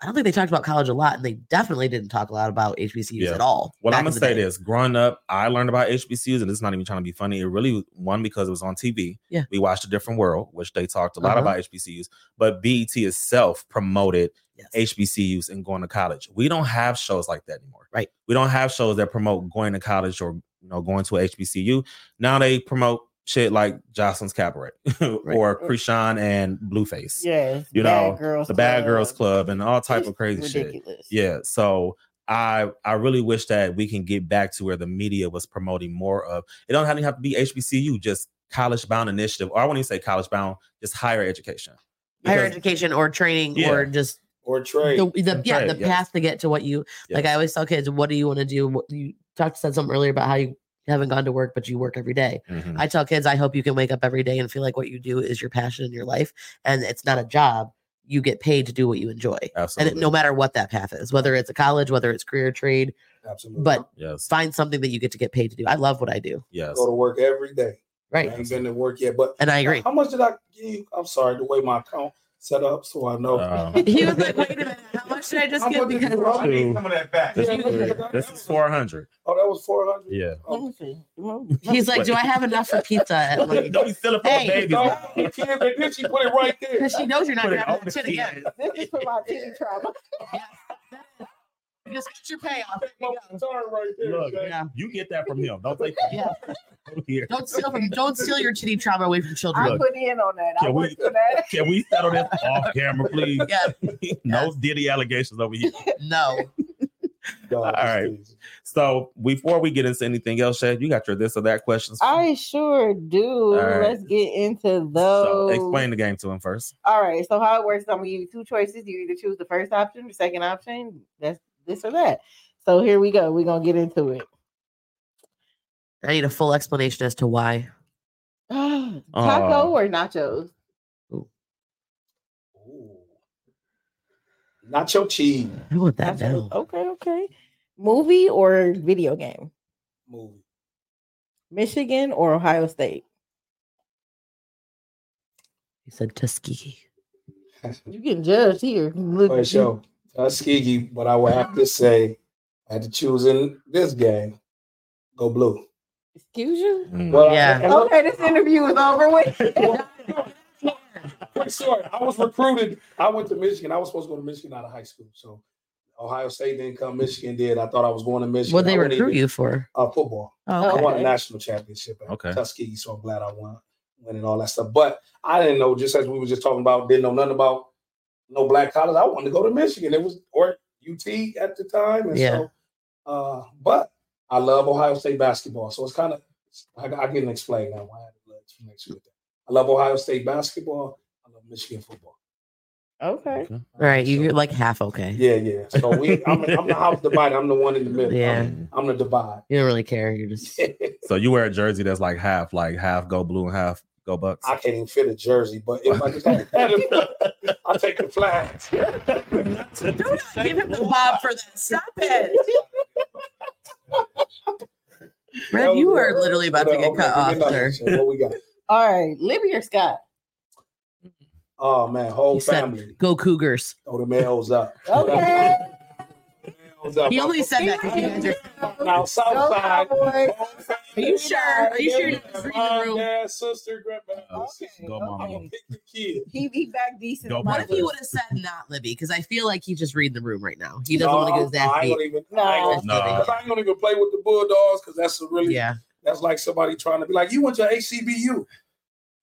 S6: I don't think they talked about college a lot, and they definitely didn't talk a lot about HBCUs at all.
S1: Well,
S6: back
S1: I'm gonna
S6: in the
S1: say
S6: day.
S1: this: growing up, I learned about HBCUs, and it's not even trying to be funny. It really one because it was on TV.
S6: Yeah.
S1: we watched a different world, which they talked a lot
S6: Uh-huh.
S1: about HBCUs. But BET itself promoted HBCUs and going to college. We don't have shows like that anymore.
S6: Right.
S1: We don't have shows that promote going to college or you know going to a HBCU. Now they promote shit like Jocelyn's Cabaret or Krishan and Blueface
S3: Yes. uh,
S1: you
S3: Bad
S1: know,
S3: Girls
S1: the Bad
S3: Club.
S1: Girls Club and all type of crazy shit.
S3: Ridiculous.
S1: Yeah. So I I really wish that we can get back to where the media was promoting more of. It don't have to have to be HBCU, just college bound initiative, or I won't even say college bound, just higher education.
S6: higher
S1: Because-
S6: education or training
S1: Yeah.
S6: or just
S2: or trade.
S6: The, the,
S1: Or
S6: yeah,
S1: trade,
S6: the
S1: yes.
S6: path to get to what you like. I always tell kids, what do you want to do? What, you talked said something earlier about how you haven't gone to work, but you work every day.
S1: Mhm.
S6: I tell kids, I hope you can wake up every day and feel like what you do is your passion in your life, and it's not a job. You get paid to do what you enjoy, and
S1: Absolutely.
S6: it, no matter what that path is, whether it's a college, whether it's career trade,
S2: Absolutely.
S6: but
S1: Yes.
S6: find something that you get to get paid to do. I love what I do.
S1: Yes,
S2: Go to work every day.
S6: Right.
S2: I ain't been to work yet, but
S6: And I agree.
S2: How much did I give you? I'm sorry, the way my account set up, so I know.
S1: Uh,
S6: he was like, "Wait a minute, how much did I just get?" Because
S1: This, this is four hundred.
S2: Oh, that was four hundred.
S1: Yeah.
S6: he's like, "Do I have enough for pizza?" At like,
S1: Don't be silly for
S6: Hey.
S1: the babies.
S6: Don't-
S2: You can't, and then she put it right there.
S6: because she knows you're not
S1: Put it
S6: gonna
S1: on
S6: have
S1: the
S6: that shit
S1: key.
S6: again.
S3: This is for my teen trauma.
S6: Just get your payoff.
S1: Look, you get that from him. Don't take that
S6: Yeah.
S1: from here.
S6: Don't steal from. Don't steal your titty trauma away from children.
S3: I
S1: Look.
S3: put in on that. I
S1: Can we,
S3: worked for that.
S1: can we settle this off camera, please?
S6: Yeah.
S1: no Diddy allegations over here.
S6: No.
S1: All right. So before we get into anything else, Shay, you got your this or that questions.
S3: I sure do.
S1: right.
S3: Let's get into
S1: So
S3: those.
S1: explain the game to him first.
S3: All right. So how it works? I'm gonna give you two choices. You either choose the first option, the second option. That's this or that. So here we go. We're gonna get into it.
S6: I need a full explanation as to why.
S3: Taco
S6: Aw.
S3: or nachos?
S2: Nacho cheese
S6: I want that now.
S3: Okay, okay. Movie or video game?
S2: movie.
S3: Michigan or Ohio State?
S6: He said Tuskegee.
S3: You getting judged here. Look,
S2: For sure. Tuskegee, but I would have to say, I had to choose in this game. Go blue.
S3: Excuse you.
S2: Well,
S6: Yeah.
S2: and look,
S3: Okay, this interview is over with.
S2: quick story. I was recruited. I went to Michigan. I was supposed to go to Michigan out of high school. So Ohio State didn't come. Michigan did. I thought I was going to Michigan.
S6: What they
S2: I wouldn't
S6: recruit
S2: even-
S6: you for?
S2: Uh, football.
S6: Oh,
S2: I won a
S6: okay.
S2: national championship at
S1: Okay.
S2: Tuskegee, so I'm glad I won, winning all that stuff. But I didn't know, just as we were just talking about, didn't know nothing about no black college. I wanted to go to Michigan. It was or UT at the time, and
S6: Yeah.
S2: so. Uh, but I love Ohio State basketball, so it's kind of I, I can explain now. why I had a little explanation with that. I love Ohio State basketball. I love Michigan football.
S3: Okay.
S6: All right, you're like half okay.
S2: Yeah, yeah. So we, I'm, I'm the house divider. I'm the one in the middle.
S6: Yeah.
S2: I'm, I'm the divide.
S6: You don't really care. You're just
S1: So you wear a jersey that's like half, like half go blue and half go bucks.
S2: I can't even fit a jersey, but if I just had a- I'll take the flags.
S6: give him the bob for that. Stop it. Brad, you are literally about
S2: uh,
S6: to get cut off, sir.
S2: So what we got?
S3: All right, Libby or Scott?
S2: Oh man, whole
S6: He
S2: family.
S6: said, "Go Cougars."
S2: oh, the males up.
S3: Okay.
S2: Males up.
S6: He only said that. 'cause you guys are-
S2: now
S3: Go
S2: Southside.
S3: Cowboys.
S6: Are you sure? Are you sure?
S2: Mom, dad, sister, grandma.
S1: go mama.
S2: Pick the kid.
S3: He be back decent.
S1: Go
S6: What if he
S1: Panthers.
S6: would have said not Libby? Because I feel like he's just reading the room right now. He doesn't
S2: No,
S6: want to get his
S2: I
S6: ass
S2: ain't gonna
S6: beat.
S2: even. I ain't gonna-
S1: No.
S2: 'cause I ain't gonna even play with the Bulldogs because that's a really.
S6: Yeah,
S2: That's like somebody trying to be like, you went to HCBU.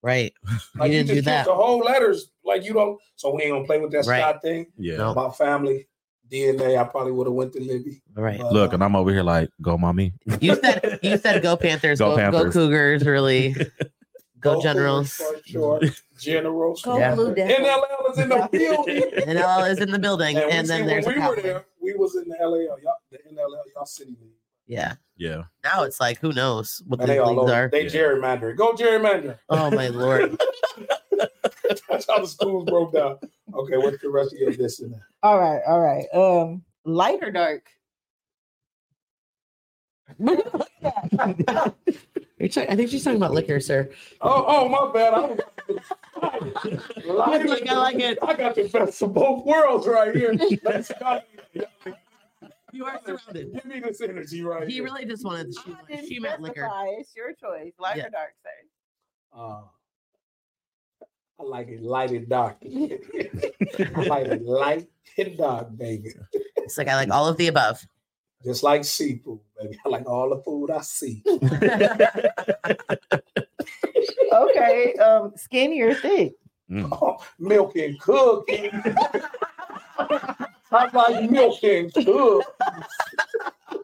S6: right.
S2: Like
S6: you
S2: you,
S6: didn't do
S2: just
S6: that.
S2: changed the whole letters. Like you don't. So we ain't gonna play with that
S6: Right. Oh.
S2: Scott thing.
S1: Yeah.
S6: No.
S2: My family DNA. I probably would have went to Libby.
S6: Right.
S2: But,
S1: Look,
S2: uh,
S1: and I'm over here like go mommy.
S6: You said you said go Panthers,
S1: Go
S6: go, go,
S1: Panthers.
S6: Cougars, really. Go,
S2: Gold
S6: Generals.
S2: Cougars for Sure. Generals.
S3: Go
S6: Yeah.
S3: Blue Devils.
S2: NLL is in the building.
S6: NL is in the building,
S2: And,
S6: and,
S2: we see,
S6: then
S2: when
S6: there's
S2: we
S6: the
S2: were
S6: Cowboys.
S2: there, we was in the LAL, y'all, the NLL, y'all city league.
S6: Yeah.
S1: Yeah.
S6: Now it's like who knows what
S2: And
S6: these
S2: they all
S6: leagues
S2: over.
S6: are.
S2: They
S1: Yeah.
S2: gerrymander. Go gerrymander.
S6: Oh my lord.
S2: That's how the schools broke down. Okay, what's the rest of your this and that?
S3: All right, all right. Um, light or dark?
S6: You're talking- I think she's talking about liquor, sir.
S2: Oh, oh, my bad. I was
S6: Like, I like it.
S2: I got the best of both worlds right here. Let's go.
S6: You are surrounded.
S2: Give me this energy right
S6: He
S2: here.
S6: really just wanted. She,
S3: I didn't
S6: she meant liquor.
S3: specify. It's your choice. Light
S6: Yeah.
S3: or dark, sir?
S2: Uh, I like it light and dark. I like it light and dark, baby.
S6: It's like I like all of the above.
S2: Just like seafood, baby. I like all the food I see.
S3: Okay. Um,
S2: Oh,
S3: skinny or thick?
S2: Milk and cookie. I like milk and good.
S6: I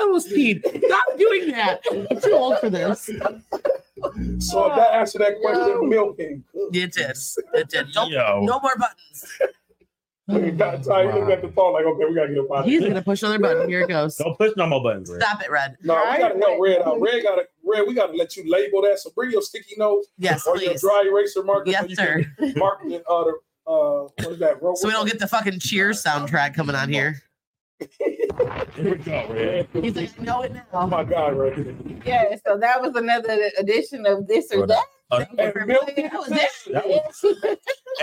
S6: almost peed. Stop doing that. I'm too old for this.
S2: So if that answered that question, milking.
S6: It did. It did. Don't,
S2: Yo.
S6: No more buttons.
S2: That's how you look at the phone like, okay, we gotta get up out of
S6: He's
S2: here.
S6: gonna push another button. Here it goes.
S1: Don't push no more buttons. Red.
S6: Stop it, Red.
S2: No, we gotta help Red out. Red gotta Red, we gotta let you label that. So bring your sticky notes
S6: Yes,
S2: or
S6: please.
S2: your dry eraser marker.
S6: Yes,
S2: so you
S6: sir.
S2: can Mark the uh, the, uh what is that?
S6: So we don't get the fucking Cheers soundtrack coming on here.
S2: here we go, Red.
S6: He's like, I know it now.
S2: Oh my god, Red.
S3: Yeah, so that was another edition of this or that.
S1: Uh,
S3: That was it.
S1: That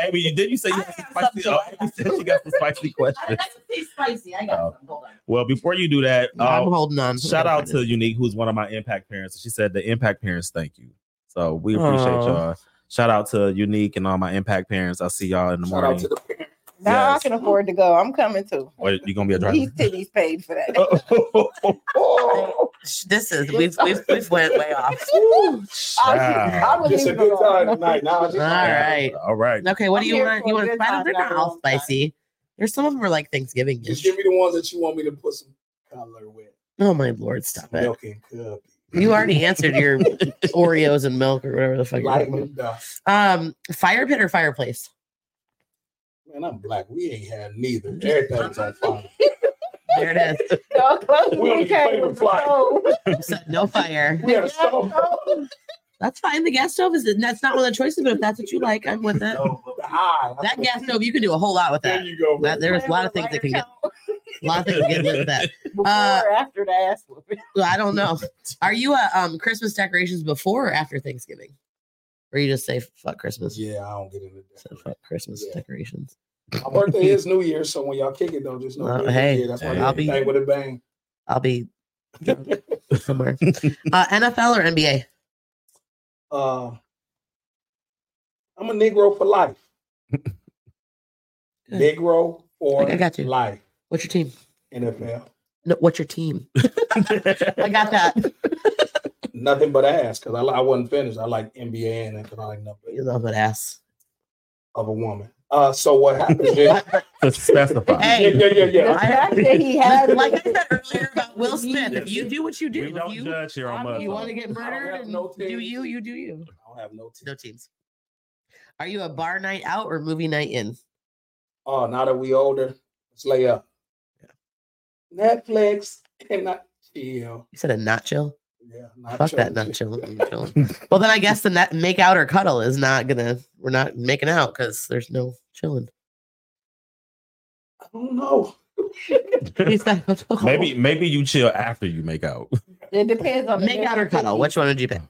S1: Abby, you did you say you had some spicy? Oh, Abby said she got some spicy questions.
S3: It's spicy. I
S1: got some. Well, before you do that, uh,
S6: I'm holding on.
S1: Oh. Shout out to Unique, who's one of my impact parents. She said the impact parents thank you. So we appreciate
S6: Aw.
S1: y'all. Shout out to Unique and all my impact parents. I'll see y'all in the morning.
S3: Now I can afford to go. I'm coming too.
S1: Wait, you gonna be a driver?
S3: These titties paid for
S6: Uh,
S3: that.
S6: This is we've we've we've went way off.
S3: I would
S2: Just a
S3: leave it
S2: good
S3: alone.
S2: time tonight. Nah, just
S6: All right.
S1: All right.
S6: Okay, what
S2: I'm
S6: do you
S2: here
S6: want?
S2: for
S6: You
S2: a
S6: want
S2: good
S6: spicy
S2: time,
S6: or all spicy? There's some of them are like Thanksgiving
S2: Just
S6: dish.
S2: give me the ones that you want me to put some color with.
S6: Oh my lord, stop it.
S2: Milk and cookies.
S6: You already answered your Oreos and milk or whatever the fuck. you're
S2: Light
S6: talking
S2: it up.
S6: about. Um, fire pit or fireplace?
S2: Man, I'm black. We ain't had neither. Everything's on fire.
S6: There it is.
S2: We only played with fly.
S6: Said no fire.
S2: We had a stove.
S6: That's fine. The gas stove is that's not one of the choices, but if that's what you like, I'm with it.
S2: Ah,
S6: That gas stove, you can do a whole lot with that.
S2: There you go.
S6: That- there's a lot of things that can get a lot of things get with that.
S3: Before or after the ass whooping.
S6: Well, I don't know. Are you a um Christmas decorations before or after Thanksgiving? Or you just say fuck Christmas?
S2: Yeah, I don't get into that.
S6: So fuck Christmas decorations.
S2: My birthday is New Year, so when y'all kick it though, just know.
S6: Well,
S2: it's New
S6: Uh, hey,
S2: Year. that's my
S6: I'll
S2: I'll
S6: be-
S2: with a bang.
S6: I'll be somewhere. Uh, NFL or NBA?
S2: Uh, I'm a Negro for life. Negro for
S6: I- I got you.
S2: life.
S6: What's your team?
S2: NFL.
S6: No, what's your team? I got that.
S2: Nothing but ass because I, li- I wasn't finished. I like NBA and because I like nothing
S6: You love an ass
S2: of a woman. Uh, so what happens is
S1: to specify.
S2: Yeah, yeah, yeah, yeah.
S6: I have
S3: that he had-
S6: like I said earlier about Will Smith. If you do what you do,
S1: We
S6: if
S1: don't
S6: you,
S1: judge here on Mud
S6: you want to
S1: Talk.
S6: get murdered and do you, you do you.
S2: I don't have no team.
S6: No teams. Are you a bar night out or movie night in?
S2: Oh, now that we older, let's lay up. Netflix and not chill.
S6: You said a not chill.
S2: Yeah, not
S6: Fuck
S2: chill.
S6: that not chill. not chill. well, then I guess the net make out or cuddle is not gonna. We're not making out because there's no chilling.
S2: I don't know.
S6: He's like,
S1: Maybe maybe you chill after you make out.
S3: It depends on the
S6: make out or
S3: different
S6: cuddle. Which one would you pick?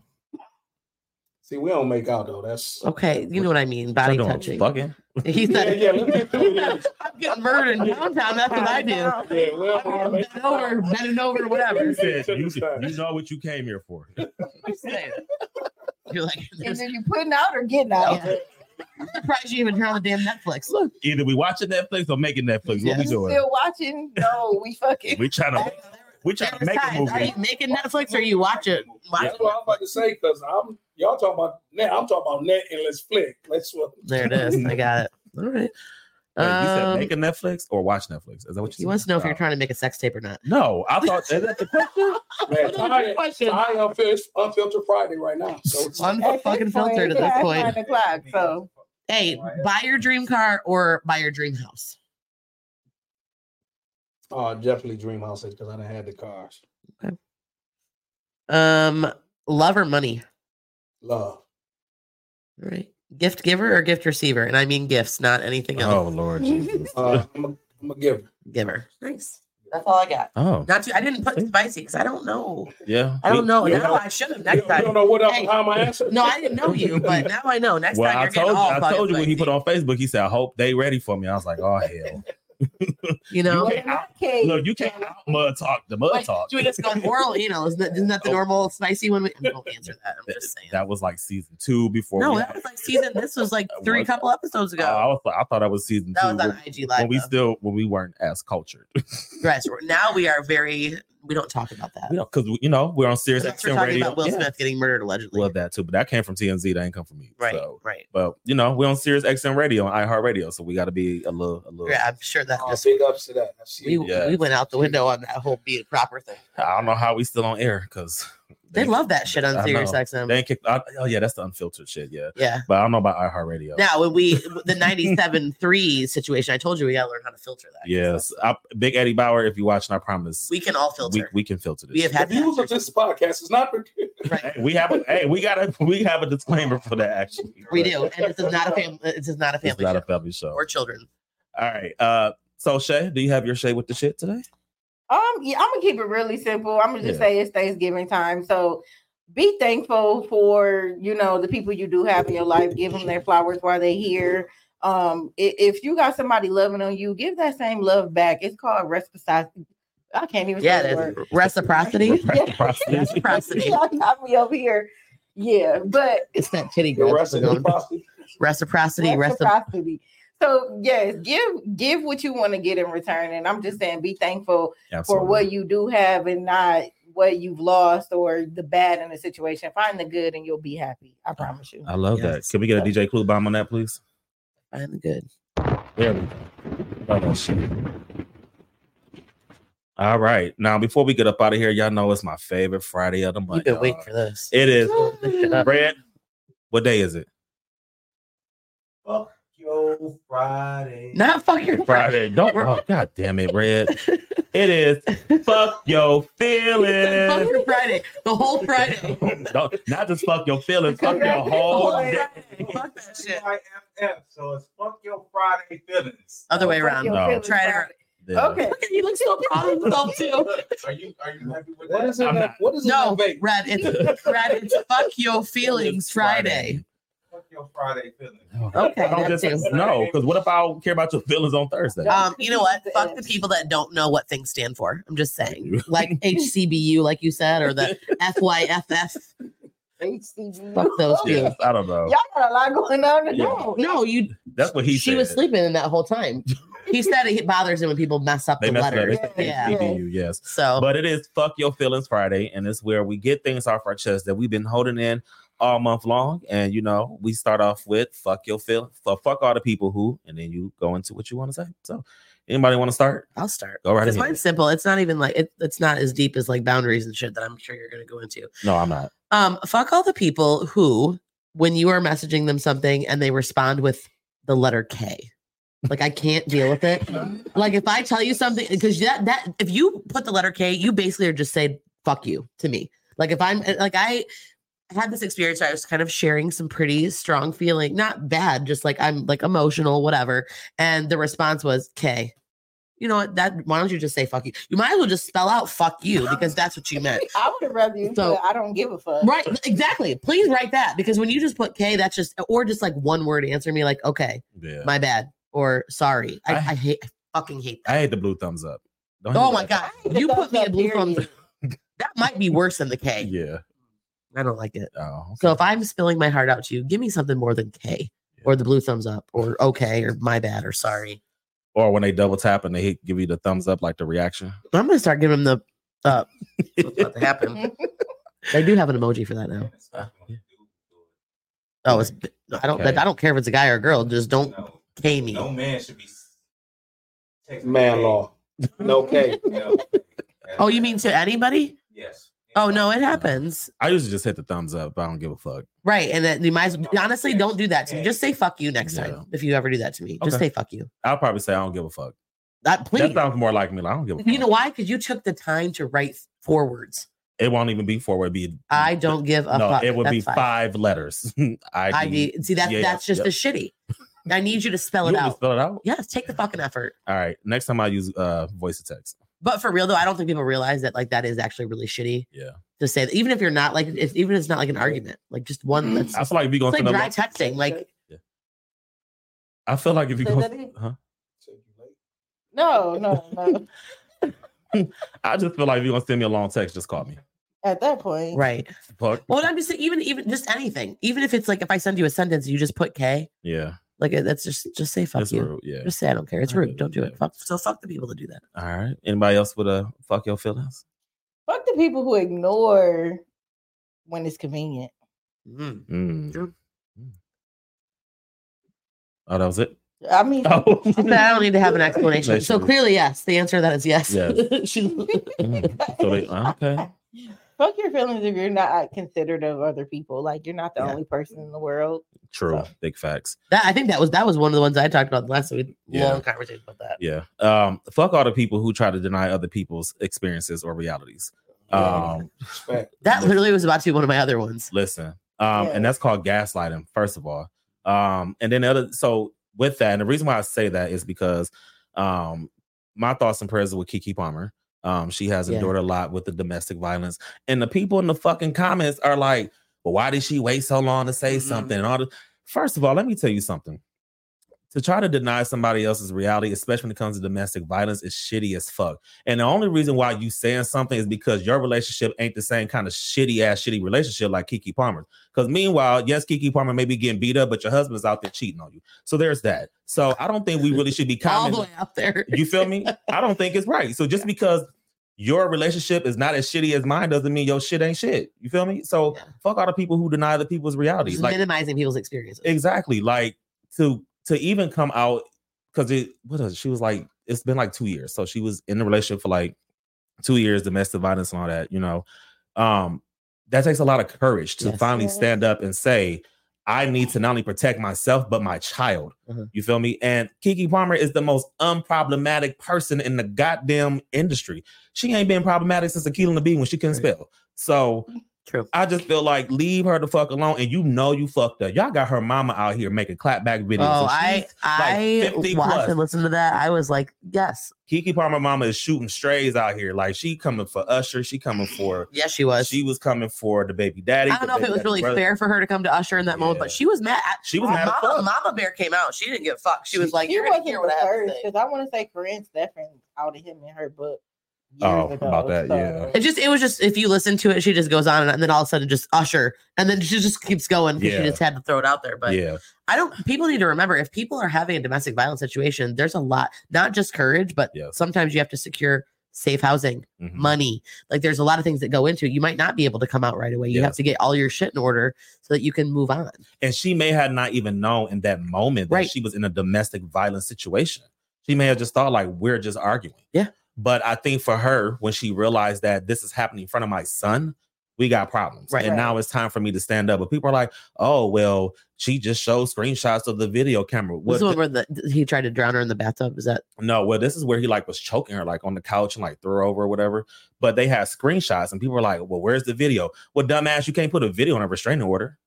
S2: See, we don't make out though. That's
S6: Okay, you know what I mean. Body touching.
S1: Fucking.
S6: He
S2: yeah,
S6: said,
S2: yeah. Let's get through this.
S6: "I'm getting murdered in downtown. That's what I do."
S2: Yeah, we don't wanna make
S6: Bend over, bending over, whatever.
S1: You said you, you know what you came here for.
S6: You're like,
S3: Is
S6: there's-
S3: it you putting out or getting out?
S6: Yeah. I'm surprised you even turn on the damn Netflix. Look,
S1: Either we watching Netflix or making Netflix. What
S6: Yeah.
S1: we doing?
S3: Still watching? No, we fucking.
S1: We trying to we trying to make a
S6: are you
S1: movie.
S6: making Netflix or you watch it? Watch
S2: That's what I'm about to say because I'm y'all talking about net. I'm talking about net and let's flick. Let's what
S6: There it is. I got it. All right.
S1: Wait, you said
S6: Um,
S1: make a Netflix or watch Netflix? Is that what
S6: he
S1: you
S6: wants
S1: said?
S6: to know if you're trying to make a sex tape or not.
S1: No, I thought is that the question?
S2: man. Ty,
S6: question.
S2: Ty unfiltered, unfiltered Friday right now. So it's
S6: I'm
S3: At this
S6: fucking filtered at
S3: it's
S6: this
S3: past
S6: point.
S3: Nine o'clock, so
S6: Hey, buy your dream car or buy your dream house.
S2: uh, definitely dream houses because I done had the cars.
S6: Um, love or money.
S2: Love.
S6: All right. Gift giver or gift receiver, and I mean gifts, not anything else.
S1: Oh Lord Jesus.
S2: Uh, I'm a, I'm a giver.
S6: Giver. Nice. That's all I got.
S1: Oh
S6: Not too. I didn't put spicy because I don't know.
S1: yeah.
S6: I don't know.
S2: You
S6: Now
S2: don't-
S6: I should have
S2: You
S6: next
S2: don't, you
S6: time.
S2: don't know what I'm,
S6: Hey.
S2: how my answer.
S6: No, I didn't know you, but now I know. Next
S1: Well,
S6: time
S1: I
S6: you're getting
S1: told you,
S6: all
S1: I
S6: fucking
S1: told you when he
S6: spicy.
S1: put on Facebook, he said, "I hope they ready for me." I was like, "Oh hell,
S6: You know,
S1: can't
S3: in that case,
S1: look, you can't out mud talk the mud
S6: Wait,
S1: talk." Oh.
S6: do we just go oral anal? Isn't that, isn't that the normal spicy one? We I don't answer that. I'm just saying.
S1: That was like season two before.
S6: No,
S1: we-
S6: that was like season. This was like three
S1: Was-
S6: couple episodes
S1: Uh, I
S6: ago.
S1: was, I thought that was season
S6: That
S1: two
S6: was on
S1: when,
S6: IG
S1: when
S6: Live.
S1: we
S6: though.
S1: still when we weren't as cultured.
S6: Right, so Now we are very we don't talk about that.
S1: We don't because you know we're on serious
S6: Unless we're
S1: XM
S6: talking
S1: radio.
S6: about Will Smith getting murdered allegedly.
S1: Love that too, but that came from TMZ. That ain't come from me.
S6: Right,
S1: So,
S6: right.
S1: but you know we're on serious XM radio and iHeartRadio, so we got to be a little, a little.
S6: Yeah, I'm sure that
S2: Oh,
S6: just
S2: big ups to that. That's
S6: we,
S1: Yeah.
S6: we went out the window on that whole being proper thing.
S1: I don't know how we still on air because
S6: They love that shit on
S1: I
S6: Serious
S1: know.
S6: XM.
S1: They ain't kick, I, oh yeah, that's the unfiltered shit. Yeah,
S6: Yeah.
S1: But I don't know about iHeartRadio.
S6: Now, when we the '97 three situation, I told you we gotta learn how to filter that.
S1: Yes, I, Big Eddie Bauer. If you're watching, I promise
S6: We can all
S1: we,
S6: filter.
S1: we can filter this.
S6: We have
S1: shit.
S6: had that.
S2: Views of this podcast is not.
S1: we have a hey, we got a we have a disclaimer for that actually.
S6: We do, and this is not a family. This is not a
S1: It's
S6: family
S1: not
S6: show
S1: a family show.
S6: or children.
S1: All right. Uh, so Shay, do you have your Shay with the shit today?
S3: Um, yeah, I'm gonna keep it really simple. I'm gonna just say it's Thanksgiving time, so be thankful for you know the people you do have in your life. Give them their flowers while they're here. Um, i- if, you got somebody loving on you, give that same love back. It's called reciprocity. I can't even
S6: Yeah,
S3: say the
S6: it
S3: word.
S6: is. reciprocity.
S3: Reciprocity.
S6: Reciprocity.
S3: Y'all got me over here. Yeah, but
S6: It's that titty
S2: The
S6: grab.
S2: rest of the
S6: Reciprocity.
S2: prostitute.
S6: Reciprocity. Reci-
S3: reciprocity. So yes, give give what you want to get in return, and I'm just saying, be thankful for what you do have and not what you've lost or the bad in the situation. Find the good, and you'll be happy.
S6: Uh,
S3: I promise you.
S1: I love that. Can we get a DJ Clue bomb on that, please?
S6: I'm good.
S1: There we go. Love that shit. All right. Now, before we get up out of here, y'all know it's my favorite Friday of the month.
S6: You've been
S1: y'all.
S6: waiting for this.
S1: Oh It is.
S6: This shit up.
S1: Brad, what day is it?
S8: Fuck your Friday.
S6: Not fuck your
S1: Friday. Don't. Oh, God damn it, Red. It is. Fuck your
S6: Fuck
S1: feelings.
S6: your Friday. The whole Friday.
S1: Don't, not just fuck your feelings. Fuck your whole
S6: Oh,
S1: day.
S6: Fuck that shit.
S8: YFF, so it's fuck your Friday feelings.
S6: Other way around.
S3: Your
S1: No.
S3: feelings
S6: Try it
S3: are-
S6: around.
S3: Okay.
S6: Look at you look so proud of yourself too.
S8: Are you are you happy with
S2: What
S8: that?
S2: is it?
S1: I'm
S2: that-
S1: not-
S2: What is it?
S6: No,
S2: that vape?
S6: Red, it's Red, it's fuck your feelings Friday.
S8: Fuck your Friday feelings.
S6: Okay,
S1: Don't
S6: that
S1: just,
S6: too.
S1: no, because what if I don't care about your feelings on Thursday?
S6: Um, you know what? Fuck the people that don't know what things stand for. I'm just saying, like HCBU, like you said, or the FYFF.
S3: HCG.
S6: Fuck those
S1: Yeah,
S6: dudes.
S1: I don't know.
S3: Y'all got a lot going on. today.
S1: Yeah.
S6: No, you.
S1: That's what he
S6: she
S1: said.
S6: was sleeping in that whole time. He said it bothers him when people mess up
S1: They
S6: the
S1: messed it up.
S6: letter.
S1: They said
S6: Yeah.
S1: HBDU, yes.
S6: So
S1: But it is Fuck Your Feelings Friday, and it's where we get things off our chest that we've been holding in all month long. And, you know, we start off with Fuck Your Feelings, fuck all the people who, and then you go into what you want to say. So, anybody want to start?
S6: I'll start.
S1: Go right
S6: Because
S1: ahead.
S6: mine's simple. It's not even like it, it's not as deep as like boundaries and shit that I'm sure you're gonna go into.
S1: No, I'm not.
S6: Um, fuck all the people who, when you are messaging them something and they respond with the letter K. Like I can't deal with it. Like if I tell you something, because that that if you put the letter K, you basically are just saying fuck you to me. Like if I'm like I had this experience where I was kind of sharing some pretty strong feeling, not bad, just like I'm like emotional, whatever. And the response was K. You know what? That why don't you just say fuck you? You might as well just spell out fuck you because that's what you meant.
S3: I would have rather you.
S6: So-
S3: So, I don't give a fuck.
S6: Right, exactly. Please write that because when you just put K, that's just or just like one word answer me like, okay,
S1: Yeah.
S6: my bad, or sorry. I, I,
S1: I-
S6: hate I fucking hate that.
S1: I hate the blue thumbs up. Don't
S6: oh
S1: do
S6: my
S1: that.
S6: god. You put me a blue thumb. That might be worse than the K.
S1: Yeah.
S6: I don't like it.
S1: Oh, okay.
S6: So if I'm spilling my heart out to you, give me something more than K or the blue thumbs up or okay or my bad or sorry.
S1: or when they double tap and they hit, give you the thumbs up, like the reaction.
S6: I'm gonna start giving them the uh what's about to happen. They do have an emoji for that now. Oh, it's I don't
S1: Okay.
S6: I don't care if it's a guy or a girl, just don't
S8: No,
S6: K me.
S8: no man should be texting
S2: Man
S8: K.
S2: law. No K.
S8: No.
S6: Oh, you mean to anybody?
S8: Yes.
S6: Oh no, it happens.
S1: I usually just hit the thumbs up. I don't give a fuck.
S6: Right, and then you might as honestly don't do that to me. Just say fuck you next
S1: Yeah.
S6: time if you ever do that to me. Just
S1: Okay.
S6: say fuck you.
S1: I'll probably say I don't give a fuck.
S6: That
S1: That
S6: please.
S1: sounds more like me. Like, I don't give a fuck.
S6: you know why? Because you took the time to write four words.
S1: it won't even be four. It'd be
S6: I don't give a
S1: no.
S6: fuck.
S1: It would
S6: That's
S1: be five, letters. I
S6: I D. See that
S1: yeah,
S6: that's just
S1: yep.
S6: the shitty. I need you to spell it
S1: You want me to
S6: out.
S1: Spell it out.
S6: Yes, take the fucking effort.
S1: All right. Next time I use uh voice to text.
S6: But for real though, I don't think people realize that like that is actually really shitty.
S1: Yeah.
S6: To say that even if you're not like if, even if it's not like an argument, like just one that's
S1: I feel like if you
S6: it's
S1: gonna
S6: like
S1: send a
S6: dry
S1: long,
S6: texting. Like
S1: I feel like if you
S3: Say that
S1: gonna
S3: again.
S1: huh?
S3: No, no, no.
S1: I just feel like if you're gonna send me a long text, just call me.
S3: At that point,
S6: right.
S1: Fuck.
S6: Well, I'm just saying, even even just anything. Even if it's like if I send you a sentence, you just put K.
S1: Yeah.
S6: Like uh, that's just just say fuck
S1: That's
S6: you.
S1: rude. Yeah.
S6: Just say I don't care. It's
S1: I
S6: rude.
S1: do,
S6: Don't do
S1: yeah.
S6: it. Fuck. So fuck the people that do that.
S1: All right. Anybody else with a fuck your feelings?
S3: Fuck the people who ignore when it's convenient.
S1: Mm. Oh, that was it.
S3: I mean,
S1: Oh.
S6: I said, I don't need to have an explanation.
S1: Nice
S6: So
S1: to-
S6: clearly, yes. The answer to that is yes.
S1: Yes.
S6: She-
S1: So they- okay.
S3: fuck your feelings if you're not considerate of other people. Like you're not the only person in the world.
S1: True. Big facts.
S6: that I think that was that was one of the ones I talked about last week.
S1: Yeah.
S6: Long conversation about that.
S1: Yeah. Um, fuck all the people who try to deny other people's experiences or realities. Um,
S6: That literally was about to be one of my other ones.
S1: Listen, um, and that's called gaslighting, first of all. Um, and then the other, so with that, and the reason why I say that is because um, my thoughts and prayers are with Kiki Palmer. Um, she has
S12: Yeah.
S1: endured a lot with the domestic violence, and the people in the fucking comments are like, "Well, why did she wait so long to say something?" And all the, first of all, let me tell you something. To try to deny somebody else's reality, especially when it comes to domestic violence, is shitty as fuck. And the only reason why you saying something is because your relationship ain't the same kind of shitty ass shitty relationship like Kiki Palmer's. Because meanwhile, yes, Kiki Palmer may be getting beat up, but your husband's out there cheating on you. So there's that. So I don't think we really should be
S6: All
S1: commenting
S6: the way out there.
S1: you feel me? I don't think it's right. So just because your relationship is not as shitty as mine doesn't mean your shit ain't shit. You feel me? So fuck all the people who deny the people's reality.
S6: Just
S1: Like
S6: minimizing people's experiences.
S1: exactly. Like to to even come out because it what is, she was like, it's been like two years. So she was in the relationship for like two years, domestic violence and all that, you know. Um, that takes a lot of courage to finally stand up and say, I need to not only protect myself, but my child. You feel me? And Kiki Palmer is the most unproblematic person in the goddamn industry. She ain't been problematic since Akilah and the Bee when she couldn't spell. So
S6: True.
S1: I just feel like leave her the fuck alone. And you know you fucked up. Y'all got her mama out here making clapback videos.
S6: Oh,
S1: and
S6: I
S1: she's,
S6: I
S1: like 50
S6: watched
S1: plus.
S6: and listened to that. I was like, yes,
S1: Kiki Palmer mama is shooting strays out here. Like she coming for Usher. She coming for
S6: Yes, she was.
S1: She was coming for the baby daddy.
S6: I don't
S1: the
S6: know if
S1: baby
S6: it was
S1: daddy
S6: really
S1: brother.
S6: fair for her to come to Usher in that moment, but she was mad.
S1: She was mad as
S6: Mama, Mama Bear came out. She didn't give a fuck. She was like,
S3: She
S6: "You're gonna
S3: wasn't
S6: hear what I
S3: the
S6: have to
S3: first
S6: say."
S3: because I want to say Corinne Stephens out of him in her book.
S1: Oh,
S3: ago,
S1: about that, yeah.
S6: It just it was just if you listen to it, she just goes on and then all of a sudden just Usher, and then she just keeps going. 'cause
S1: Yeah.
S6: She just had to throw it out there, but
S1: Yeah.
S6: I don't. People need to remember if people are having a domestic violence situation, there's a lot, not just courage, but sometimes you have to secure safe housing,
S1: Mm-hmm.
S6: money. Like there's a lot of things that go into it. You might not be able to come out right away. You have to get all your shit in order so that you can move on.
S1: And she may have not even known in that moment that she was in a domestic violence situation. She may have just thought like we're just arguing.
S6: Yeah.
S1: But I think for her, when she realized that this is happening in front of my son, we got problems.
S6: Right.
S1: And now it's time for me to stand up. But people are like, oh, well, she just showed screenshots of the video camera.
S6: This
S1: What
S6: is the one where the, he tried to drown her in the bathtub. Is that
S1: No, well, this is where he like was choking her like on the couch and like threw her over or whatever. But they had screenshots and people were like, Well, where's the video? Well, dumbass, you can't put a video on a restraining order.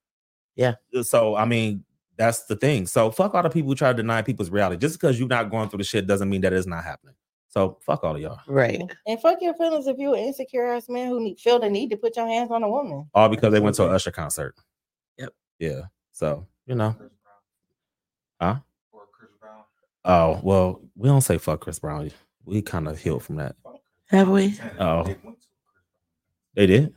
S1: Uh,
S6: Yeah.
S1: So I mean, that's the thing. So fuck all the people who try to deny people's reality. Just because you're not going through the shit doesn't mean that it's not happening. So fuck all of y'all.
S6: Right.
S3: And fuck your feelings if you're an insecure ass man who need, feel the need to put your hands on a woman.
S1: All because they went to an Usher concert.
S6: Yep.
S1: Yeah. So you know. Huh? Oh, well, we don't say fuck Chris Brown. We kind of healed from that.
S6: have we?
S1: Oh. They did?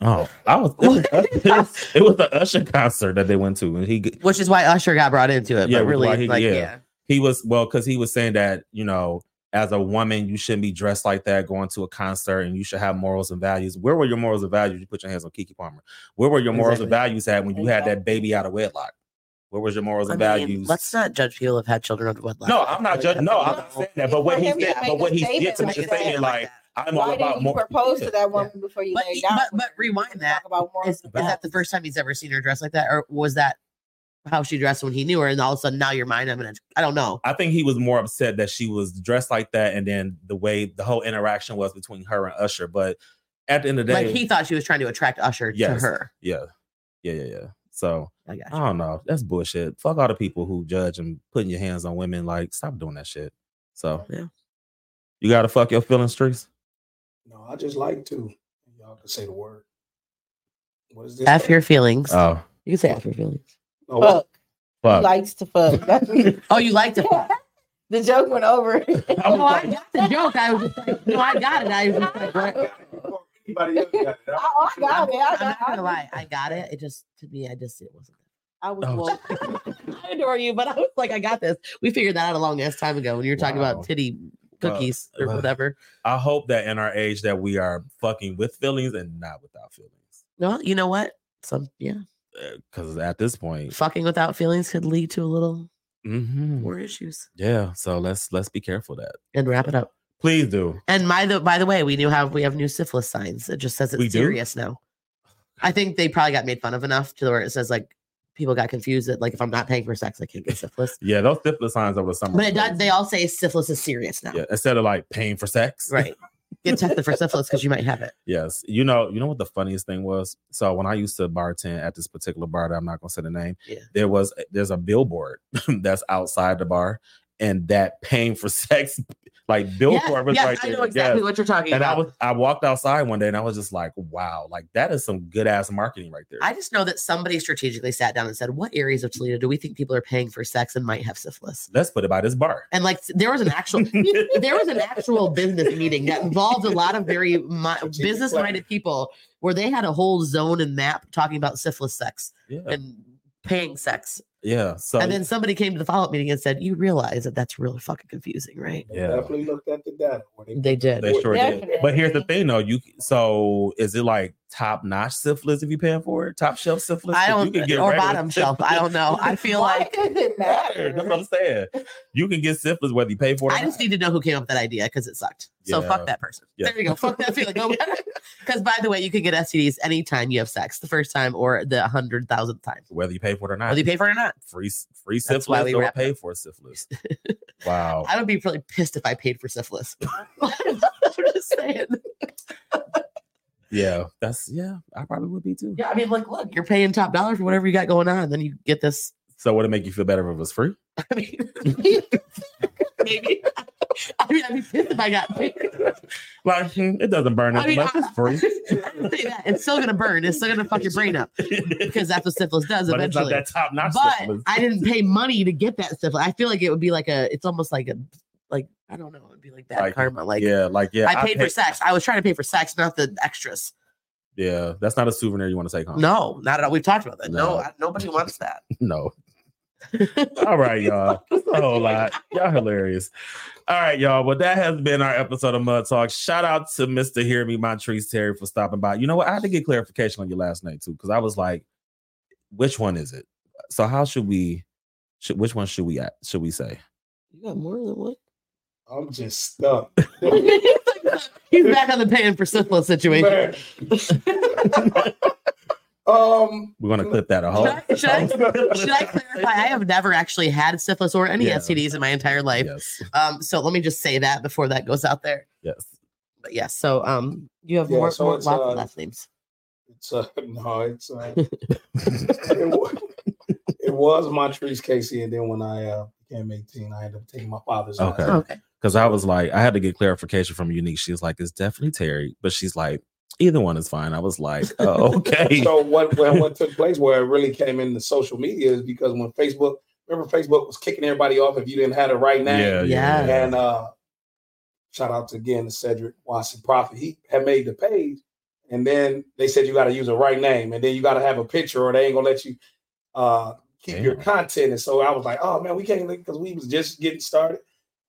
S1: oh, I was it was, Usher- it was the Usher concert that they went to, and he
S6: Which is why Usher got brought into it. but
S1: which is
S6: really,
S1: why he-
S6: like, yeah.
S1: he was well because he was saying that you know as a woman you shouldn't be dressed like that going to a concert and you should have morals and values. Where were your morals and values? You put your hands on Kiki Palmer. Where were your morals and
S6: Exactly.
S1: values at when you had that baby out of wedlock? Where was your morals
S6: I
S1: and
S6: mean,
S1: values?
S6: let's not judge people who've had children of wedlock.
S1: No, I'm not judging. No, I'm not saying that. But what
S3: For
S1: he
S3: him to
S1: said,
S3: make
S1: but what
S3: a
S1: he did
S3: statement
S1: to
S3: like
S1: just
S3: that.
S1: saying like I'm all
S3: Why
S1: about
S3: didn't you
S1: more.
S3: propose to
S1: Yeah.
S3: that woman before you
S6: But,
S3: laid
S6: he-
S3: down?
S6: but, but rewind that. Is, is that the first time he's ever seen her dressed like that, or was that how she dressed when he knew her? And all of a sudden, now you're mine. I'm gonna. I don't know.
S1: I think he was more upset that she was dressed like that, and then the way the whole interaction was between her and Usher. But at the end of the day,
S6: Like he thought she was trying to attract Usher
S1: yes, Uh,
S6: to her.
S1: yeah, yeah, yeah, yeah. So
S6: I,
S1: I don't know. That's bullshit. Fuck all the people who judge and putting your hands on women. Like, stop doing that shit. So
S6: yeah,
S1: you gotta fuck your feelings, Trees.
S2: No, I just like to. Y'all can say the word. What is this?
S6: F your feelings.
S1: Oh,
S6: you can say F your feelings.
S2: Oh,
S3: fuck.
S1: Fuck.
S6: uh,
S3: He likes to fuck. That's-
S6: Oh, you liked it.
S3: the joke went over.
S6: No, I got the joke. I was just like, no, I got it. I was just like, what?
S3: Oh, I got it. I
S6: I'm
S3: got
S6: not gonna lie. I got it. It just to me, I just it wasn't.
S3: I was
S6: Oh,
S3: woke.
S6: I adore you, but I was like, I got this. We figured that out a long ass time ago when you were talking
S1: Wow.
S6: about titty cookies or whatever.
S1: I hope that in our age that we are fucking with feelings and not without feelings.
S6: Well, you know what? Some yeah,
S1: Because at this point,
S6: fucking without feelings could lead to a little
S1: mhm.
S6: more issues.
S1: yeah. So let's let's be careful of that.
S6: And wrap it up.
S1: Please do.
S6: And by the by the way, we do have we have new syphilis signs. It just says it's
S1: We do?
S6: serious now. I think they probably got made fun of enough to where it says like people got confused that like if I'm not paying for sex, I can't get syphilis.
S1: Yeah, those syphilis signs over the summer.
S6: But it does. They all say syphilis is serious now.
S1: yeah, instead of like paying for sex.
S6: Right. Get tested for syphilis because you might have it.
S1: Yes. You know, you know what the funniest thing was? So when I used to bartend at this particular bar that I'm not gonna say the name,
S6: Yeah.
S1: there was there's a billboard that's outside the bar and that paying for sex like billboard was
S6: yes,
S1: right
S6: I
S1: there.
S6: know exactly
S1: Yes.
S6: what you're talking
S1: and I
S6: about.
S1: was I walked outside one day and I was just like, wow, like that is some good ass marketing right there.
S6: I just know that somebody strategically sat down and said, "What areas of Toledo do we think people are paying for sex and might have syphilis?"
S1: Let's put it by this bar.
S6: And like, there was an actual, there was an actual business meeting that involved a lot of very mi- business-minded people, where they had a whole zone and map talking about syphilis sex
S1: Yeah.
S6: and paying sex.
S1: Oh, yeah. So
S6: and then somebody came to the follow-up meeting and said, "You realize that that's really fucking confusing, right?"
S1: yeah.
S2: Definitely looked at the data. when they-
S6: They did.
S1: They sure
S3: Definitely.
S1: did. But here's the thing though, you so is it like top notch syphilis if you're paying for it? Top shelf syphilis?
S6: I
S1: 'Cause
S6: don't or
S1: regular
S6: bottom shelf. I don't know. I feel
S3: Why
S6: like Oh,
S3: does it
S1: matter. That's what
S3: matter?
S1: I'm saying. You can get syphilis whether you pay for it.
S6: I just need to know who came up with that idea because it sucked. So
S1: Yeah.
S6: fuck that person.
S1: Yeah.
S6: There you go. Fuck that feeling. Because by the way, you can get STDs anytime you have sex, the first time or the hundred thousandth time,
S1: whether you pay for it or not.
S6: whether you pay for it or not.
S1: free free
S6: That's why
S1: syphilis
S6: we
S1: don't
S6: wrap
S1: pay for syphilis. wow.
S6: I would be really pissed if I paid for syphilis. I'm just saying.
S1: Yeah. That's yeah, I probably would be too.
S6: Yeah, I mean, like, look, you're paying top dollar for whatever you got going on, then you get this.
S1: So would it make you feel better if it was free?
S6: I mean, maybe. I mean, I'd be pissed if I got paid.
S1: Like hmm, it doesn't burn as
S6: I mean,
S1: much.
S6: I-
S1: It's free.
S6: I didn't say that. It's still gonna burn. It's still gonna fuck your brain up because that's what syphilis does
S1: but it's not
S6: eventually.
S1: that top notch
S6: but
S1: syphilis.
S6: I didn't pay money to get that stuff. I feel like it would be like a, it's almost like a, like I don't know, it'd be like bad
S1: Like,
S6: karma. Like
S1: yeah, like yeah.
S6: I paid for
S1: pay-
S6: sex. I was trying to pay for sex, not the extras.
S1: Yeah, that's not a souvenir you want to take home.
S6: No, not at all. We've talked about that. No,
S1: Oh. No.
S6: I, nobody wants that.
S1: No. All right, y'all. That's a whole lot. Y'all hilarious. All right, y'all. Well, that has been our episode of Mud Talk. Shout out to Mr. Hear Me Montrese Terry for stopping by. You know what? I had to get clarification on your last name too, because I was like, which one is it? So how should we should which one should we at should we say?
S6: You got more than one.
S2: I'm just stuck.
S6: He's back on the paying for syphilis situation.
S2: Man. um,
S1: We're gonna clip that a whole
S6: Should I, should, I, should I clarify? I have never actually had syphilis or any
S1: Yeah.
S6: STDs in my entire life.
S1: Yes,
S6: Um, so let me just say that before that goes out there.
S1: yes.
S6: But yes, so um, you have
S2: Yeah,
S6: more,
S2: so
S6: more
S2: it's,
S6: lots
S2: uh,
S6: of last names.
S2: it's uh, no, it's uh, it, was, it was Montrese Casey, and then when I uh, became 18, I ended up taking my father's. last
S1: Okay.
S2: name.
S6: Okay.
S1: Cause I was like, I had to get clarification from Unique. She's like, it's definitely Terry, but she's like, either one is fine. I was like, oh, okay.
S2: So what, what what took place where it really came into social media is because when Facebook, remember Facebook was kicking everybody off if you didn't have the right name.
S1: yeah, yeah, yeah.
S2: And uh, shout out to again to Cedric Watson Prophet. He had made the page, and then they said you got to use a right name, and then you got to have a picture, or they ain't gonna let you uh, keep your
S1: Damn.
S2: content. And so I was like, oh man, we can't because we was just getting started.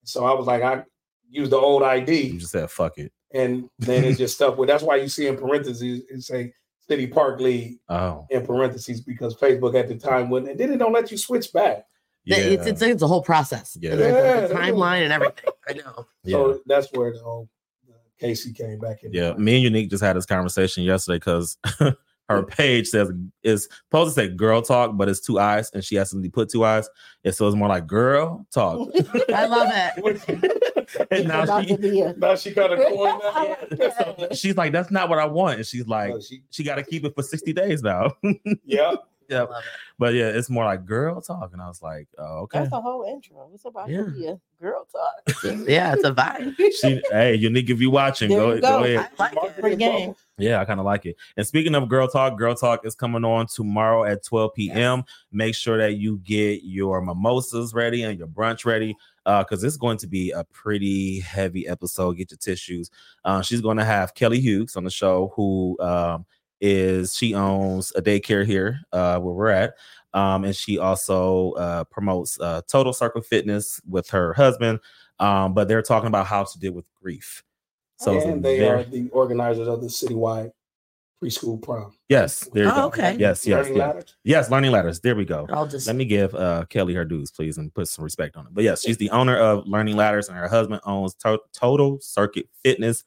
S2: So I was like, I used the old
S1: You
S2: ID,
S1: just said fuck it.
S2: and then it's just stuff. Well, that's why you see in parentheses it say City Park League
S1: Oh,
S2: in parentheses because Facebook at the time wouldn't, and then it don't let you switch back.
S1: yeah.
S6: Th- It's, it's it's a whole process.
S1: Yeah.
S6: And there's, like,
S2: Yeah,
S6: a
S2: they do.
S6: timeline and everything. I know.
S1: yeah.
S2: So that's where the whole the Casey came back in.
S1: yeah. Me and Unique just had this conversation yesterday because her page says is supposed to say girl talk, but it's two eyes, and she accidentally put two eyes, and so it's more like girl talk.
S6: I love it.
S1: and
S3: It's
S1: now
S3: about to
S1: she,
S3: be a-
S2: Now she kind of coined that.
S1: so she's like, that's not what I want, and she's like,
S2: No, she-
S1: she got to keep it for sixty days now.
S2: yeah.
S1: yeah,
S6: Love
S1: but yeah, it's more like girl talk, and I was like, oh, okay.
S3: That's a whole intro. It's about
S6: Yeah.
S3: to be a girl talk.
S6: Yeah, it's a vibe.
S1: She, hey, Unique, if you watching,
S3: There
S1: go,
S3: you
S1: go
S3: go.
S1: ahead.
S6: I like it.
S3: Free game.
S1: Yeah, I kind of like it. And speaking of Girl Talk, Girl Talk is coming on tomorrow at 12 p.m. Make sure that you get your mimosas ready and your brunch ready because it's going to be a pretty heavy episode. Get your tissues. Uh, she's going to have Kelly Hughes on the show, who um, is she owns a daycare here uh, where we're at. Um, and she also uh, promotes uh, Total Circle Fitness with her husband. Um, but they're talking about how to deal with grief. So it's a
S2: and they
S1: very-
S2: are the organizers of the citywide preschool prom.
S1: Yes. There you
S2: Oh,
S1: go.
S2: okay.
S1: Yes. Yes.
S2: Learning
S1: yes.
S2: ladders?
S1: Yes. Learning ladders. There we go.
S2: I'll just-
S1: let me give uh, Kelly her dues, please, and put some respect on it. But yes, she's the owner of Learning Ladders, and her husband owns to- Total Circuit Fitness.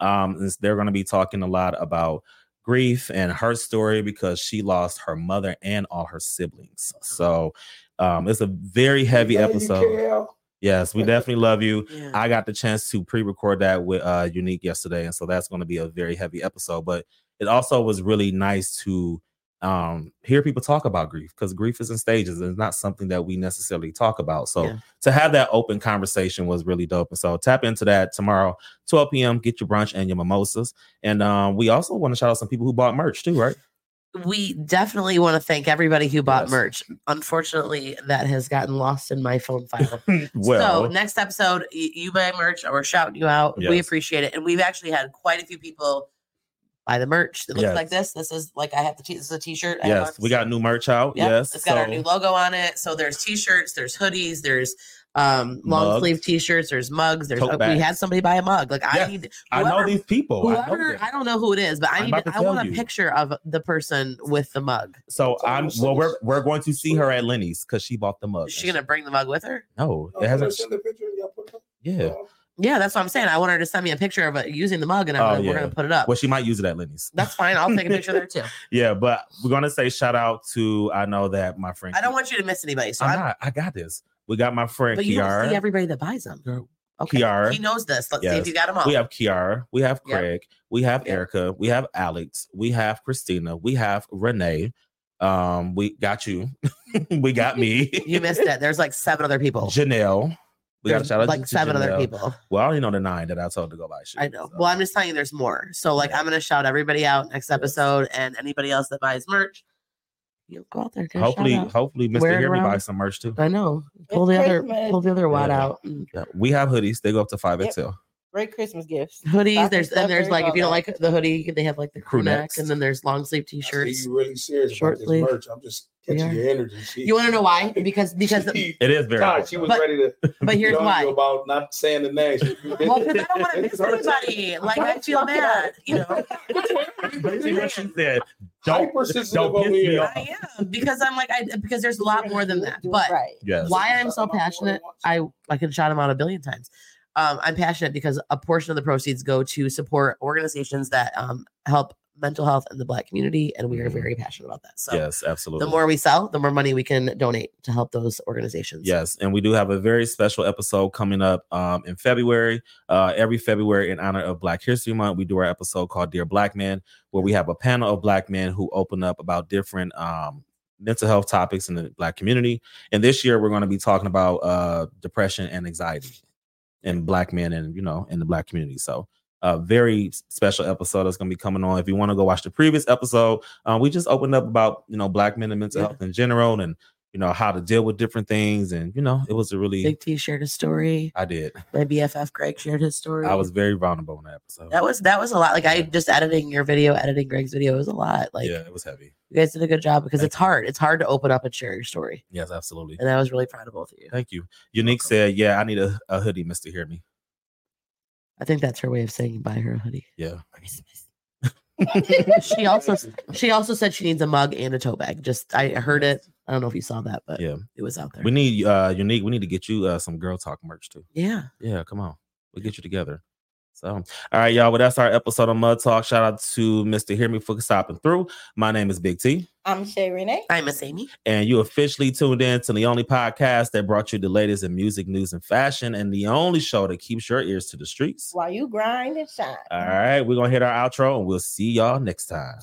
S1: Um, and they're going to be talking a lot about grief and her story because she lost her mother and all her siblings. So um, it's a very heavy
S2: Love you,
S1: episode.
S2: Kel.
S1: Yes, we definitely love you. I got the chance to pre-record that with uh Unique yesterday, and so that's going to be a very heavy episode. But it also was really nice to um hear people talk about grief because grief is in stages and it's not something that we necessarily talk about. So
S12: Yeah.
S1: to have that open conversation was really dope. And so tap into that tomorrow, 12 p.m. Get your brunch and your mimosas. And um, we also want to shout out some people who bought merch too, right?
S6: we definitely want to thank everybody who bought merch. Unfortunately, that has gotten lost in my phone file.
S1: Well-
S6: so next episode, y- you buy merch or shouting you out. We
S1: Yes.
S6: appreciate it, and we've actually had quite a few people buy the merch that looks
S1: Yes.
S6: like this. This is like I have the t- this is a t-shirt. I have on.
S1: Yes, we got new merch out.
S6: Yep,
S1: Yes,
S6: it's got our
S1: so-
S6: new logo on it. So there's t-shirts, there's hoodies, there's um long
S1: Mugs.
S6: sleeve t-shirts, there's mugs, there's
S1: Tote
S6: oh, we
S1: bags.
S6: had somebody buy a mug. Like I need
S1: I know
S6: whoever-
S1: these people. I know
S6: Whoever
S1: them.
S6: I, don't know who it is, but I
S1: I'm
S6: need
S1: about
S6: to,
S1: to
S6: I
S1: tell
S6: want a
S1: you.
S6: picture of the person with the mug.
S1: So I'm well. We're we're going to see her at Lenny's because she bought the mug.
S6: Is she gonna bring the mug with her?
S1: No,
S6: Oh,
S1: it hasn't.
S6: so
S1: Yeah.
S6: Yeah, that's what I'm saying. I want her to send me a picture of it using the mug, and I'm
S1: Oh,
S6: gonna, we're
S1: yeah.
S6: gonna put it up.
S1: Well, she might use it at Lenny's.
S6: that's fine. I'll take a picture there too.
S1: Yeah, but we're gonna say shout out to. I know that my friend.
S6: I don't want you to miss anybody. So
S1: I'm
S6: I'm,
S1: not. I got this. We got my friend
S6: but you don't
S1: Kiara.
S6: see everybody that buys them.
S1: okay. Kiara.
S6: He knows this. Let's see if you got them all.
S1: We have Kiara. We have
S6: Yeah.
S1: Craig. We have Erica. We have Alex. We have Christina. We have Renee. Um, we got you. we got me.
S6: you missed it. There's like seven other people.
S1: Janelle. We got to
S6: There's
S1: shout out
S6: like
S1: to
S6: seven other
S1: Janelle.
S6: people.
S1: Well, I already know the nine that I told to go buy shit.
S6: I know. Well, I'm just telling you, there's more. So like, I'm gonna shout everybody out next episode, and anybody else that buys merch, you go out there. give a shout
S1: hopefully,
S6: out.
S1: hopefully, Mr.
S6: Wear it
S1: Hear Me
S6: around.
S1: buy some merch too.
S6: I know. Pull the other,
S3: Christmas.
S6: pull the other wad
S1: Yeah.
S6: out. Mm.
S1: Yeah, We have hoodies. They go up to five
S3: Yep.
S1: XL.
S3: Great Christmas gifts.
S6: hoodies.
S3: Stocking
S6: there's and there's
S3: stuffers,
S6: like if
S3: all
S6: you don't
S3: that.
S6: like the hoodie, they have like the crew
S1: Crew
S6: neck,
S1: necks.
S6: and then there's long sleeve t-shirts.
S2: You really serious
S6: Short
S2: about this
S6: sleeve.
S2: merch? I'm just
S6: We
S2: catching
S6: are.
S2: your energy. She-
S6: You want to know why? Because because
S1: It is very.
S2: God, she was
S6: But-
S2: ready to.
S6: but here's
S2: get on
S6: why.
S2: you about not saying the name. well,
S6: because I don't want to miss anybody. Like I feel bad, you know.
S1: Basically, what she said. Don't, don't piss
S2: Hypersensitive over
S1: me
S2: here.
S1: off.
S6: because I'm like I because there's a lot more than that. But
S1: Yes.
S6: why I'm so passionate, I I can shout them out a billion times. Um, I'm passionate because a portion of the proceeds go to support organizations that um, help mental health in the Black community, and we
S1: Mm-hmm.
S6: are very passionate about that. So
S1: yes, absolutely.
S6: the more we sell, the more money we can donate to help those organizations.
S1: Yes, and we do have a very special episode coming up um, in February. Uh, every February, in honor of Black History Month, we do our episode called "Dear Black Man," where we have a panel of Black men who open up about different um, mental health topics in the Black community. And this year, we're going to be talking about uh, depression and anxiety and Black men, and you know, in the Black community. So. A very special episode that's going to be coming on. If you want to go watch the previous episode, uh, we just opened up about you know black men and mental
S6: Yeah.
S1: health in general, and you know how to deal with different things and you know it was a really
S6: Big T shared a story.
S1: i did
S6: My BFF Greg shared his story.
S1: i was very vulnerable in that episode
S6: that was that was a lot. Like I just editing your video, editing Greg's video was a lot. Like
S1: yeah it was heavy
S6: you guys did a good job because it's hard. It's hard to open up and share your story.
S1: yes absolutely
S6: And I was really proud of both of you.
S1: thank you unique said yeah i need a, a hoodie mr hear me
S6: I think that's her way of saying buy her a hoodie.
S1: yeah
S6: she also she also said she needs a mug and a tote bag. Just I heard it. I don't know if you saw that, but
S1: yeah
S6: it was out there.
S1: we need uh unique we need to get you uh some girl talk merch too
S6: yeah.
S1: yeah come on we'll get you together so all right y'all well that's our episode of mud talk shout out to mr hear me for stopping through my name is big t
S3: I'm Shay Renee.
S6: I'm Miss Amy.
S1: and you officially tuned in to the only podcast that brought you the latest in music news and fashion and the only show that keeps your ears to the streets
S3: While you grind and shine.
S1: All right, we're gonna hit our outro and we'll see y'all next time.